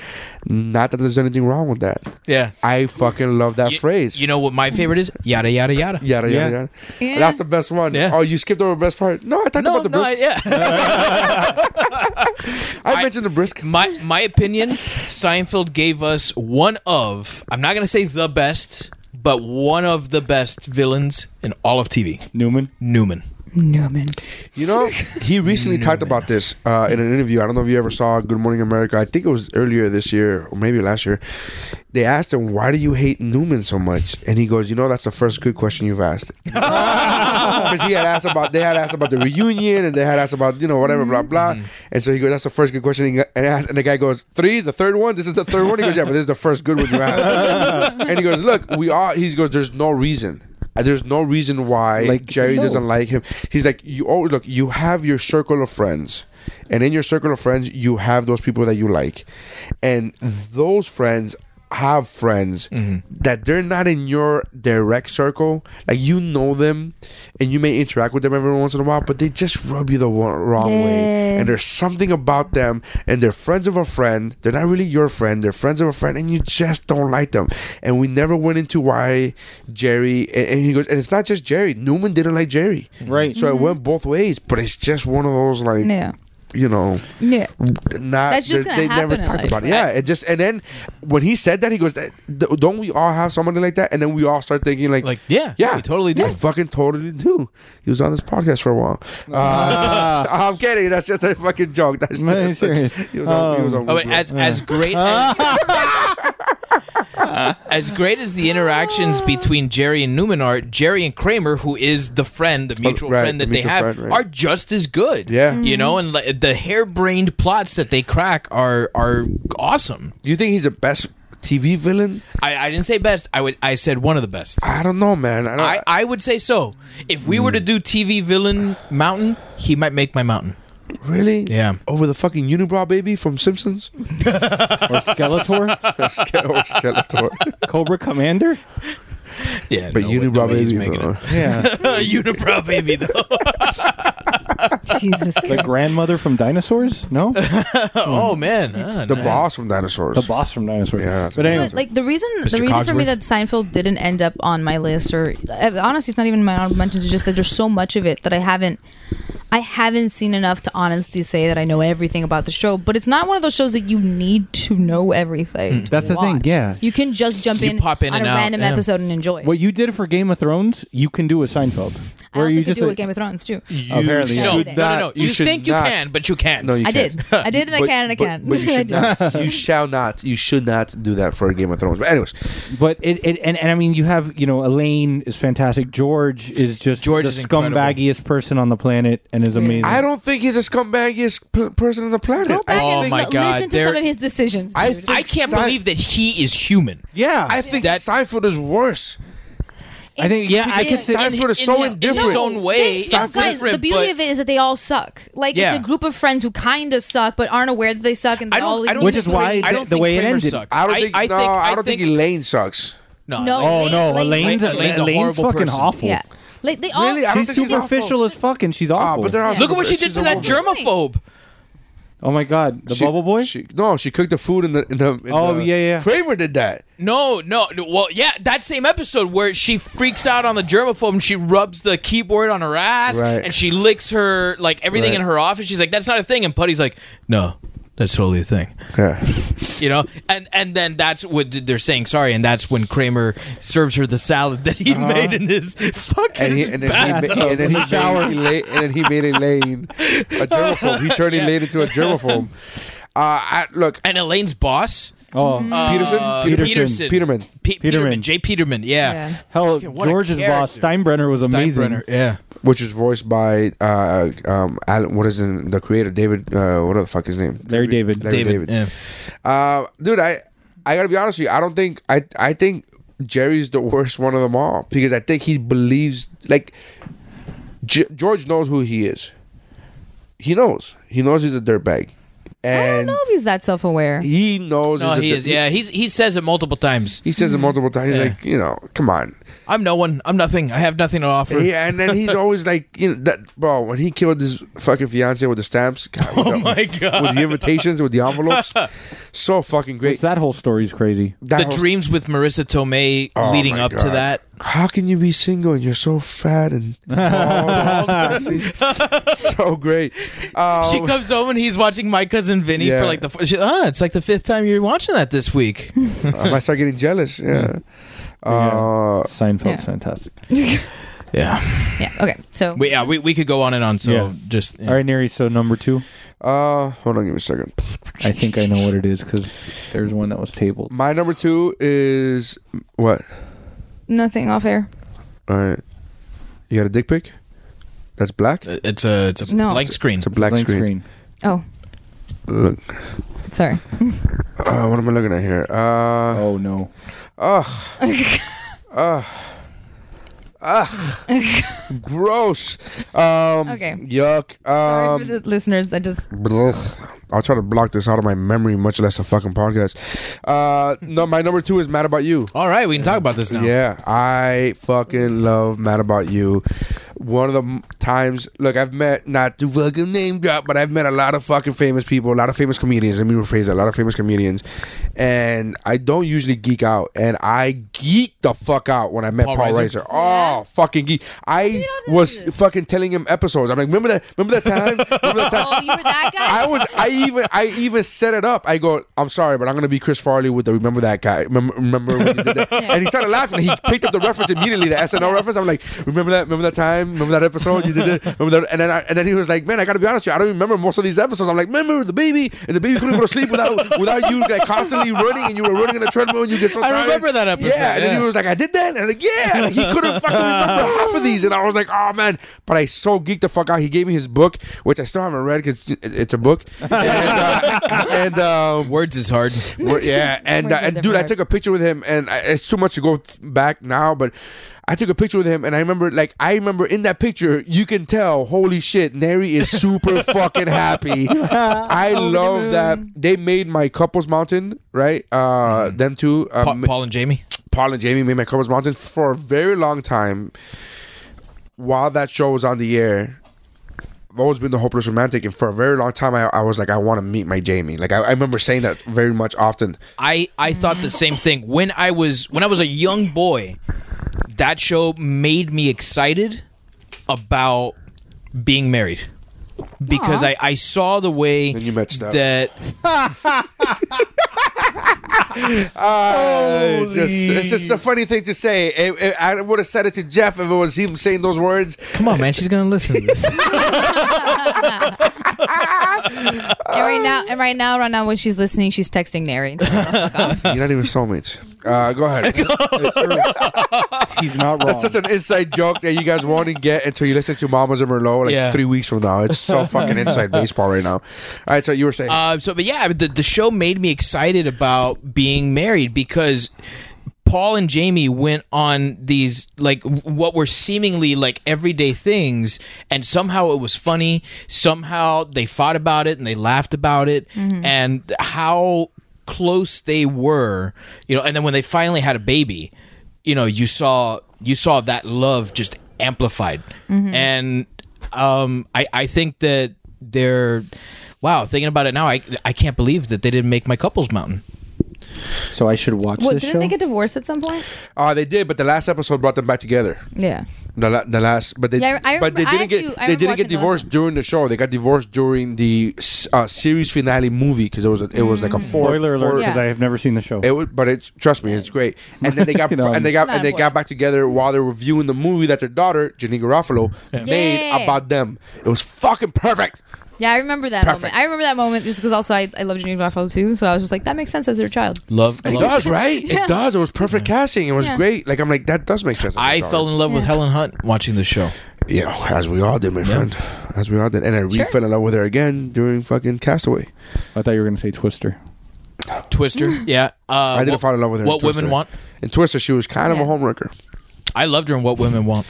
H: not that there's anything wrong with that.
G: yeah.
H: I fucking love that
G: You-
H: phrase.
G: You know what my favorite is? Yada yada yada.
H: yada yada yada.
I: Yeah.
H: That's the best one.
G: Yeah.
H: Oh, you skipped over the best part. No, I talked
G: No,
H: about the
G: no, I-
H: brisk.
G: yeah.
H: I,
G: I-
H: mentioned the brisk.
G: my my opinion, Seinfeld gave us one of I'm not gonna say the best, but one of the best villains in all of TV.
J: Newman.
G: Newman.
I: Newman.
H: You know, he recently talked about this uh, in an interview. I don't know if you ever saw Good Morning America. I think it was earlier this year or maybe last year. They asked him, "Why do you hate Newman so much?" And he goes, "You know, that's the first good question you've asked." Because he had asked about they had asked about the reunion and they had asked about you know whatever blah blah. And so he goes, "That's the first good question." he got- And, asked, and the guy goes, three, the third one. This is the third one." He goes, "Yeah, but this is the first good one you asked." and he goes, "Look, we all." He goes, "There's no reason." Uh, There's no reason why
J: Like,
H: Jerry
J: no.
H: doesn't like him. He's like, you always look, you have your circle of friends. And in your circle of friends, you have those people that you like. And those friends have friends
J: Mm-hmm.
H: that they're not in your direct circle. Like you know them and you may interact with them every once in a while, but they just rub you the wa- wrong way.
I: Yeah.
H: And there's something about them and they're friends of a friend. They're not really your friend. They're friends of a friend and you just don't like them. And we never went into why Jerry and, and he goes, and it's not just Jerry. Newman didn't like Jerry.
J: Right.
H: So it went both ways, but it's just one of those like
I: Mm-hmm. Yeah.
H: you know,
I: Yeah.
H: not
I: That's just
H: they,
I: gonna
H: they never
I: happen in
H: talked
I: life.
H: about it. Yeah, it just and then when he said that, he goes, "Th- "Don't we all have somebody like that?" And then we all start thinking like,
G: Like, yeah,
H: yeah,
G: we totally do.
H: I fucking totally do." He was on this podcast for a while. Uh,
I: Ah.
H: I'm kidding. That's just a fucking joke. That's
J: No,
H: just
J: serious.
H: he was on. he was on
G: Oh, but
H: Rubio.
G: as as great as Uh, as great as the interactions between Jerry and Newman are, Jerry and Kramer, who is the friend, the mutual
H: Oh, right,
G: friend that
H: the
G: they
H: mutual
G: have,
H: friend, right.
G: are just as good.
H: Yeah. Mm-hmm.
G: you know, and like, the harebrained plots that they crack are are awesome.
H: you think he's the best TV villain?
G: I, I didn't say best. I would I said one of the best.
H: I don't know, man. I don't.
G: I, I would say so. If we
H: mm.
G: were to do TV villain mountain, he might make my mountain.
H: really?
G: Yeah.
H: Over the fucking unibrow baby from Simpsons
J: Or Skeletor.
H: or Skeletor.
J: Cobra Commander.
G: Yeah,
H: but
G: no way- no
H: unibrow
G: way he's
H: baby.
G: making
H: uh,
G: it. Unibrow baby though.
I: Jesus.
J: The grandmother from Dinosaurs. No. The
G: Oh man, Ah,
H: The
G: nice.
H: boss from Dinosaurs.
J: boss from Dinosaurs.
H: Yeah, that's
J: But
H: a-
J: anyway.
I: But, like the reason, the reason for me
G: Cogsworth.
I: that Seinfeld didn't end up on my list, or uh, honestly, it's not even my honorable mentions. It's just that there's so much of it that I haven't, I haven't seen enough to honestly say that I know everything about the show. But it's not one of those shows that you need to know everything. to
J: That's the thing,
I: watch.
J: yeah.
I: you can just jump
G: You
I: in,
G: pop in
I: on
G: and
I: a
G: out,
I: random
G: yeah.
I: episode and enjoy. it.
J: What you did for Game of Thrones, you can do with Seinfeld.
I: I also
J: you
I: could do with Game of Thrones too. should
J: apparently. yeah.
G: No,
I: Should
G: no, no, no. You,
H: should
G: think you
H: not.
G: can, but you can't.
H: No, you
I: I
H: can't.
I: did, I did, and I can, and I
H: but-
I: can.
H: But you
I: I
H: should
I: do.
H: not. You shall not. You should not do that for a Game of Thrones. But anyways,
J: But it, it and, and I mean you have you know Elaine is fantastic. George is just
G: George
J: the
G: is incredible.
J: scumbaggiest person on the planet and is amazing.
H: I don't think he's as scumbagiest p- person on the planet.
I: Go back
H: I,
G: Oh
I: and
G: my
I: li-
G: God,
I: listen to
G: there-
I: some of his decisions.
H: I
I: dude.
H: think
G: I can't
H: Sein-
G: believe that he is human.
J: Yeah,
H: I think
G: That-
H: Seinfeld is worse.
J: I think yeah I
I: Because
J: could say
H: Seinfeld is so
G: his,
H: indifferent.
G: In his own way,
I: They-
G: it's
I: no, guys,
G: different,
I: the beauty
G: but
I: of it is that they all suck. Like
G: Yeah.
I: it's a group of friends who kind of suck, but aren't aware that they suck, and
G: I
I: they all
G: don't, I don't
J: Which
G: think
J: is why
G: Kramer- I
J: the-
G: don't
J: the
G: think
J: way it
G: Kramer
J: ended.
G: Sucks.
H: I don't think.
G: I,
H: no,
G: think,
H: I don't think, Elaine sucks.
G: no,
I: No,
J: oh no
I: Elaine's-
J: Elaine's
G: Elaine's
J: Elaine's,
G: horrible
J: fucking
G: person.
J: awful.
I: Yeah, like they all.
H: Really? I don't
J: She's
H: think she's
J: superficial as fuck and she's
H: Ah,
J: awful.
H: but they're all
G: Look at what she
H: superficial.
G: did to that
H: She's a woman.
G: germaphobe.
J: oh my god, the
H: She-
J: Bubble Boy.
H: She, no, she cooked the food in the. In the in
J: Oh,
H: the-
J: yeah, yeah.
H: Kramer did that.
G: No, no, no, well, yeah, that same episode where she freaks out on the germaphobe and she rubs the keyboard on her ass
H: Right.
G: and she licks her like everything
H: Right.
G: in her office. She's like, "That's not a thing," and Putty's like, "No, that's totally a thing."
H: Yeah.
G: you know and and then that's what they're saying sorry and that's when kramer serves her the salad that he made in his fucking
H: Uh-huh. and he and then he,
G: bathtub.
H: ma- and then he made Elaine, and then he made Elaine a germaphobe. He turned Elaine into a germaphobe. Uh, I, look,
G: And elaine's boss
J: oh
H: Mm-hmm. Peterson,
G: uh,
H: Peterson,
G: peterson
H: Peterman.
G: Pe- peterman
J: Peterman.
G: jay peterman yeah,
I: Yeah.
J: hell,
G: what a
J: George's boss
G: character.
J: Steinbrenner was amazing.
G: Steinbrenner, yeah
H: which was voiced by uh, um, Alan, what is in the creator David? Uh, what the fuck his name?
J: Larry David.
H: Larry
G: david,
H: David. Uh, dude, I I gotta be honest with you. I don't think I I think Jerry's the worst one of them all because I think he believes like G- George knows who he is. He knows. He knows he's a dirtbag.
I: I don't
H: and
I: know if he's that self aware.
H: he knows.
G: No,
H: there's a
G: he
H: di-
G: is. Yeah, he's he says it multiple times.
H: He says it multiple times. He's
G: Yeah.
H: like, you know, come on.
G: I'm no one. I'm nothing. I have nothing to offer.
H: Yeah, and then he's always like, you know, that bro. When he killed his fucking fiance with the stamps, God, with
G: Oh
H: the-
G: my God.
H: with the invitations, with the envelopes, so fucking great.
J: It's that whole story's crazy.
H: That
G: the
H: whole-
G: dreams with Marissa Tomei
H: Oh
G: leading
H: my
G: up to
H: God.
G: that.
H: How can you be single and you're so fat and Oh, sexy. so great? Um,
G: She comes home and he's watching My Cousin Vinny
H: Yeah.
G: for like the. f- She, ah, it's like the fifth time you're watching that this week.
H: I might start getting jealous. Yeah. Uh,
J: Seinfeld's
I: Yeah.
J: fantastic.
G: yeah.
I: Yeah. Okay. So
G: We, yeah. We, we could go on and on. So
J: Yeah.
G: just. yeah.
J: All right, Neri. So number two,
H: uh, hold on, give me a second.
J: I think I know what it is because there's one that was tabled.
H: My number two is what?
I: nothing off air.
H: All right, you got a dick pic? That's black.
G: It's a it's a
I: No.
G: blank screen.
H: It's a black
J: Blank
H: screen.
I: Oh,
H: Look,
I: sorry.
G: Um,
H: uh, what am I looking at here? Uh,
J: Oh no.
H: gross. Um,
I: Okay.
H: Yuck.
I: Sorry
H: Um,
I: for the listeners. I just
H: blech. I'll try to block this out of my memory, much less a fucking podcast. Uh, no, my number two is Mad About You.
G: All right, we can talk about this now.
H: Yeah, I fucking love Mad About You. One of the m- times, look, I've met not to fucking name drop, but I've met a lot of fucking famous people, a lot of famous comedians. Let me rephrase that, a lot of famous comedians, and I don't usually geek out, and I geek the fuck out when I met
G: Paul
H: Paul,
G: Reiser?
H: Reiser. Oh, fucking geek! I
I: don't
H: was
I: do this.
H: fucking telling him episodes. I'm like, remember that? Remember that time? Remember that time?
I: oh you were that guy.
H: I was I even I even set it up. I go, I'm sorry, but I'm gonna be Chris Farley with the remember that guy. Remember, remember when he did that? and he started laughing. He picked up the reference immediately, the SNL reference. I'm like, remember that? Remember that time? Remember that episode you did it? Remember that? And then I, and then he was like, man, I gotta be honest with you, I don't remember most of these episodes. I'm like, remember the baby and the baby couldn't go to sleep without without you like constantly running and you were running in a treadmill and you get so
G: I
H: tired.
G: remember that episode,
H: Yeah, and then
G: yeah.
H: he was like, I did that, and I'm like, yeah, like, he couldn't fucking remember half of these, and I was like, oh man. But I so geeked the fuck out. He gave me his book, which I still haven't read because it's a book, and, uh, and um,
G: Words is hard.
H: we're- yeah, and
I: We're
H: uh,
I: just
H: and dude, I
I: different.
H: took a picture with him, and I, it's too much to go th- back now, but I took a picture with him, and I remember, like, I remember in that picture, you can tell, holy shit, Neri is super fucking happy. I love that they made my couples mountain, right? Uh, them two, um,
G: Pa- Paul and Jamie.
H: Paul and Jamie made my covers mountain for a very long time. While that show was on the air, I've always been the hopeless romantic, and for a very long time, I, I was like, I want to meet my Jamie. Like I, I remember saying that very much often.
G: I I thought the same thing when I was when I was a young boy. That show made me excited about being married because I, I saw the way
H: Then you met Steph.
G: that
H: Uh, it's, just, it's just a funny thing to say. It- it- I would have said it to Jeff if it was him saying those words.
G: come on man she's gonna listen to this
I: and right now, and right now, right now, when she's listening, she's texting Nary.
H: You're not even soulmates. Uh, go ahead.
J: It's true. He's not wrong.
H: That's such an inside joke that you guys won't even get until you listen to Mamas and Merlot like
G: Yeah.
H: three weeks from now. It's so fucking inside baseball right now. All right, so you were saying.
G: Uh, so, but yeah, the, the show made me excited about being married because Paul and Jamie went on these like w- what were seemingly like everyday things, and somehow it was funny. Somehow they fought about it and they laughed about it, and how close they were, you know. And then when they finally had a baby, you know, you saw you saw that love just amplified, and um, I I think that they're wow thinking about it now i i can't believe that they didn't make my couples mountain
J: so I should watch
I: What
J: this
I: didn't
J: show.
I: they get divorced at some point?
H: Uh, they did, but the last episode brought them back together.
I: Yeah.
H: The, la- the last, but they,
I: Yeah, I- I
H: but they
I: remember- I
H: didn't get
I: actually-
H: they
I: I remember
H: didn't
I: watching
H: get
I: the last
H: divorced during the show. They got divorced during the s- uh, series finale movie because it was a, it was like a four.
J: Spoiler alert,
H: four-
J: because
I: Yeah.
J: I have never seen the show.
H: It was, but it's trust me, it's great. And then they got
J: You know,
H: and they got and they
I: Not
H: got back together while they were viewing the movie that their daughter Janine Garofalo made
I: Yeah.
H: about them. It was fucking perfect.
I: Yeah, I remember that
H: Perfect.
I: moment. I remember that moment just because also I, I love Janine Garofalo too, so I was just like, that makes sense as their child.
G: love,
H: It
G: love
H: does, right? It does. It was perfect casting. It was
I: Yeah.
H: great. Like I'm like that does make sense.
G: i fell in love with
I: Yeah.
G: helen hunt watching the show
H: yeah, as we all did, my friend, as we all did, and I
I: Sure.
H: re-fell in love with her again during fucking Castaway.
J: I thought you were going to say Twister.
G: twister yeah uh,
H: I didn't
G: what,
H: fall in love with her. in
G: what women
H: Twister.
G: want
H: In Twister, she was kind of
I: Yeah.
H: a homewrecker.
G: i loved her in what women want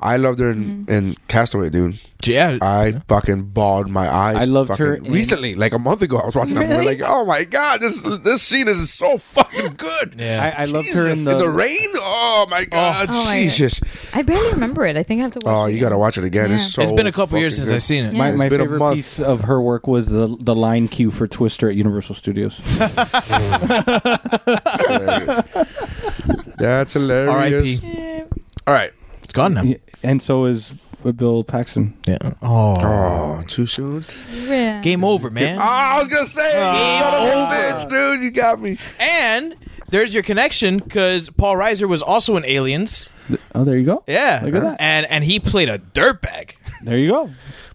H: I loved her in,
I: Mm-hmm.
H: in Castaway, dude.
G: Yeah.
H: I fucking bawled my eyes.
J: I loved her
H: fucking-
J: in-
H: recently, like a month ago. I was watching that movie,
I: Really?
H: like, oh my god, this this scene is so fucking good.
G: Yeah.
J: I, I loved her in
H: Jesus,
J: the,
H: rain. Oh my god,
I: Oh my
H: Jesus.
I: I barely remember it. I think I have to watch.
H: Oh,
I: it
H: you gotta
I: again.
H: watch it again. It's
I: Yeah.
H: so.
G: it's been a couple years since
H: I
G: I've seen it.
J: My,
H: It's
J: my
H: been a
J: favorite
H: month.
J: piece of her work was the the line cue for Twister at Universal Studios.
H: That's hilarious.
G: R.I.P.
H: All right.
G: It's gone now.
J: and so is Bill Paxton.
G: Yeah. Oh.
H: Oh, too soon. Ah.
I: Yeah.
G: Game over, man.
H: Oh, I was gonna say, son of a bitch, dude, you got me.
G: And there's your connection because Paul Reiser was also in Aliens.
J: Oh, there you go.
G: Yeah.
J: Look at that.
G: And and he played a dirtbag.
J: There you go.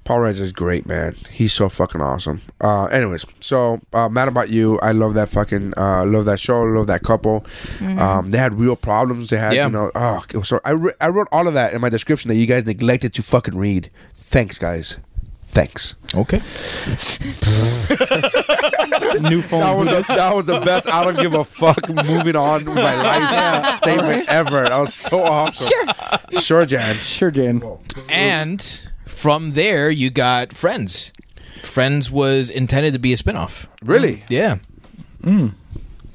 H: Paul Reiser's great, man. He's so fucking awesome. Uh, anyways, so uh, mad about you. I love that fucking uh, love that show. Love that couple. Um, they had real problems. They had
G: Yeah.
H: you know. Oh, it was so I re- I wrote all of that in my description that you guys neglected to fucking read. Thanks, guys. Thanks.
G: Okay.
J: New
H: That
J: phone.
H: was, the, that was the best I don't give a fuck moving on with my life statement ever. That was so awesome. Sure. Sure, Jan.
J: Sure, Jan.
G: And from there you got Friends. Friends was intended to be a spinoff.
H: Really?
G: Yeah.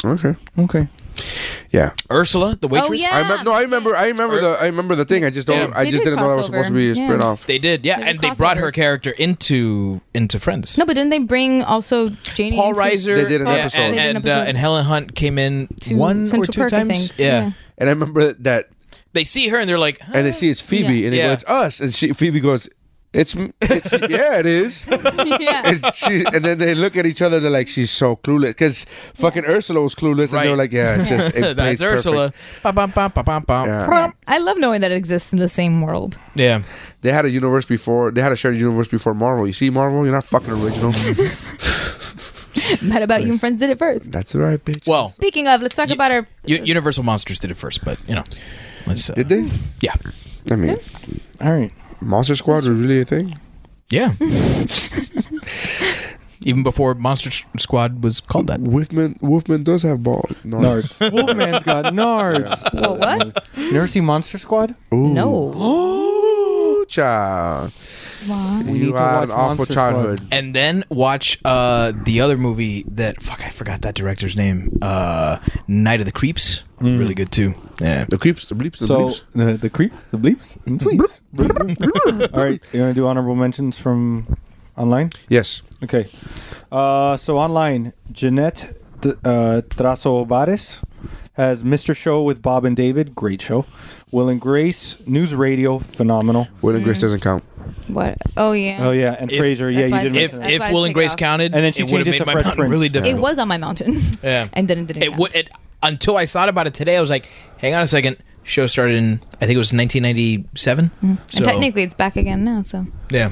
H: Okay.
J: Okay.
H: Yeah.
G: Ursula, the waitress.
I: Oh yeah.
H: I remember no, I remember I remember the I remember the thing. I just don't
G: Yeah.
H: I
I: They
H: just
I: did
H: didn't know that was supposed to be a
I: crossover. Yeah.
H: spin off.
G: They did, yeah,
I: They did
G: and they brought her
I: crossovers.
G: character into into Friends.
I: No, but didn't they bring also Janie?
G: Paul
I: into-
G: Reiser,
H: They did an
G: yeah,
H: episode.
G: and
I: They did an
G: and, uh,
I: episode.
G: and Helen Hunt came in
I: To
G: one or
I: Central
G: two
I: Perk, I
G: times.
I: think.
G: Yeah.
I: Yeah.
H: And I remember that
G: they see her and they're like,
H: and they see it's Phoebe
I: Yeah.
H: and they go,
G: Yeah.
H: It's us and she Phoebe goes, It's, m- it's yeah, it is.
I: yeah.
H: And, she, and then they look at each other. They're like, "She's so clueless." Because fucking Ursula was clueless, and they
G: Right.
H: were like, "Yeah, it's just it plays
G: That's Ursula.
H: perfect.
G: Bum, bum, bum, bum, bum, bum.
H: Yeah.
G: Brum.
I: I love knowing that it exists in the same world.
G: Yeah.
H: They had a universe before. They had a shared universe before Marvel. You see, Marvel, you're not fucking original.
I: Mad about you and friends did it first.
H: That's right, bitch.
G: Well,
I: Speaking of, let's talk
G: Ye-
I: about our.
G: U- Universal Monsters did it first, but you know, let's, uh,
H: did they?
G: Yeah.
H: I mean,
J: All right.
H: Monster Squad was really a thing.
G: Yeah. Even before Monster S- Squad was called that.
H: Wolfman, Wolfman does have balls. No,
J: Nards. Wolfman's got nards.
I: Well, what?
J: You ever see Monster Squad?
H: Ooh.
I: No.
H: Ooh, child.
I: Wow.
J: We
H: you
J: need to
H: had
J: watch
H: an awful
J: Monster
H: childhood.
G: And then watch uh, the other movie that fuck I forgot that director's name. Uh, Night of the Creeps,
J: Mm.
G: really good too. Yeah.
H: The creeps, the bleeps, the
J: So
H: bleeps.
J: the the creep, the bleeps, and bleeps. All right, you want to do honorable mentions from online?
H: Yes.
J: Okay. Uh, so online, Jeanette T- uh, Trasobares has Mr. Show with Bob and David. Great show. Will and Grace, News Radio, phenomenal.
H: Will and Grace doesn't count.
I: What? Oh yeah.
J: Oh, yeah. And
G: If-
J: Fraser. Yeah,
I: That's
J: you
I: why I
J: didn't
I: said
G: If,
J: mention
I: That's
J: that.
G: if
I: why I
G: Will and
I: took
G: Grace
I: off.
G: counted,
J: And then she
G: it would have
J: changed it
G: made
J: to
G: my
J: Fresh
G: mountain
J: Prince.
G: really
I: It
G: difficult.
I: was on my mountain.
G: Yeah.
I: And then it didn't.
G: It would. It, until I thought about it today, I was like, "Hang on a second. Show started in I think it was 1997. So,
I: Mm. and technically, it's back again now. So
G: yeah.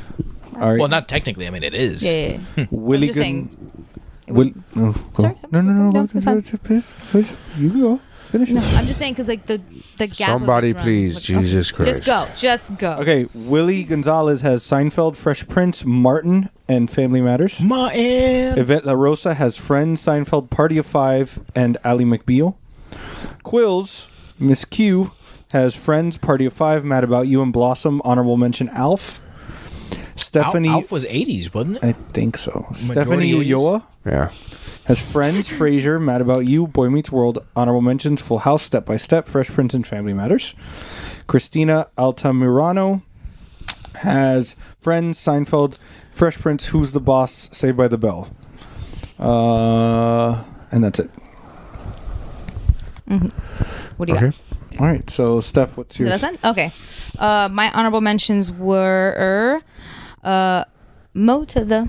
J: All right.
G: Well, not technically. I mean, it is.
I: yeah. yeah, yeah.
J: Willie
I: I'm just
J: Gooden.
I: saying.
J: Will, no, go.
I: Sorry,
J: no, no, no,
I: no,
J: go-
I: it's
J: go-
I: fine.
J: to- please, please, You can go. Finish
I: No,
J: it.
I: I'm just saying because like the the gap. of
H: Somebody
I: what's wrong
H: please,
I: with-
H: Jesus Christ.
I: Just go. Just go.
J: Okay, Willie Gonzalez has Seinfeld, Fresh Prince, Martin, and Family Matters.
G: Martin.
J: Yvette La Rosa has Friends, Seinfeld, Party of Five, and Ally McBeal. Quills, Miss Q, has Friends, Party of Five, Mad About You, and Blossom. Honorable mention Alf. Stephanie,
G: Al- Alf was 80s, wasn't it?
J: I think so. Stephanie
G: 80s.
J: Ulloa
H: Yeah.
J: has Friends, Frasier, Mad About You, Boy Meets World. Honorable mentions Full House, Step by Step, Fresh Prince, and Family Matters. Christina Altamirano has Friends, Seinfeld, Fresh Prince, Who's the Boss, Saved by the Bell. Uh, and that's it.
I: What do you got?
H: Okay.
J: All right. So, Steph, what's
I: Did I
J: yours?
I: send? Okay. Uh, my honorable mentions were uh, Mo to the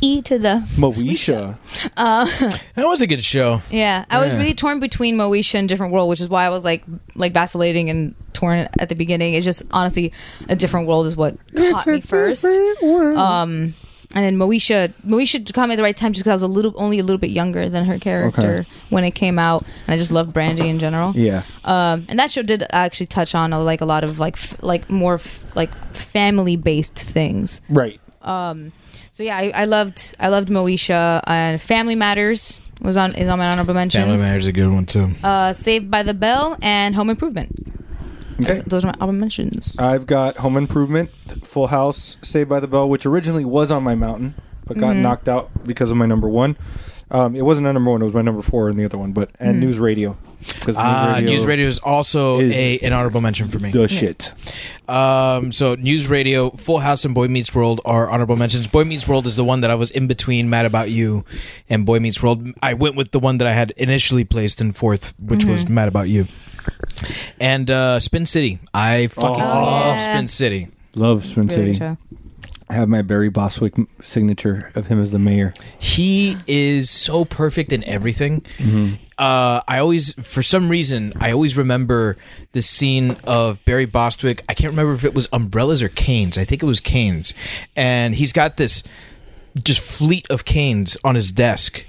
I: E to the.
J: Moesha.
G: That was a good show.
I: Yeah, I was really torn between Moesha and Different World, which is why I was like like vacillating and torn at the beginning. It's just honestly a different world is what caught me first. Um, and then Moesha, Moesha caught me at the right time just because I was a little only a little bit younger than her character
J: Okay.
I: when it came out, and I just love Brandy in general.
J: Yeah.
I: Um, and that show did actually touch on uh, like a lot of like f- like more f- like family based things.
J: Right.
I: Um, so yeah, I, I loved I loved Moesha and Family Matters was on is on my honorable mentions.
G: Uh, Family Matters is a good one too.
I: Uh, Saved by the Bell and Home Improvement. Those- Those are my album mentions.
K: I've got Home Improvement, Full House, Saved by the Bell, which originally was on my mountain, but got
G: Mm-hmm.
K: knocked out because of my number one. Um, it wasn't a number one; it was my number four in the other one. But and
G: Mm.
K: News Radio, because
G: Ah, news radio is also a, an honorable mention for me.
K: the shit.
G: Um, so news radio, Full House, and Boy Meets World are honorable mentions. Boy Meets World is the one that I was in between Mad About You and Boy Meets World. I went with the one that I had initially placed in fourth, which was Mad About You. And uh, Spin City, I fucking love
I: yeah.
G: Spin City.
J: Love Spin
I: Really good
J: City.
I: show.
J: I have my Barry Boswick m- signature of him as the mayor.
G: He is so perfect in everything. Uh, I always, for some reason, I always remember the scene of Barry Bostwick. I can't remember if it was umbrellas or canes. I think it was canes, and he's got this just fleet of canes on his desk,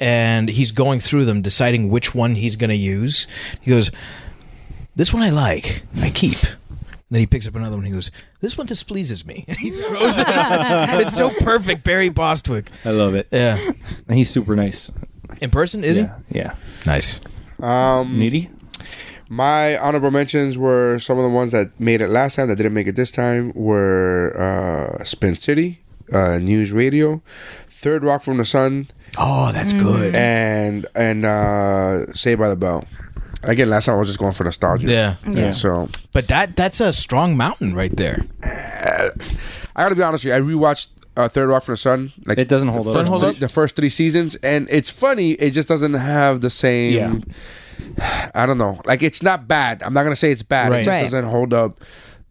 G: and he's going through them, deciding which one he's going to use. He goes, "This one I like. I keep." And then he picks up another one. And he goes, "This one displeases me." And he throws it. out. It's so perfect, Barry Bostwick.
J: I love it.
G: Yeah.
J: And he's super nice.
G: In person, is
J: yeah. Yeah.
G: he? Nice.
H: Um,
J: Needy?
H: My honorable mentions were some of the ones that made it last time that didn't make it this time were uh, Spin City, uh, News Radio, Third Rock from the Sun,
G: Oh, that's good.
H: and and uh, Saved by the Bell. Again, last time I was just going for nostalgia.
G: Yeah.
H: Yeah. So
G: But that that's a strong mountain right there.
H: I gotta be honest with you. I rewatched uh, Third Rock from the Sun. Like
J: It doesn't hold
H: the
J: up.
H: First
J: Doesn't hold
H: three,
J: up?
H: The first three seasons, and it's funny. It just doesn't have the same. I don't know. Like it's not bad. I'm not gonna say it's bad. It
G: Right.
H: just
I: Right.
H: doesn't hold up.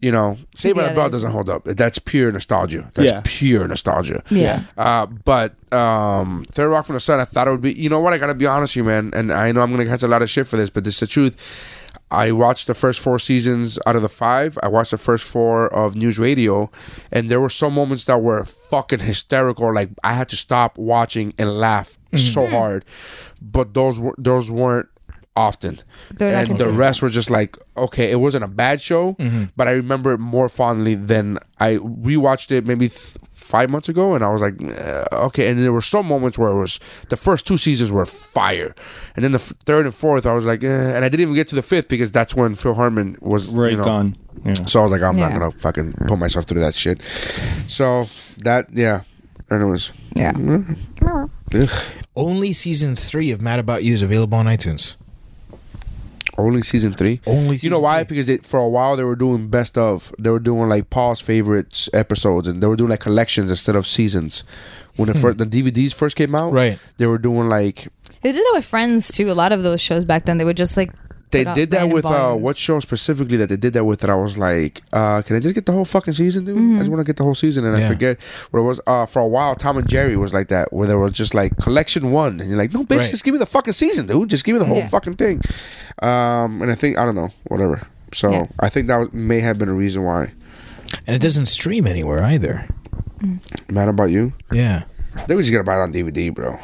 H: You know, Saved by
I: Yeah,
H: the Bell
I: it is.
H: doesn't hold up. That's pure nostalgia. That's
J: Yeah.
H: pure nostalgia.
I: Yeah.
H: Uh, but um, Third Rock from the Sun, I thought it would be. You know what? I gotta be honest with you, man. And I know I'm gonna catch a lot of shit for this, but this is the truth. I watched the first four seasons out of the five. I watched the first four of News Radio, and there were some moments that were fucking hysterical. Like I had to stop watching and laugh
I: Mm-hmm.
H: so hard. But those were those weren't often,
I: They're not
H: and the
I: consistent.
H: rest were just like okay. It wasn't a bad show,
J: Mm-hmm.
H: but I remember it more fondly than I rewatched it maybe th- five months ago, and I was like eh, okay. And there were some moments where it was the first two seasons were fire, and then the f- third and fourth I was like, eh, and I didn't even get to the fifth because that's when Phil Harmon was you
J: Right
H: know,
J: gone. Yeah.
H: So I was like, I'm not
I: Yeah.
H: gonna fucking put myself through that shit. So that yeah, and it was
I: Yeah.
G: Only season three of Mad About You is available on iTunes.
H: only season three.
G: Only
H: You know
G: season
H: why?
G: three.
H: Because it, for a while they were doing best of. They were doing like Paul's favorites episodes, and they were doing like collections instead of seasons. When the first the DVDs first came out,
G: Hmm. Right.
H: They were doing like
I: They did that with Friends too. A lot of those shows back then, they would just like
H: they
I: put out
H: did that
I: random
H: with uh,
I: volumes.
H: what show specifically that they did that with that I was like, uh, can I just get the whole fucking season, dude? I just
I: Mm-hmm.
H: want to get the whole season, and I
G: Yeah.
H: forget what it was. Uh, for a while, Tom and Jerry was like that, where there was just like collection one, and you're like, no, bitch,
G: Right.
H: just give me the fucking season, dude. Just give me the whole
I: Yeah.
H: fucking thing. Um, and I think I don't know, whatever. So
I: Yeah.
H: I think that was- may have been a reason why.
G: And it doesn't stream anywhere either.
H: Mad about you?
G: Yeah.
H: They were just gonna buy it on DVD, bro.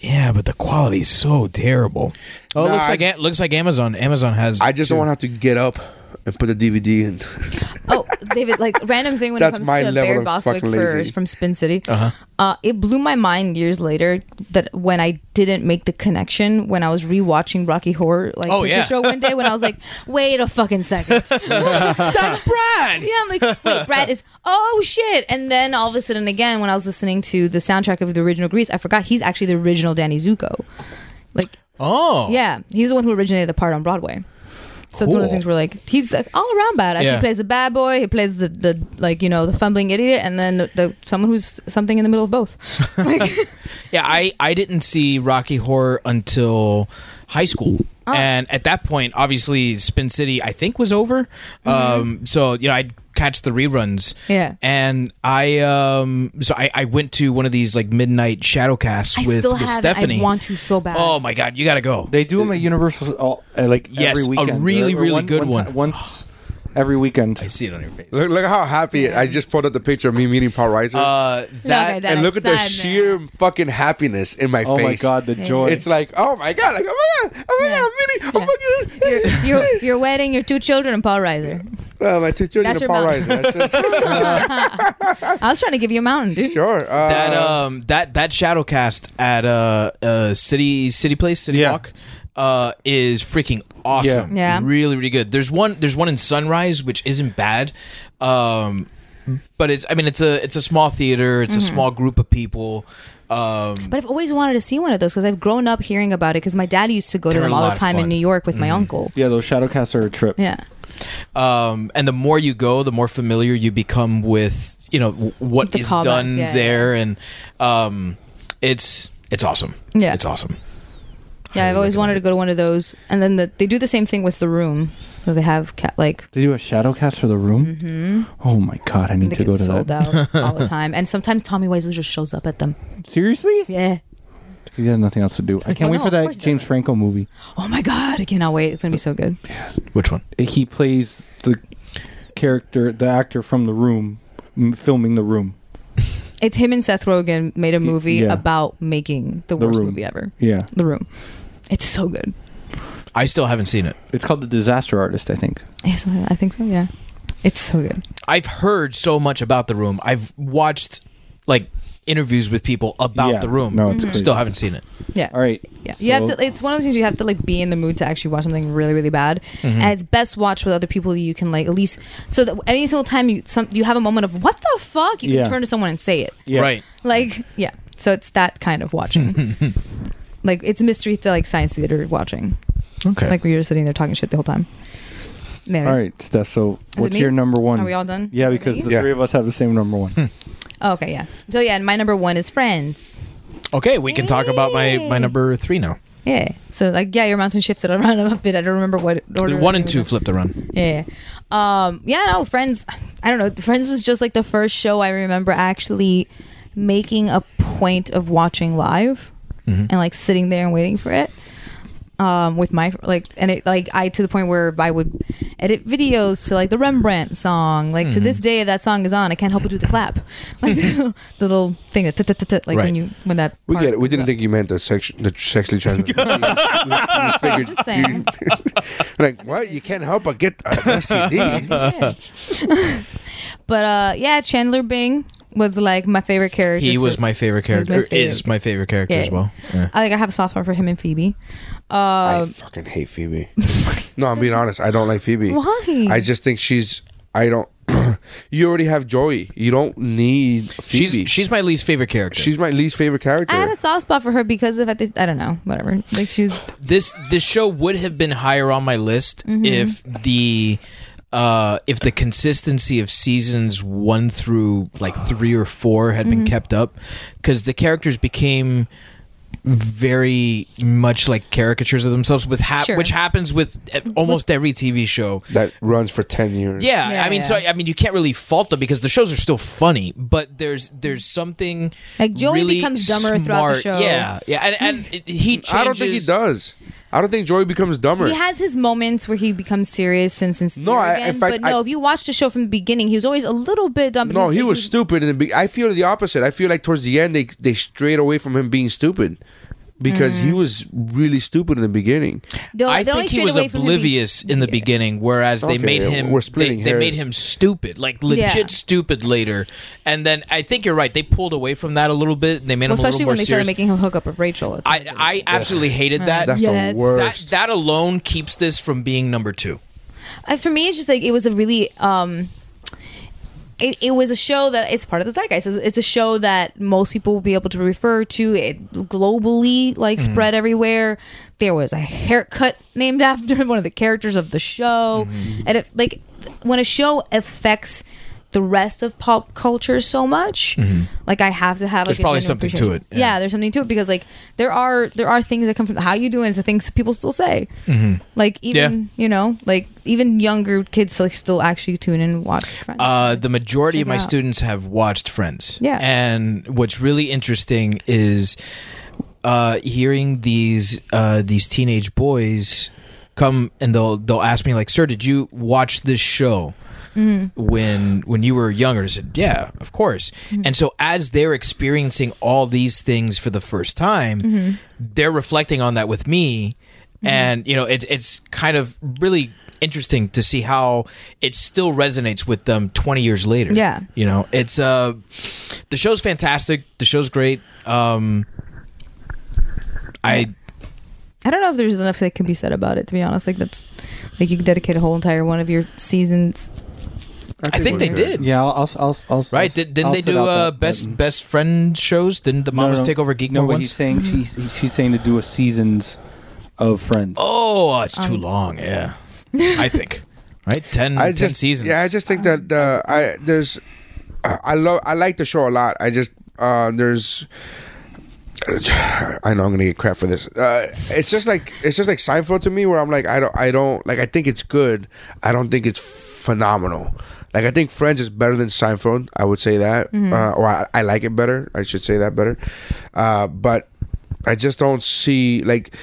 G: Yeah, but the quality's so terrible. Oh, it
H: Nah,
G: looks like
H: I-
G: it looks like Amazon. Amazon has
H: I just don't want to have to get up and put the DVD in.
I: oh, David, like random thing when
H: That's
I: it
H: my
I: comes to
H: level
I: Barry
H: of
I: Bostwick
H: fucking
I: for,
H: lazy.
I: from Spin City. Uh-huh. it blew my mind years later that when I didn't make the connection when I was rewatching Rocky Horror like
G: Oh,
I: picture
G: yeah.
I: show one day when I was like, wait a fucking second, that's Brad. Yeah, I'm like, wait, Brad is oh shit. And then all of a sudden again when I was listening to the soundtrack of the original Grease, I forgot he's actually the original Danny Zuko. Like
G: Oh.
I: yeah, he's the one who originated the part on Broadway. So it's one of
G: Cool.
I: those things where like he's like, all around badass.
G: Yeah.
I: He plays the bad boy, he plays the, the like you know the fumbling idiot, and then the, the someone who's something in the middle of both. Like,
G: Yeah, I, I didn't see Rocky Horror until high school.
I: Oh.
G: And at that point, obviously, Spin City, I think, was over. Um, so, you know, I'd catch the reruns.
I: Mm-hmm. Yeah.
G: And I, um, so I, I went to one of these like midnight shadowcasts
I: I
G: with,
I: still
G: with
I: haven't.
G: Stephanie.
I: I want to so bad.
G: Oh my God, you got to go.
J: They do them at Universal all, uh, like
G: Yes,
J: every
G: a
J: weekend.
G: really,
J: Or
G: really good
J: ti-
G: one.
J: once every weekend.
G: I see it on your face.
H: Look, look at how happy I just pulled up the picture of me meeting Paul Reiser.
G: Uh,
I: that-
G: that,
I: that-
H: and look at the
I: sad,
H: sheer fucking happiness in my
J: Oh
H: face.
J: my god, the joy!
H: It's like, oh my god, like, oh my god, oh my
I: Yeah.
H: god, I'm meeting, I'm
I: Yeah.
H: fucking.
I: your your wedding, your two children, and Paul Reiser.
H: Well, my two children
I: That's
H: are
I: your
H: Paul
I: mountain.
H: Reiser. That's just-
I: I was trying to give you a mountain, dude.
H: sure. Uh,
G: that um that that shadow cast at uh uh city city place city
K: Yeah.
G: walk uh is freaking awesome
I: Yeah. Yeah.
G: really really good there's one there's one in sunrise which isn't bad um but it's i mean it's a it's a small theater it's
I: Mm-hmm.
G: a small group of people um
I: But I've always wanted to see one of those because I've grown up hearing about it because my dad used to go to
G: They're
I: them
G: a
I: all
G: lot
I: the
G: of
I: time in
G: fun. Mm-hmm.
I: New York with my uncle.
K: Yeah, those Shadowcasts are a trip.
I: Yeah.
G: um, and the more you go, the more familiar you become with you know w- what
I: The
G: is
I: callbacks,
G: done
I: yeah,
G: there, and um, it's it's awesome.
I: Yeah.
G: it's awesome.
I: Yeah, I've always wanted to go to one of those. And then the, they do the same thing with the room. So they have cat like
J: They do a shadow cast for the room. Mm-hmm. Oh my god, I need
I: they
J: to
I: get
J: go to
I: sold
J: that.
I: out all the time. And sometimes Tommy Wiseau just shows up at them.
J: Seriously?
I: Yeah.
J: He has nothing else to do. I can't
I: Well,
J: wait
I: no,
J: for
I: of course
J: that
I: he
J: James
I: doesn't.
J: Franco movie.
I: Oh my god, I cannot wait. It's gonna be so good.
G: Which one?
J: He plays
K: The character, the actor from the room, m- filming the room.
I: It's him and Seth Rogen made a movie
K: yeah.
I: about making the,
K: The
I: worst
K: Room.
I: movie ever.
K: Yeah.
I: The Room. It's so good.
G: I still haven't seen it.
J: it's called The Disaster Artist, I think.
I: Yeah, so- I think so, yeah. It's so good.
G: I've heard so much about the room. I've watched like interviews with people about
K: Yeah.
G: the room.
K: No, it's Mhm.
G: still haven't seen it.
I: Yeah.
J: All right.
I: Yeah, you have to. It's one of those things you have to like be in the mood to actually watch something really, really bad,
J: Mm-hmm.
I: and it's best watched with other people you can like at least. So that any single time you some you have a moment of what the fuck, you can
K: Yeah.
I: turn to someone and say it.
K: Yeah.
G: Right.
I: Like yeah, so it's that kind of watching. like it's mystery th- like science theater watching.
G: Okay.
I: Like where you're just sitting there talking shit the whole time. There.
K: All right, Steph. So,
I: it
K: what's
I: me?
K: your number one?
I: Are we all done?
K: yeah, because
I: Me?
K: the
H: Yeah.
K: three of us have the same number one.
I: Oh, okay, yeah. So yeah, and my number one is Friends.
G: okay, we can talk about my my number three now.
I: Yeah. So like yeah, your mountain shifted around a little bit. I don't remember what order.
G: One
I: it
G: and
I: was
G: two
I: in.
G: flipped a run.
I: Yeah. Um, yeah, no, Friends, I don't know. Friends was just like the first show I remember actually making a point of watching live
G: Mm-hmm.
I: and like sitting there and waiting for it. Um, with my like, and it like I to the point where I would edit videos to like the Rembrandt song. Like to
G: Mm-hmm.
I: this day, that song is on. I can't help but do the clap, like the little thing that tut, tut, tut, tut, like
G: Right.
I: when you when that.
H: we
I: part
H: get it. We
I: comes
H: didn't
I: up.
H: think you meant the, sex, the sexually transmitted. disease. We- we figured
I: Just saying.
H: you- like what? You can't help but get an STD.
I: Yeah.
G: Uh-huh.
I: but uh, yeah, Chandler Bing was like my favorite character.
G: He
I: for-
G: was my favorite
I: was my
G: character. or Is
I: favorite.
G: my favorite character
I: Yeah.
G: as well. Yeah.
I: I like I have a soft spot for him and Phoebe.
H: I
I: Um,
H: fucking hate Phoebe. no, I'm being honest. I don't like Phoebe.
I: Why?
H: I just think she's. I don't. you already have Joey. You don't need
G: She's
H: Phoebe. She's,
G: she's my least favorite character.
H: my least favorite character.
I: I had a soft spot for her because of at the, I don't know whatever like she's
G: this this show would have been higher on my list
I: Mm-hmm.
G: if the uh, if the consistency of seasons one through like three or four had
I: Mm-hmm.
G: been kept up, because the characters became very much like caricatures of themselves, with hap-
I: Sure.
G: which happens with uh, almost every TV show.
H: that runs for ten years.
G: Yeah,
I: Yeah,
G: I mean, so
I: yeah.
G: I mean, you can't really fault them because the shows are still funny, but there's there's something
I: Like, Joey
G: really
I: becomes dumber throughout the
G: smart-
I: show.
G: Yeah, yeah, and, and it- he changes.
H: I don't think he does. I don't think Joey becomes dumber.
I: he has his moments where he becomes serious and sincere
H: No, I-
I: again,
H: in fact,
I: but no
H: I-
I: if you watch the show from the beginning he was always a little bit dumb but
H: no, he
I: like-
H: was stupid. And be- I feel the opposite. I feel like towards the end they they strayed away from him being stupid because he
G: Mm.
H: was really stupid in the beginning.
I: they-
G: I
I: they only
G: think he
I: strayed
G: was
I: away from him being-
G: oblivious in the
I: Yeah.
G: beginning, whereas they
H: Okay,
G: made him
H: we're splitting
G: they, they made
H: hairs.
G: him stupid, like legit
I: Yeah.
G: stupid later. And then I think you're right; they pulled away from that a little bit, and they made
I: well,
G: him a little
I: especially
G: more
I: when they
G: serious.
I: started making him hook up with Rachel It's
G: I
I: like-
G: I absolutely hated that.
H: That's
I: Yes.
H: the
G: that
H: worst.
G: that alone keeps this from being number two.
I: I, for me, it's just like it was a really. um it, it was a show that it's part of the zeitgeist. It's, it's a show that most people will be able to refer to. It globally like
G: Mm-hmm.
I: spread everywhere. There was a haircut named after one of the characters of the show,
G: Mm-hmm.
I: and it, like th- when a show affects the rest of pop culture so much, like I have to have.
G: Mm-hmm. There's
I: like, a genuine
G: probably something to
I: appreciation.
G: it,
I: Yeah.
G: yeah.
I: there's something to it because like there are there are things that come from how you doing. It's the things people still say. Like even
G: Mm-hmm. Yeah.
I: you know, like even younger kids like still actually tune in and watch. Friends.
G: Uh, the majority
I: Check
G: of my
I: it out.
G: students have watched Friends.
I: Yeah.
G: And what's really interesting is uh, hearing these uh, these teenage boys come and they'll they'll ask me like, "Sir, did you watch this show?" When when you were younger, I said, "Yeah, of course." And so, as they're experiencing all these things for the first time, they're reflecting on that with me, and you know, it's it's kind of really interesting to see how it still resonates with them 20 years later.
I: Yeah.
G: You know, it's uh the show's fantastic. The show's great. Um I
I: I don't know if there's enough that can be said about it. To be honest, like that's like you can dedicate a whole entire one of your seasons.
G: I think they did.
K: Yeah, I'll, I'll, I'll, I'll
G: Right? Did, didn't
K: I'll
G: they
K: sit
G: do
K: out that
G: uh,
K: Mm-hmm.
G: best best friend shows? Didn't the mamas take over Geek
K: No,
G: Nerd
K: what
G: once?
K: he's saying she's he- she's saying to do a seasons of Friends.
G: Oh, it's
K: Um.
G: too long. Yeah, I think. Right, 10, 10
H: just,
G: seasons.
H: Yeah, I just think that uh, I there's I love I like the show a lot. I just uh, there's I know I'm gonna get crap for this. Uh, it's just like it's just like Seinfeld to me, where I'm like I don't I don't like I think it's good. I don't think it's phenomenal. Like I think Friends is better than Seinfeld. I would say that, uh, or I, I like it better. I should say that better. Uh, but I just don't see like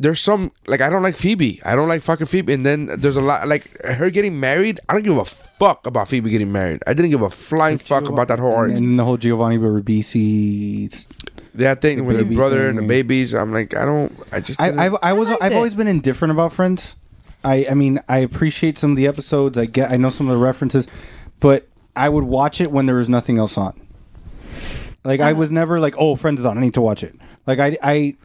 H: there's some like I don't like Phoebe. I don't like fucking Phoebe. And then there's a lot like her getting married. I don't give a fuck about Phoebe getting married. I didn't give a flying fuck about that whole
K: and,
H: argument.
K: and the whole Giovanni Ribisi.
H: That thing with her
K: baby
H: brother
K: thing,
H: and the
K: yeah.
H: babies. I'm like I don't. I just didn't-
K: I, I've, I was
I: liked
K: I've
I: it.
K: always been indifferent about Friends. I I mean I appreciate some of the episodes. I get I know some of the references, but I would watch it when there was nothing else on. Like I was never like, oh, Friends is on. I need to watch it. Like I I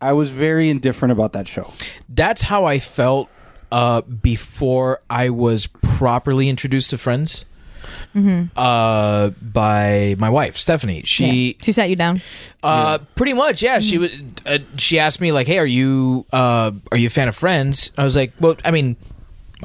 K: I was very indifferent about that show.
G: That's how I felt uh, before I was properly introduced to Friends
K: Mm-hmm.
G: uh, by my wife, Stephanie. She
I: Yeah. she sat you down.
G: Uh, pretty much, yeah. She was. Uh, she asked me like, "Hey, are you uh, are you a fan of Friends?" I was like, "Well, I mean,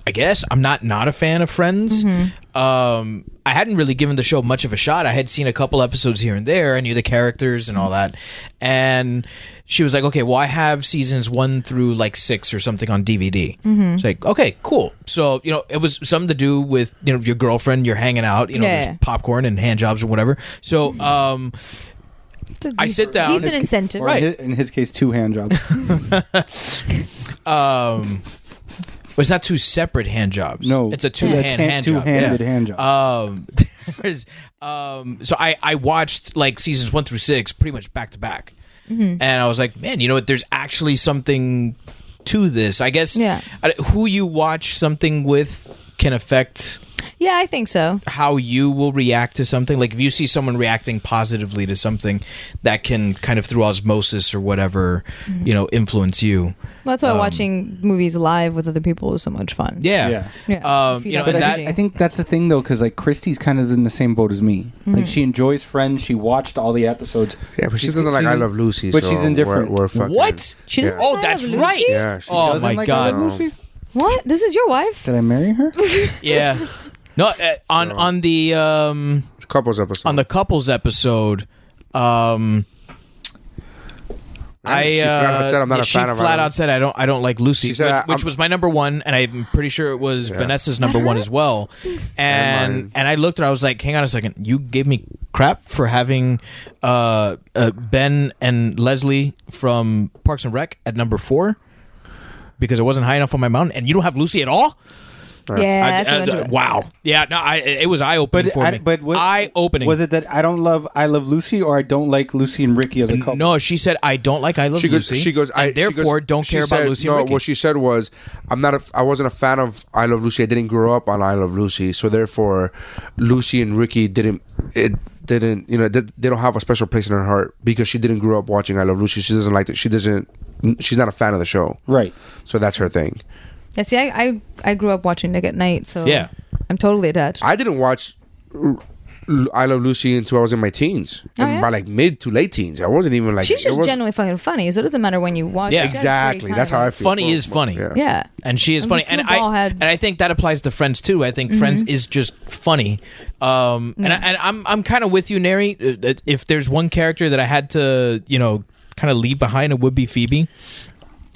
G: I guess I'm not not a fan of Friends.
I: Mm-hmm.
G: Um, I hadn't really given the show much of a shot. I had seen a couple episodes here and there. I knew the characters and all
I: Mm-hmm.
G: that." And she was like, "Okay, well, I have seasons one through like six or something on DVD."
I: Mm-hmm.
G: It's like, "Okay, cool." So you know, it was something to do with you know your girlfriend. You're hanging out, you know,
I: Yeah. Mm-hmm.
G: there's popcorn and hand jobs or whatever. So. um...
I: It's a
G: I
I: decent-
G: sit down.
I: Decent incentive,
K: Or
G: Right.
K: In his, in his case, two hand jobs.
G: Um, well, it's not two separate hand jobs.
K: No,
G: it's a two
K: Yeah,
G: hand
K: it's hand-
G: hand job.
K: two-handed hand job.
G: Um, there's, um, so I I watched like seasons one through six pretty much back to back,
I: Mm-hmm.
G: and I was like, man, you know what? There's actually something to this. I guess.
I: Yeah.
G: I- who you watch something with can affect
I: Yeah, I think so.
G: how you will react to something. Like if you see someone reacting positively to something, that can kind of through osmosis or whatever,
I: Mm-hmm.
G: you know, influence you.
I: Well, that's why watching movies live with other people is so much fun.
G: Um, Yeah.
K: Yeah.
I: Yeah,
G: Um,
I: if you
G: you know,
I: don't
G: and
I: like
G: that,
I: it.
K: I think that's the thing though, because like Christy's kind of in the same boat as me. Like she enjoys Friends. She watched all the episodes.
H: Yeah, but
K: She's-
H: she doesn't like
K: she's
H: I
K: in-
H: Love Lucy.
K: But
H: so
K: she's indifferent.
H: We're, we're fucking,
G: What?
I: She doesn't
H: Yeah.
I: like
G: Oh, that's
I: Lucy?
G: right.
H: Yeah, she
G: oh
K: doesn't
G: my
K: like I
G: god.
K: Love Lucy?
I: What? This is your wife?
K: Did I marry her?
G: Yeah. No, uh, on on the um
H: Couples episode.
G: on the couples episode, um
H: Yeah, she flat
G: I
H: out
G: uh,
H: said, "I'm not
G: yeah,
H: a
G: she
H: fan of
G: flat
H: her."
G: out said I don't I don't like Lucy,
H: She said,
G: which,
H: "I-
G: which
H: I'm-
G: was my number one, and I'm pretty sure it was Vanessa's number one as well.
H: And
G: And
H: mine.
G: and I looked at her, I was like, hang on a second, you gave me crap for having uh, uh Ben and Leslie from Parks and Rec at number four because it wasn't high enough on my mountain, and you don't have Lucy at all.
I: Yeah.
G: I-
I: that's a
G: uh,
I: bunch
G: uh,
I: of-
G: wow. Yeah. No. I. It was eye opening
K: But
G: for
K: I,
G: me.
K: but what,
G: eye opening.
K: Was it that I don't love I love Lucy or I don't like Lucy and Ricky as a couple?
G: No. She said, "I don't like I love
H: she goes.
G: Lucy."
H: She goes.
G: and
H: I she goes-
G: therefore don't
H: she
G: care about
H: said-
G: Lucy.
H: No,
G: and Ricky.
H: what she said was, "I'm not. A, I wasn't a fan of I Love Lucy. I didn't grow up on I Love Lucy. So therefore, Lucy and Ricky didn't. It didn't. You know, they, they don't have a special place in her heart because she didn't grow up watching I Love Lucy. She doesn't like it. She doesn't. She's not a fan of the show.
K: Right.
H: So that's her thing.
I: Yeah, see, I, I I grew up watching Nick at Night, so
G: Yeah.
I: I'm totally attached.
H: I didn't watch L- I Love Lucy until I was in my teens,
I: Oh,
H: And
I: yeah?
H: by like mid to late teens. I wasn't even like.
I: She's
H: it
I: just
H: wasn't-
I: genuinely fucking funny, so it doesn't matter when you watch.
G: Yeah,
I: it.
H: Exactly. That's how I feel.
G: Funny is funny.
H: Yeah.
I: Yeah.
G: and she is
I: And
G: funny,
I: Lucille
G: and I
I: Ball had- Mm-hmm.
G: and I think that applies to Friends too. I think Friends is just funny, um, and I, and I'm I'm kind of with you, Neri. Uh, that If there's one character that I had to you know kind of leave behind, it would be Phoebe,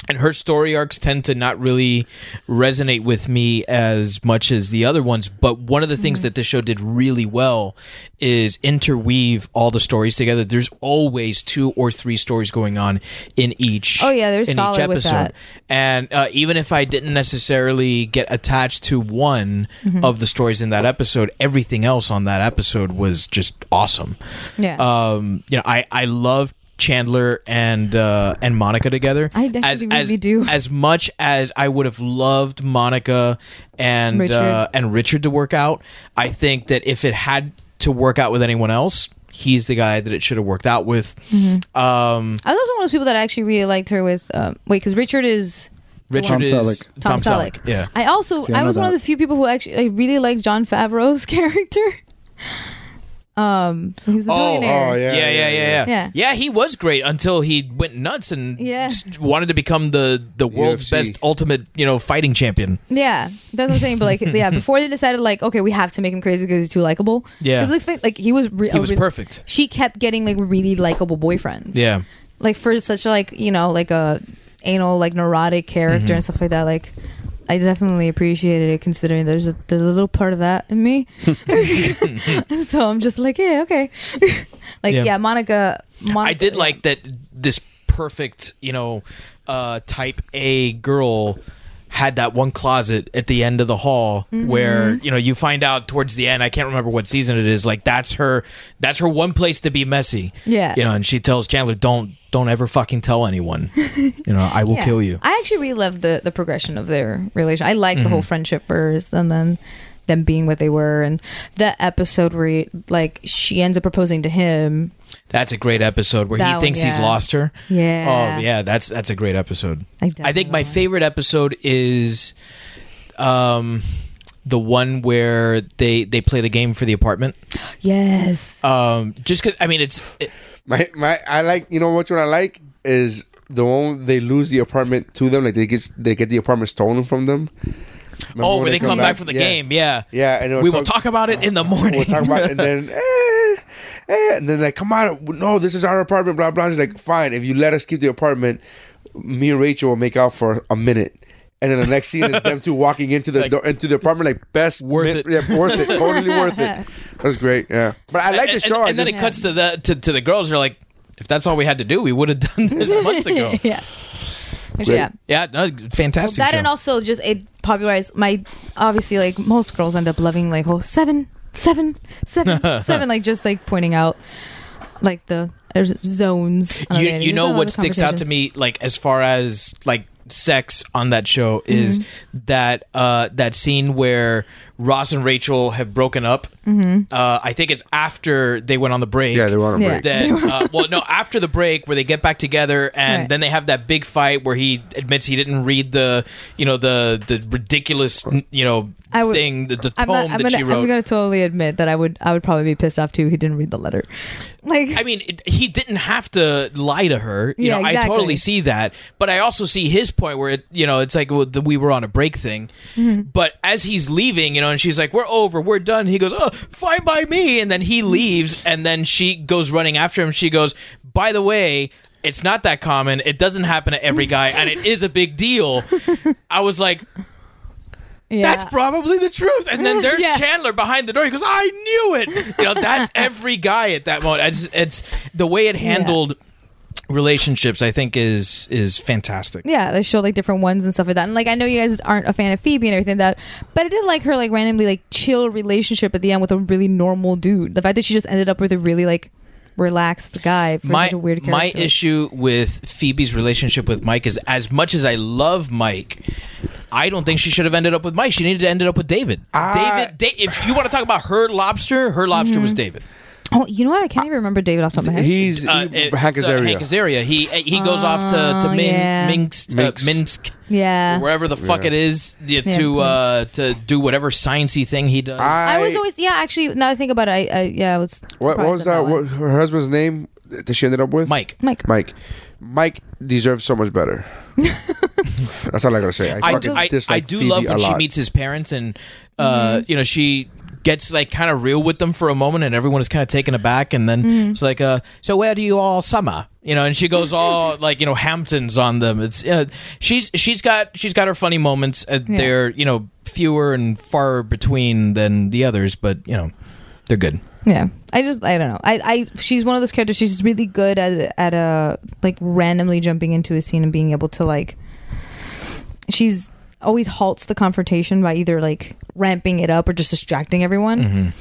G: and her story arcs tend to not really resonate with me as much as the other ones. But one of the things
I: Mm-hmm.
G: that this show did really well is interweave all the stories together. There's always two or three stories going on in each.
I: Oh, yeah, they're
G: in each
I: solid
G: episode
I: with that.
G: and uh, even if I didn't necessarily get attached to one
I: Mm-hmm.
G: of the stories in that episode, everything else on that episode was just awesome.
I: Yeah.
G: Um, you know, I I love Chandler and uh, and Monica together.
I: I actually
G: as,
I: really
G: as,
I: do.
G: As much as I would have loved Monica and
I: Richard.
G: Uh, and Richard to work out, I think that if it had to work out with anyone else, he's the guy that it should have worked out with.
I: Mm-hmm.
G: Um,
I: I was also one of those people that I actually really liked her with. Um, wait, because Richard is
G: Richard
I: Tom
G: is
I: Selleck. Tom
G: Tom, Selleck.
I: Selleck.
G: Yeah.
I: I also
G: See, I
I: I
G: know
I: was one of
G: that.
I: the few people who actually I really liked John Favreau's character. Um, he was the billionaire.
G: Oh, yeah, yeah, yeah, yeah,
I: Yeah.
G: he was great until he went nuts and
I: Yeah.
G: s- wanted to become the the world's best ultimate, you know, fighting champion.
I: Yeah, that's what I'm saying. But like, yeah, before they decided, like, okay, we have to make him crazy because he's too likable.
G: Yeah.
I: 'Cause it looks like, like he was. Re-
G: He
I: a
G: was
I: re-
G: perfect.
I: She kept getting like really likable boyfriends.
G: Yeah.
I: like for such a like you know like a anal like neurotic character
G: Mhm.
I: and stuff like that. Like, I definitely appreciated it considering there's a there's a little part of that in me. so I'm just like, yeah, okay. like,
G: Yeah.
I: yeah, Monica. Monica
G: I did like that this perfect, you know, uh, type A girl had that one closet at the end of the hall
I: Mm-hmm.
G: where you know you find out towards the end i can't remember what season it is like that's her that's her one place to be messy
I: Yeah.
G: you know and she tells chandler don't don't ever fucking tell anyone you know i will
I: Yeah.
G: kill you
I: I actually really loved the, the progression of their relation. I like the
G: Mhm.
I: whole friendship first and then them being what they were and that episode where he- like she ends up proposing to him.
G: That's a great episode where
I: That
G: he
I: one,
G: thinks he's
I: yeah.
G: lost her.
I: Yeah.
G: Oh yeah, that's that's a great episode.
I: I,
G: think my favorite episode is um the one where they they play the game for the apartment.
I: Yes.
G: Um just cuz I mean it's it,
H: My my I like you know which one I like is the one they lose the apartment to them like they get they get the apartment stolen from them. Remember
G: Oh,
H: when
G: where they come back from the game, yeah.
H: Yeah, and it was
G: we
H: so-
G: will talk about it in the morning.
H: We'll talk about it, and then eh, eh, and then like come on, no, this is our apartment, blah blah. She's like, fine, if you let us keep the apartment, me and Rachel will make out for a minute. And then the next scene is them two walking into the door, into the apartment, like best worth it, yeah, worth it, totally worth it. That was great, yeah. But I like
G: and,
H: the show.
G: And,
H: I
G: and then
H: just-
G: it cuts to the to, to the girls are like if that's all we had to do, we would have done this months ago.
I: yeah. Which, yeah.
G: Yeah, no, fantastic.
I: That
G: show.
I: and also just it popularized my obviously like most girls end up loving like oh seven, seven, seven, seven, like just like pointing out like the there's zones. I don't
G: you,
I: I
G: you
I: just
G: know
I: love
G: what
I: the
G: sticks out to
I: conversations.
G: me like as far as like sex on that show is
I: Mhm.
G: that uh that scene where ross and rachel have broken up
I: Mm-hmm.
L: Mhm.
G: uh i think it's after they went on the break yeah they were
L: on a Yeah. break.
G: that,
L: They were-
G: uh, well no after the break where they get back together and
L: Right.
G: then they have that big fight where he admits he didn't read the you know the the ridiculous you know
I: I would-
G: thing the, the
I: I'm,
G: poem
I: not, I'm
G: that
I: gonna
G: she wrote
I: I'm gonna totally admit that I would I would probably be pissed off too. if He didn't read the letter. Like,
G: I mean, it, he didn't have to lie to her. You
I: Yeah,
G: know, I
I: exactly.
G: totally see that, but I also see his point where it, you know, it's like well, the, we were on a break thing.
I: Mm-hmm.
G: But as he's leaving, you know, and she's like, "We're over, we're done." He goes, "Oh, fine by me," and then he leaves, and then she goes running after him. She goes, "By the way." It's not that common. It doesn't happen to every guy, and it is a big deal. I was like, that's probably the truth. And then there's
L: Yeah.
G: Chandler behind the door. He goes, "I knew it." You know, that's every guy at that moment. It's, it's the way it handled relationships. I think is is fantastic.
I: yeah, they showed like different ones and stuff like that. And like I know you guys aren't a fan of Phoebe and everything that, but I did like her like randomly like chill relationship at the end with a really normal dude. The fact that she just ended up with a really like relaxed guy for
G: my
I: such a weird character.
G: my issue with Phoebe's relationship with Mike is as much as I love Mike, I don't think she should have ended up with Mike. She needed to end it up with David.
H: Uh,
G: David, da- if you want to talk about her lobster, her lobster was
I: Mhm.
G: David.
I: Oh, you know what? I can't even remember David off the top of my head.
H: He's
G: uh,
H: he-
G: uh,
H: Hank
G: so
H: Azaria.
G: Hank Azaria. He uh, he goes off to to
I: Oh,
G: Min,
I: yeah.
G: Minsk, uh,
H: Minsk.
G: Minsk,
I: Yeah.
G: or wherever the fuck
H: Yeah.
G: it is, yeah,
I: Yeah,
G: to uh, to do whatever sciencey thing he does.
I: I, was always yeah. Actually, now that I think about it, I, I yeah, I was
H: What, what was that? what, her husband's name that she ended up with?
G: Mike.
I: Mike.
H: Mike. Mike deserves so much better. That's all I gotta say. I,
G: I,
H: fucking
G: do- I,
H: dislike
G: I do
H: Phoebe
G: love
H: a
G: when she
H: lot.
G: meets his parents and uh,
I: Mm-hmm.
G: you know she gets like kind of real with them for a moment and everyone is kind of taken aback and then
I: Mm-hmm.
L: Mhm.
G: it's like uh, so where do you all summer you know and she goes all like you know Hamptons on them it's uh, she's she's got she's got her funny moments uh,
L: Yeah.
G: they're you know fewer and far between than the others but you know they're good
I: Yeah, I just I don't know. I I she's one of those characters. She's really good at at uh like randomly jumping into a scene and being able to like. She's
G: Mm-hmm.
I: always halts the confrontation by either like ramping it up or just distracting everyone.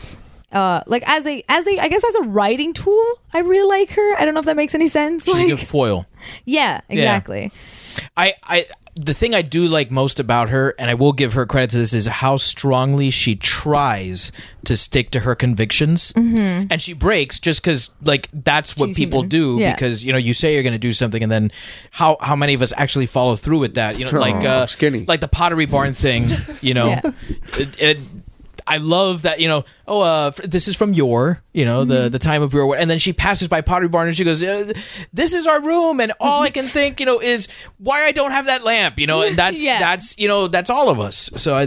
I: uh, like as a as a I guess as a writing tool, I really like her. I don't know if that makes any sense.
G: She's
I: Like,
G: a good foil.
I: yeah,
G: Yeah.
I: exactly.
G: I, I the thing I do like most about her, and I will give her credit to this, is how strongly she tries to stick to her convictions, mm-hmm. and she breaks just because like that's what
I: She's
G: people
I: human.
G: do
I: Yeah.
G: because you know you say you're going to do something, and then how how many of us actually follow through with that? You know,
H: Oh,
G: like uh,
H: skinny.
G: like the Pottery Barn thing. You know,
I: Yeah.
G: it, it, I love that you know. Oh, uh, f- this is from your you know
I: Mm-hmm.
G: the the time of your and then she passes by Pottery Barn and she goes, uh, "This is our room," and all I can think you know is why I don't have that lamp. You know, and that's
I: Yeah.
G: that's you know that's all of us. So I,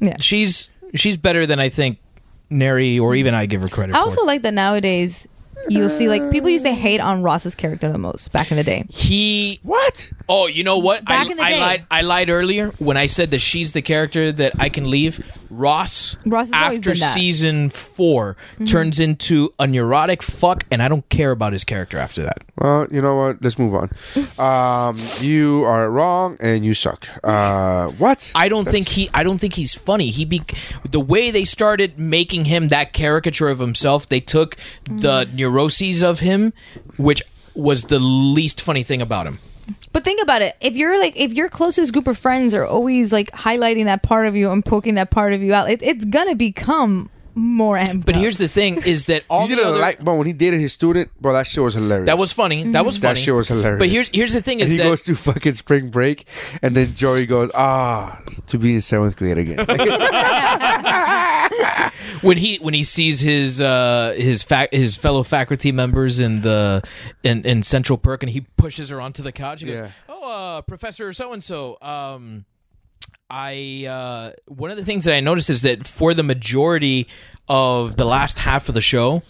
I: Yeah.
G: she's she's better than I think Neri or even I give her credit.
I: I
G: for.
I: also like that nowadays you'll see like people used to hate on Ross's character the most back in the day.
G: He what? Oh, you know what?
I: Back
G: I,
I: in the
G: I
I: day.
G: lied. I lied earlier when I said that she's the character that I can leave. Ross.
I: Ross has always
G: after
I: been that. Mm-hmm.
G: season 4 turns into a neurotic fuck, and I don't care about his character after that.
H: Well, you know what? Let's move on. Um, you are wrong and you suck. Uh, what?
G: I don't think he. I don't think he's funny. He be the way they started making him that caricature of himself. They took
I: Mm-hmm.
G: the neuroses of him, which was the least funny thing about him.
I: But think about it. If you're like if your closest group of friends are always like highlighting that part of you and poking that part of you out, it, it's gonna become more amped.
G: But
I: up.
G: here's the thing: is that all
H: You
G: the
H: did a
G: other,
H: like, but when he dated his student, bro, that shit was hilarious.
G: that was funny. That was funny.
H: That shit was hilarious.
G: But here's here's the thing:
H: And
G: is
H: he
G: that
H: goes to fucking spring break, and then Joey goes, ah, to be in seventh grade again.
G: when he when he sees his uh his fac his fellow faculty members in the in in Central Perk and he pushes her onto the couch. He goes,
H: Yeah.
G: "Oh, uh, Professor so and so, um, I uh, one of the things that I noticed is that for the majority of the last half of the show,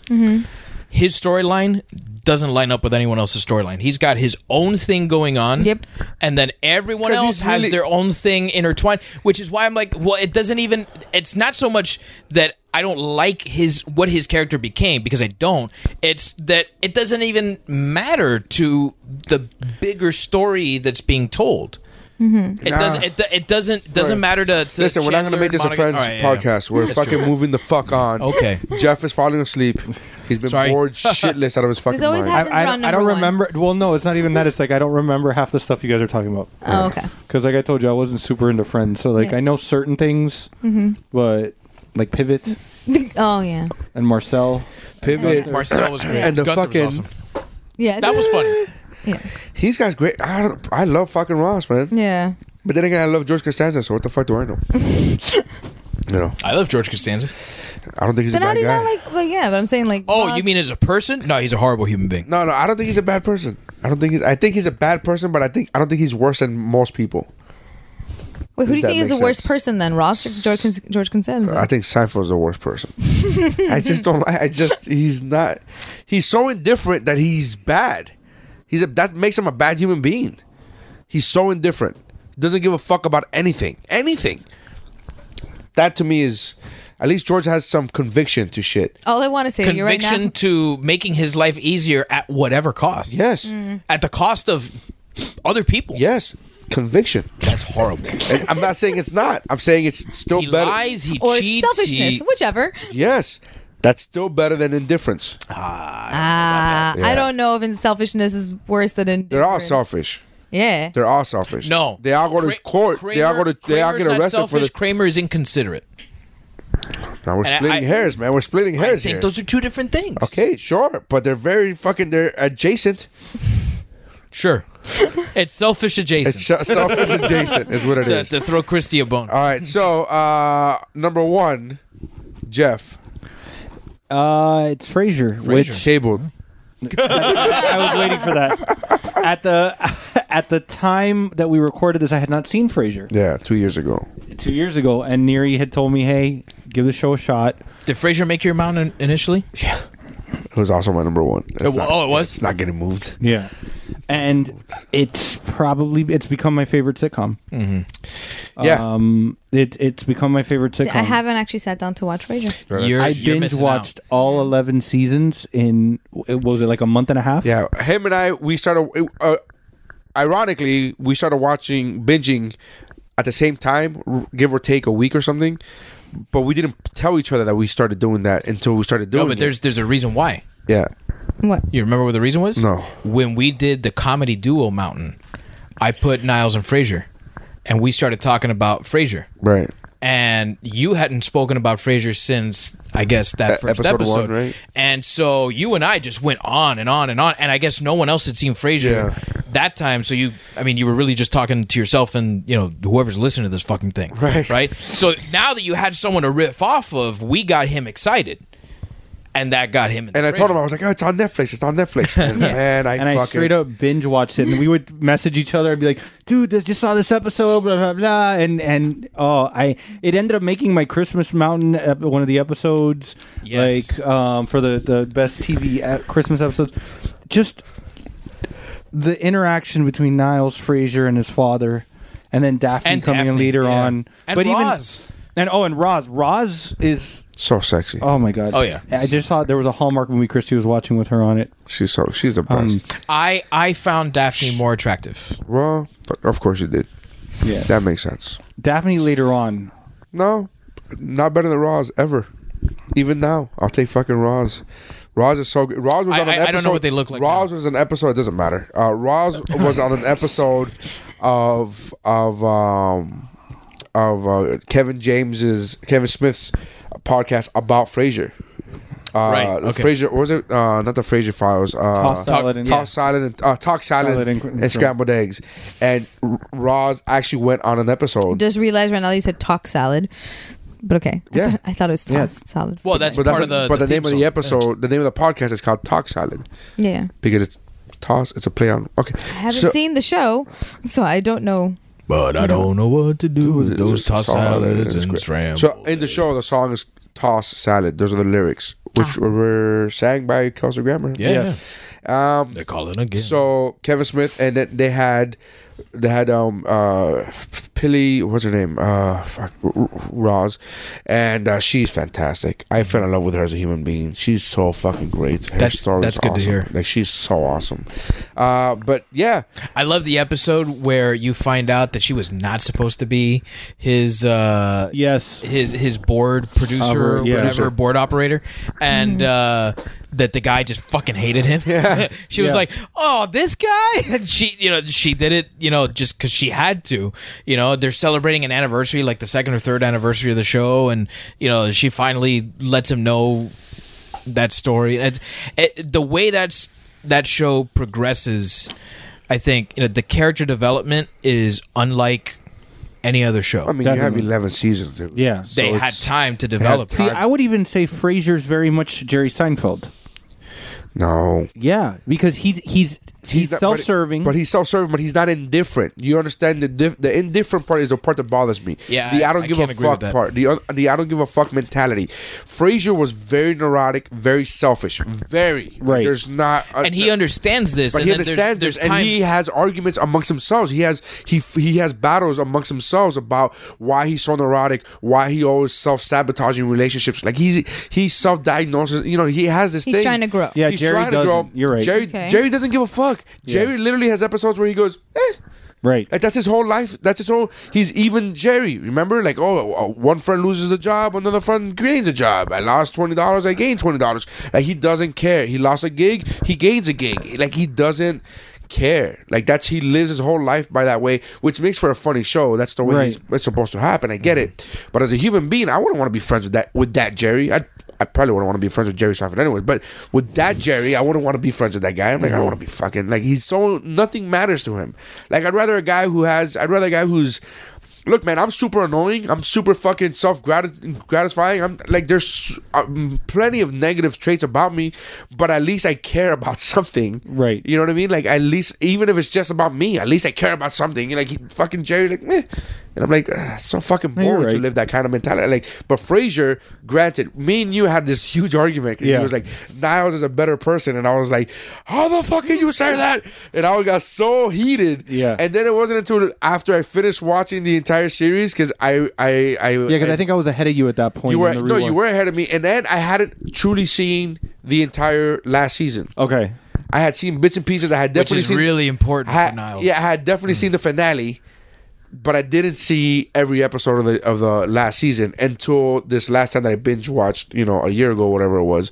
G: his storyline doesn't line up with anyone else's storyline. He's got his own thing going on.
I: Yep.
G: And then everyone
H: 'Cause
G: else
H: he's
G: has
H: really-
G: their own thing intertwined, which is why I'm like, well, it doesn't even it's not so much that I don't like his what his character became because I don't. It's that it doesn't even matter to the bigger story that's being told.
I: Mm-hmm.
G: It
H: Nah.
G: doesn't. It, do- it doesn't. Doesn't matter to. to
H: Listen, we're not gonna
G: Chandler
H: make this a
G: and Monica-
H: friends
G: All right, yeah, yeah.
H: podcast. We're fucking moving the fuck on.
G: Okay.
H: Jeff is falling asleep. He's been
G: Sorry.
H: bored shitless out of his fucking
I: always
H: mind.
I: happened.
K: I, I,
I: round
K: I don't
I: number one.
K: remember. Well, no, it's not even that. It's like I don't remember half the stuff you guys are talking about.
I: Oh, okay.
K: Because, like I told you, I wasn't super into Friends, so like
I: Yeah. Mm-hmm.
K: I know certain things, but like Pivot
I: Oh yeah.
K: and Marcel.
H: Pivot.
G: Marcel was great.
H: And the
G: Gunther
H: fucking-
G: was awesome.
I: Yeah.
G: That was funny.
H: He's got great. I, don't, I love fucking Ross, man.
I: Yeah.
H: But then again, I love George Costanza. So what the fuck do I know? you know,
G: I love George Costanza.
H: I don't think he's
I: Then
H: a
I: how
H: bad
I: do you
H: guy.
I: not like? But yeah, but I'm saying like.
G: Oh, you
I: Ross-
G: mean as a person? No, he's a horrible human being.
H: no, no, I don't think he's a bad person. I don't think he's. I think he's a bad person, but I think I don't think he's worse than most people.
I: Wait, who do you
H: that
I: think is the
H: makes
I: worst
H: sense.
I: person then, Ross or George Cons- George Costanza?
H: I think Seinfeld's the worst person. I just don't. like I just he's not. He's so indifferent that he's bad. He's a, that makes him a bad human being. He's so indifferent. Doesn't give a fuck about anything. Anything. That to me is. At least George has some conviction to shit.
I: All I want to say to you right
G: Conviction
I: now.
G: to making his life easier at whatever cost.
H: Yes.
G: At the cost of other people.
H: Yes. Conviction.
G: That's horrible.
H: And I'm not saying it's not. I'm saying it's still
G: he
H: better.
G: lies, he
I: Or
G: cheats.
I: selfishness,
G: he-
I: whichever.
H: Yes. That's still better than indifference.
I: Ah,
H: Yeah.
I: I don't know if in selfishness is worse than in.
H: They're all selfish.
I: Yeah.
H: They're all selfish.
G: no.
H: They all go to
G: Kra-
H: court. they all go to. They all
G: Kramer's
H: get
G: not
H: arrested
G: selfish.
H: for the.
G: Kramer is inconsiderate.
H: Now we're
G: And I-
H: splitting
G: I-
H: hairs, man. We're splitting
G: I
H: hairs
G: think
H: here.
G: those are two different things.
H: okay, sure, but they're very fucking. They're adjacent.
G: Sure. it's selfish adjacent.
H: It's sh- selfish adjacent is what it
G: to,
H: is.
G: to throw Christy a bone.
H: All right, so uh number one, Jeff
J: Uh, it's Frasier, which
H: tabled.
K: I was waiting for that. At the at the time that we recorded this, I had not seen Frasier
H: Yeah, two years ago.
K: two years ago, and Neri had told me, "Hey, give the show a shot."
G: Did Frasier make your amount in- initially?
H: It was also my number one. It's
G: Oh, oh, it was?
H: It's not getting moved.
K: Yeah, and it's probably it's become my favorite sitcom.
H: Yeah,
K: Um, it it's become my favorite
I: See,
K: sitcom.
I: I haven't actually sat down to watch Ranger.
G: You're,
K: I
G: you're
K: binge
G: missing
K: watched
G: out.
K: all eleven seasons in what was it like a month and a half?
H: yeah. Him and I, we started. Uh, ironically, we started watching binging at the same time, r- give or take a week or something. But we didn't tell each other that we started doing that until we started doing
G: No, but
H: it.
G: there's there's a reason why.
H: yeah.
I: What?
G: You remember what the reason was?
H: No.
G: When we did the comedy duo mountain, I put Niles and Frasier, and we started talking about Frasier.
H: Right.
G: And you hadn't spoken about Frasier since I guess
H: E-
G: that first
H: episode
G: episode,
H: one, right?
G: And so you and I just went on and on and on, and I guess no one else had seen Frasier that time. So you, I mean, you were really just talking to yourself and you know whoever's listening to this fucking thing, right? Right. So now that you had someone to riff off of, we got him excited, and that got him.
H: And I told him I was like, "Oh, it's on Netflix. It's on Netflix." And man, I
K: and
H: fucking
K: I straight up binge watched it, and we would message each other and be like, "Dude, this, just saw this episode, blah blah blah," and and oh, I it ended up making my Christmas Mountain ep- one of the episodes,
G: Yes.
K: like um, for the the best TV e- Christmas episodes, just the interaction between Niles Frazier and his father, and then Daphne
G: And
K: coming in
G: Daphne,
K: later
G: yeah.
K: on,
G: And Roz.
K: even and oh, and Roz, Roz is.
H: so sexy.
K: Oh my god!
G: Oh, yeah.
K: I just saw there was a Hallmark movie Christy was watching with her on it.
H: She's so she's the
K: Um,
H: best.
G: I I found Daphne more attractive.
H: Raw, but of course you did.
K: Yeah.
H: That makes sense.
K: Daphne later on
H: No, not better than Raw's ever. Even now, I'll take fucking Raw's. Raw's is so good. Raw's was
G: I-
H: on an
G: I- I
H: episode.
G: don't know what they look like
H: Raw's was an episode. It doesn't matter. Uh, Raw's was on an episode of of um of uh, Kevin James's Kevin Smith's podcast about Frasier. Uh,
G: Right,
H: the
G: okay.
H: Frasier was it? Uh, not the Frasier Files. Uh,
K: Toss salad and-
H: toss salad and uh, talk salad,
K: Salad and-
H: and, scrambled eggs. And R- Raw's actually went on an episode.
I: Just realized right now you said talk salad, but okay. I
H: Yeah.
I: thought- I thought it was tossed
K: Yeah.
I: salad.
G: Well, that's
H: but
G: part
H: that's
G: of the.
H: but the, name
G: theme
H: of the
G: song.
H: episode, the name of the podcast is called Talk Salad
I: yeah.
H: because it's toss. It's a play on. Okay,
I: I haven't
H: So-
I: seen the show, so I don't know.
G: But I don't know what to do with those toss salads
H: It's
G: and
H: great.
G: scrambled.
H: So in the show, the song is Toss Salad. Those are the lyrics which
I: Oh.
H: were sang by Kelsey Grammer.
G: yeah,
K: Yes.
H: Um.
G: they're calling again.
H: So Kevin Smith, and then they had they had um uh Pilly, what's her name? Uh, fuck, R- R- Roz, and uh, she's fantastic. I fell in love with her as a human being. She's so fucking great. Her
G: Mm-hmm. That's-
H: story's
G: that's good to
H: awesome.
G: hear.
H: Like she's so awesome. Uh, but yeah,
G: I love the episode where you find out that she was not supposed to be his uh
K: Yes.
G: his his board producer
K: Oper- yeah.
G: or whatever board operator and uh that the guy just fucking hated him. Yeah. she was
K: Yeah.
G: like, "Oh, this guy." And she, you know, she did it, you know, just cuz she had to. You know, they're celebrating an anniversary like the second or third anniversary of the show and you know, she finally lets him know that story. It's, it, the way that's that show progresses, I think you know the character development is unlike any other show.
H: I mean you have
K: Definitely.
H: eleven seasons. Dude.
K: Yeah.
G: they
H: so
G: had
H: it's-
G: time to develop.
K: See,
G: it.
K: I would even say Frasier's very much Jerry Seinfeld.
H: No.
K: Yeah, because he's he's he's,
H: not- but-
K: self-serving.
H: but, he's self-serving. But he's not indifferent. You understand the diff- the indifferent part is the part that bothers me.
G: Yeah,
H: the
G: I-
H: I don't
G: I
H: give a
G: can't agree
H: fuck
G: with that.
H: part. The un- the I don't give a fuck mentality. Frasier was very neurotic, very selfish, very
K: Right.
H: There's not, a,
G: and he understands this.
H: But
G: and
H: he
G: then
H: understands
G: there's,
H: this,
G: there's times,
H: and he has arguments amongst themselves. He has he he has battles amongst themselves about why he's so neurotic, why he always self sabotaging relationships. Like he's he self diagnoses. You know, he has this
I: He's
H: thing.
I: trying to grow.
K: Yeah, Jerry doesn't. You're right.
H: Jerry
I: Okay.
H: Jerry doesn't give a fuck. Jerry literally has episodes where he goes, eh.
K: right.
H: Like that's his whole life. That's his whole. He's even Jerry. Remember, like oh, uh, one friend loses a job, another friend gains a job. I lost twenty dollars. I gained twenty dollars. Like he doesn't care. He lost a gig. He gains a gig. Like he doesn't care. Like that's he lives his whole life by that way, which makes for a funny show. That's the way
K: Right.
H: he's, it's supposed to happen. I get it. But as a human being, I wouldn't want to be friends with that with that Jerry. I I probably wouldn't want to be friends with Jerry Seinfeld anyway. But with that Jerry, I wouldn't want to be friends with that guy. I'm like, I
K: Mm-hmm.
H: don't want to be fucking like he's so nothing matters to him. Like I'd rather a guy who has I'd rather a guy who's Look, man, I'm super annoying. I'm super fucking self gratifying. I'm like, there's um, plenty of negative traits about me, but at least I care about something.
K: Right.
H: You know what I mean? Like, at least, even if it's just about me, at least I care about something. And like, he, fucking Jerry's like, meh. And I'm like, "Ugh, it's so fucking
K: No, you're
H: boring to
K: right.
H: live that kind of mentality. Like, but Frasier, granted, me and you had this huge argument because
K: Yeah.
H: he was like, Niles is a better person. And I was like, how the fuck can you say that? And I got so heated.
K: Yeah.
H: And then it wasn't until after I finished watching the entire series because I, I, I,
K: Yeah, because I think I was ahead of you at that point.
H: you were,
K: in the
H: no, you
K: rewatch.
H: were ahead of me. And then I hadn't truly seen the entire last season.
K: Okay.
H: I had seen bits and pieces. I had
G: which
H: definitely
G: is
H: seen
G: really important
H: I had-
G: for Niles.
K: Hmm.
H: Yeah, I had definitely seen the finale, but I didn't see every episode of the of the last season until this last time that I binge watched, you know, a year ago, whatever it was,